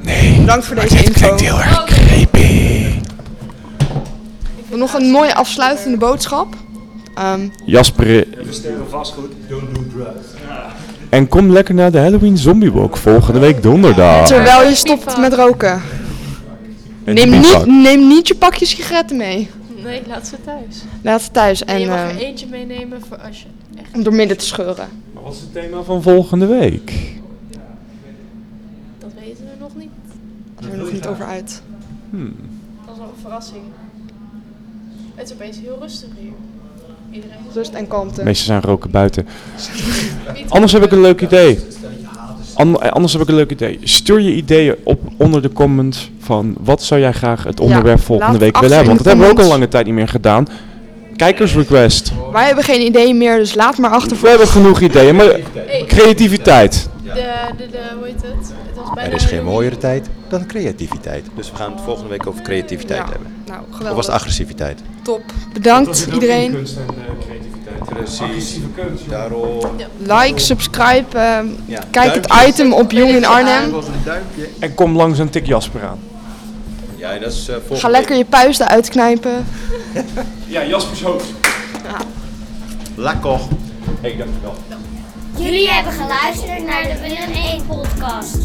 Nee. Bedankt voor deze info.
Oh,
erg creepy.
Nog een mooie afsluitende boodschap. Ehm,
Jasper, eh,
We stellen vastgoed, don't do drugs.
en kom lekker naar de Halloween Zombie Walk volgende week donderdag.
terwijl je stopt met roken.
En
Neem
die
niet,
bivak.
neem niet je pakje sigaretten mee.
Nee, laat ze thuis.
Laat ze thuis
En
en
je mag er
eh,
eentje meenemen voor als je echt...
om door midden te scheuren.
Maar wat is het thema van volgende week?
Dat weten we nog niet.
Daar zijn we nog niet over uit.
Dat is wel een verrassing. Het is opeens heel rustig hier. Iedereen is
Rust en kalmte.
De meesten zijn roken buiten.
Niet-
Anders heb ik een leuk idee. An- eh, anders heb ik een leuk idee. Stuur je ideeën op onder de comments van wat zou jij graag het onderwerp volgende
laat
week
achter
willen hebben. Want dat
in de
hebben we ook
comments.
al lange tijd niet meer gedaan. Kijkersrequest.
Wij hebben geen idee meer, dus laat maar achter
We hebben genoeg ideeën, maar
Hey,
creativiteit.
de, de, de, hoe heet het? Het was bijna
Er is geen
Halloween.
mooiere tijd dan creativiteit. Dus we gaan het volgende week over creativiteit
Ja,
hebben.
Nou,
Of was het
geweldig.
agressiviteit?
Top.
Dat
Bedankt
zit ook in
iedereen.
Kunst en eh, creativiteit.
Precies.
Agressieve kunst, joh.
Daarom.
Like, subscribe. ehm,
Ja,
kijk het
duimpjes.
item op Jong in Arnhem.
was een duimpje.
En kom langs een tik Jasper aan.
Ja, dat is eh, volgende
Ga lekker je puisten uitknijpen.
Ja, Jaspers hoofd.
week. Lekker. Hey, dankjewel.
Jullie hebben geluisterd naar de Willem 1 podcast.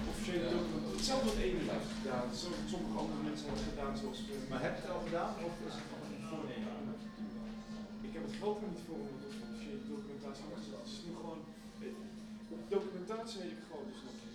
Hetzelfde wat Emil heeft gedaan. Sommige andere mensen hebben het gedaan zoals we. Maar heb je het al gedaan of is het nog een voornemen? Ik heb het geld er niet voor om het officiële documentatie te maken. Het is nu gewoon. Documentatie heb ik gewoon dus nog niet.